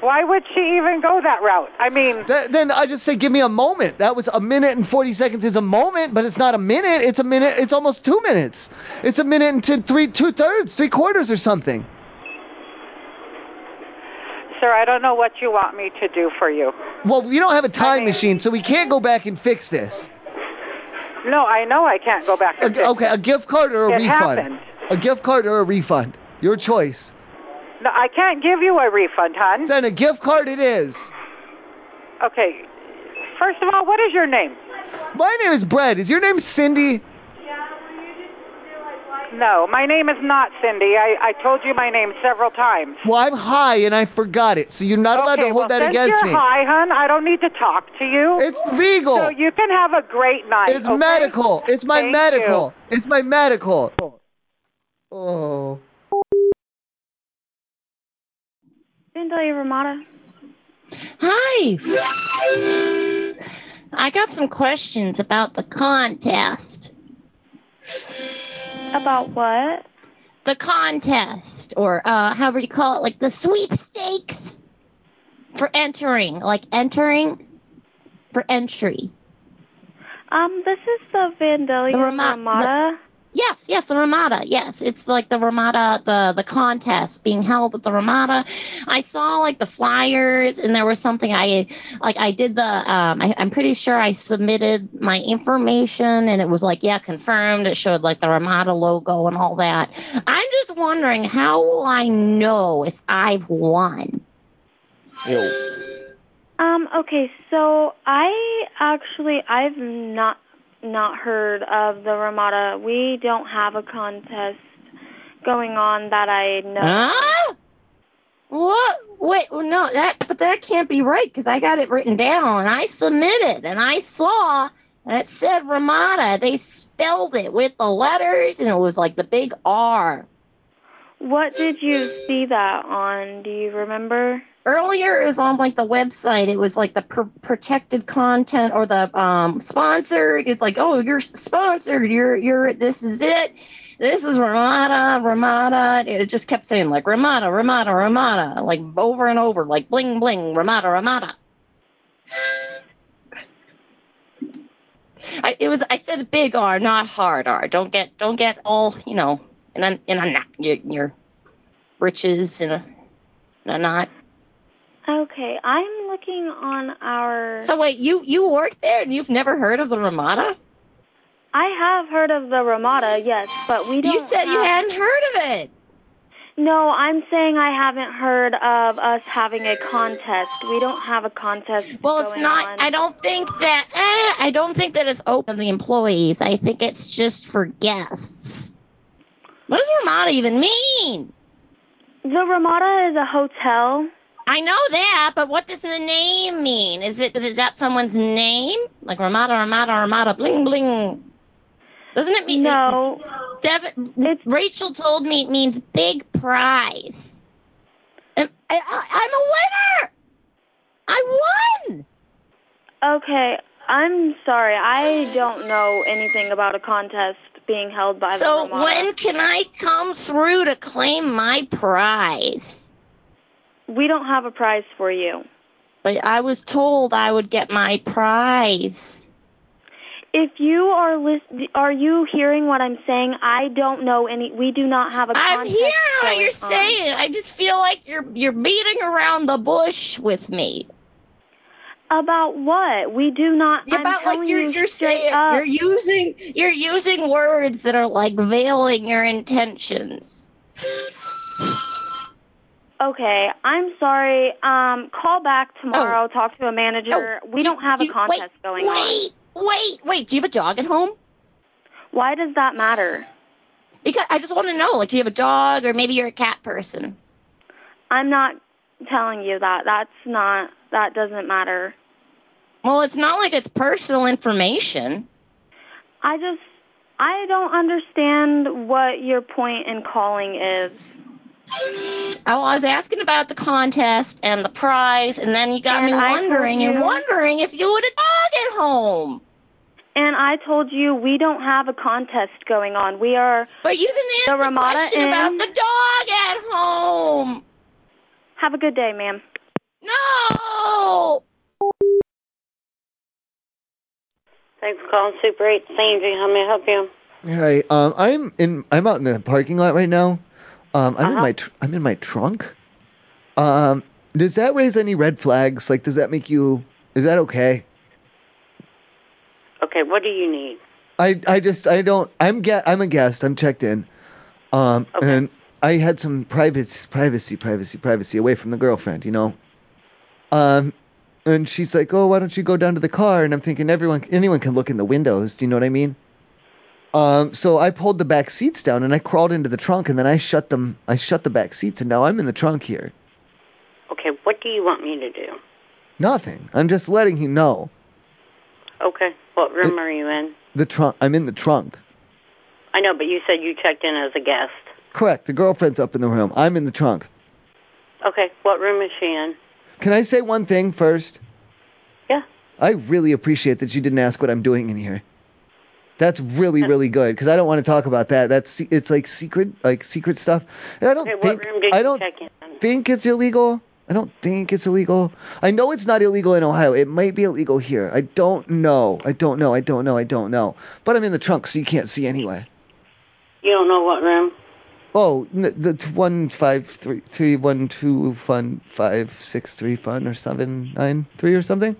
[SPEAKER 14] Why would she even go that route? I mean.
[SPEAKER 2] then I just say, "Give me a moment." That was a minute and forty seconds is a moment, but it's not a minute. It's a minute. It's almost two minutes. It's a minute and two, three, two thirds, three quarters, or something.
[SPEAKER 14] sir, I don't know what you want me to do for you.
[SPEAKER 2] Well, we don't have a time machine, so we can't go back and fix this.
[SPEAKER 14] No, I know I can't go back.
[SPEAKER 2] A,
[SPEAKER 14] and fix
[SPEAKER 2] okay, a gift card or a
[SPEAKER 14] It
[SPEAKER 2] refund.
[SPEAKER 14] happened.
[SPEAKER 2] A gift card or a refund. Your choice.
[SPEAKER 14] No, I can't give you a refund, hon.
[SPEAKER 2] Then a gift card it is.
[SPEAKER 14] Okay. First of all, what is your name?
[SPEAKER 2] My name is Brad. Is your name Cindy?
[SPEAKER 14] No, my name is not Cindy. I, I told you my name several times.
[SPEAKER 2] Well, I'm high and I forgot it, so you're not allowed to
[SPEAKER 14] okay,
[SPEAKER 2] hold
[SPEAKER 14] well,
[SPEAKER 2] that
[SPEAKER 14] since
[SPEAKER 2] against
[SPEAKER 14] you're
[SPEAKER 2] me.
[SPEAKER 14] high, hon, I don't need to talk to you.
[SPEAKER 2] It's legal.
[SPEAKER 14] So you can have a great night.
[SPEAKER 2] It's
[SPEAKER 14] okay?
[SPEAKER 2] medical. It's my
[SPEAKER 14] Thank
[SPEAKER 2] medical. It's my medical. Oh.
[SPEAKER 26] Vandalia Ramada.
[SPEAKER 1] Hi. I got some questions about the contest. About what? The contest, or uh, however you call it, like the sweepstakes for entering, like entering for entry.
[SPEAKER 26] Um, this is the Vandalia
[SPEAKER 1] The Rama-
[SPEAKER 26] Ramada.
[SPEAKER 1] Yes, yes, the Ramada. Yes, it's like the Ramada, the the contest being held at the Ramada. I saw like the flyers, and there was something I like. I did the. Um, I, I'm pretty sure I submitted my information, and it was like, yeah, confirmed. It showed like the Ramada logo and all that. I'm just wondering, how will I know if I've won?
[SPEAKER 26] Um, okay, so I actually I've not not heard of the Ramada. We don't have a contest going on that I know.
[SPEAKER 1] Huh? What? Wait, well, no, that but that can't be right because I got it written down and I submitted and I saw and it said Ramada. They spelled it with the letters and it was like the big R.
[SPEAKER 26] What did you see that on? Do you remember?
[SPEAKER 1] Earlier it was on like the website. It was like the pr- protected content or the um, sponsored. It's like, oh, you're sponsored. You're you're this is it. This is Ramada, Ramada. It just kept saying like Ramada, Ramada, Ramada, like over and over, like bling bling, Ramada, Ramada. I, it was I said big R, not hard R. Don't get don't get all you know in a in a knot your, your riches in a, in a knot.
[SPEAKER 26] Okay, I'm looking on our
[SPEAKER 1] So wait, you you work there and you've never heard of the Ramada?
[SPEAKER 26] I have heard of the Ramada, yes, but we don't.
[SPEAKER 1] You said you hadn't heard of it.
[SPEAKER 26] No, I'm saying I haven't heard of us having a contest. We don't have a contest.
[SPEAKER 1] Well, it's not. I don't think that. Eh, I don't think that it's open to the employees. I think it's just for guests. What does Ramada even mean?
[SPEAKER 26] The Ramada is a hotel.
[SPEAKER 1] I know that, but what does the name mean? Is it is that someone's name? Like Ramada, Ramada, Ramada, bling bling. Doesn't it mean?
[SPEAKER 26] No.
[SPEAKER 1] Devin, Rachel told me it means big prize. And I, I, I'm a winner. I won.
[SPEAKER 26] Okay, I'm sorry. I don't know anything about a contest being held by
[SPEAKER 1] So
[SPEAKER 26] the Ramada.
[SPEAKER 1] when can I come through to claim my prize?
[SPEAKER 26] We don't have a prize for you.
[SPEAKER 1] But I was told I would get my prize.
[SPEAKER 26] If you are list- are you hearing what I'm saying? I don't know any. We do not have a contest.
[SPEAKER 1] I'm hearing what
[SPEAKER 26] going
[SPEAKER 1] you're
[SPEAKER 26] on.
[SPEAKER 1] saying. I just feel like you're you're beating around the bush with me.
[SPEAKER 26] About what? We do not.
[SPEAKER 1] Yeah,
[SPEAKER 26] I'm
[SPEAKER 1] about
[SPEAKER 26] telling
[SPEAKER 1] like you're
[SPEAKER 26] you
[SPEAKER 1] you're
[SPEAKER 26] straight
[SPEAKER 1] saying
[SPEAKER 26] up.
[SPEAKER 1] you're using you're using words that are like veiling your intentions.
[SPEAKER 26] Okay, I'm sorry. Um, call back
[SPEAKER 1] Oh.
[SPEAKER 26] tomorrow. Talk to a manager. we don't have a contest going on.
[SPEAKER 1] Wait, wait, do you have a dog at home?
[SPEAKER 26] Why does that matter?
[SPEAKER 1] Because I just want to know, like, do you have a dog or maybe you're a cat person?
[SPEAKER 26] I'm not telling you that. That's not. That doesn't matter.
[SPEAKER 1] Well, it's not like it's personal information.
[SPEAKER 26] I just. I don't understand what your point in calling is.
[SPEAKER 1] Oh, I was asking about the contest and the prize, and then you got me
[SPEAKER 26] And I told
[SPEAKER 1] wondering and
[SPEAKER 26] you-
[SPEAKER 1] wondering if you had a dog at home.
[SPEAKER 26] And I told you we don't have a contest going on. We are.
[SPEAKER 1] But you didn't
[SPEAKER 26] the
[SPEAKER 1] answer the
[SPEAKER 26] Ramada
[SPEAKER 1] question
[SPEAKER 26] Inn.
[SPEAKER 1] about the dog at home.
[SPEAKER 26] Have a good day, ma'am.
[SPEAKER 1] No.
[SPEAKER 3] Thanks for calling Super 8. Sandy, how may I help you?
[SPEAKER 2] Hi, um, I'm in. I'm out in the parking lot right now. Um, I'm in my. Tr- I'm in my trunk. Um, does that raise any red flags? Like, does that make you? Is that okay?
[SPEAKER 3] Okay, what do you need?
[SPEAKER 2] I. I just. I don't. I'm get. I'm a guest. I'm checked in. Um, and I had some privacy, privacy, privacy, privacy away from the girlfriend. You know. Um, and she's like, "Oh, why don't you go down to the car?" And I'm thinking, everyone, anyone can look in the windows. Do you know what I mean? Um, so I pulled the back seats down and I crawled into the trunk and then I shut them. I shut the back seats and now I'm in the trunk here.
[SPEAKER 3] Okay, what do you want me to do?
[SPEAKER 2] Nothing. I'm just letting you know
[SPEAKER 3] Okay, what room are you in?
[SPEAKER 2] the trunk. I'm in the trunk.
[SPEAKER 3] I know, but you said you checked in as a guest.
[SPEAKER 2] Correct. The girlfriend's up in the room. I'm in the trunk.
[SPEAKER 3] Okay, what room is she in?
[SPEAKER 2] Can I say one thing first?
[SPEAKER 3] Yeah.
[SPEAKER 2] I really appreciate that you didn't ask what I'm doing in here. That's really, really good because I don't want to talk about that. That's se- it's like secret, like secret stuff. And I don't
[SPEAKER 3] Okay, what
[SPEAKER 2] think
[SPEAKER 3] room did
[SPEAKER 2] I
[SPEAKER 3] you
[SPEAKER 2] don't
[SPEAKER 3] check in?
[SPEAKER 2] think it's illegal. I don't think it's illegal. I know it's not illegal in Ohio. It might be illegal here. I don't know. I don't know. I don't know. I don't know. But I'm in the trunk, so you can't see anyway.
[SPEAKER 3] You don't know what room?
[SPEAKER 2] Oh, n- the t- one five three three one two fun five six three fun or seven nine three or something.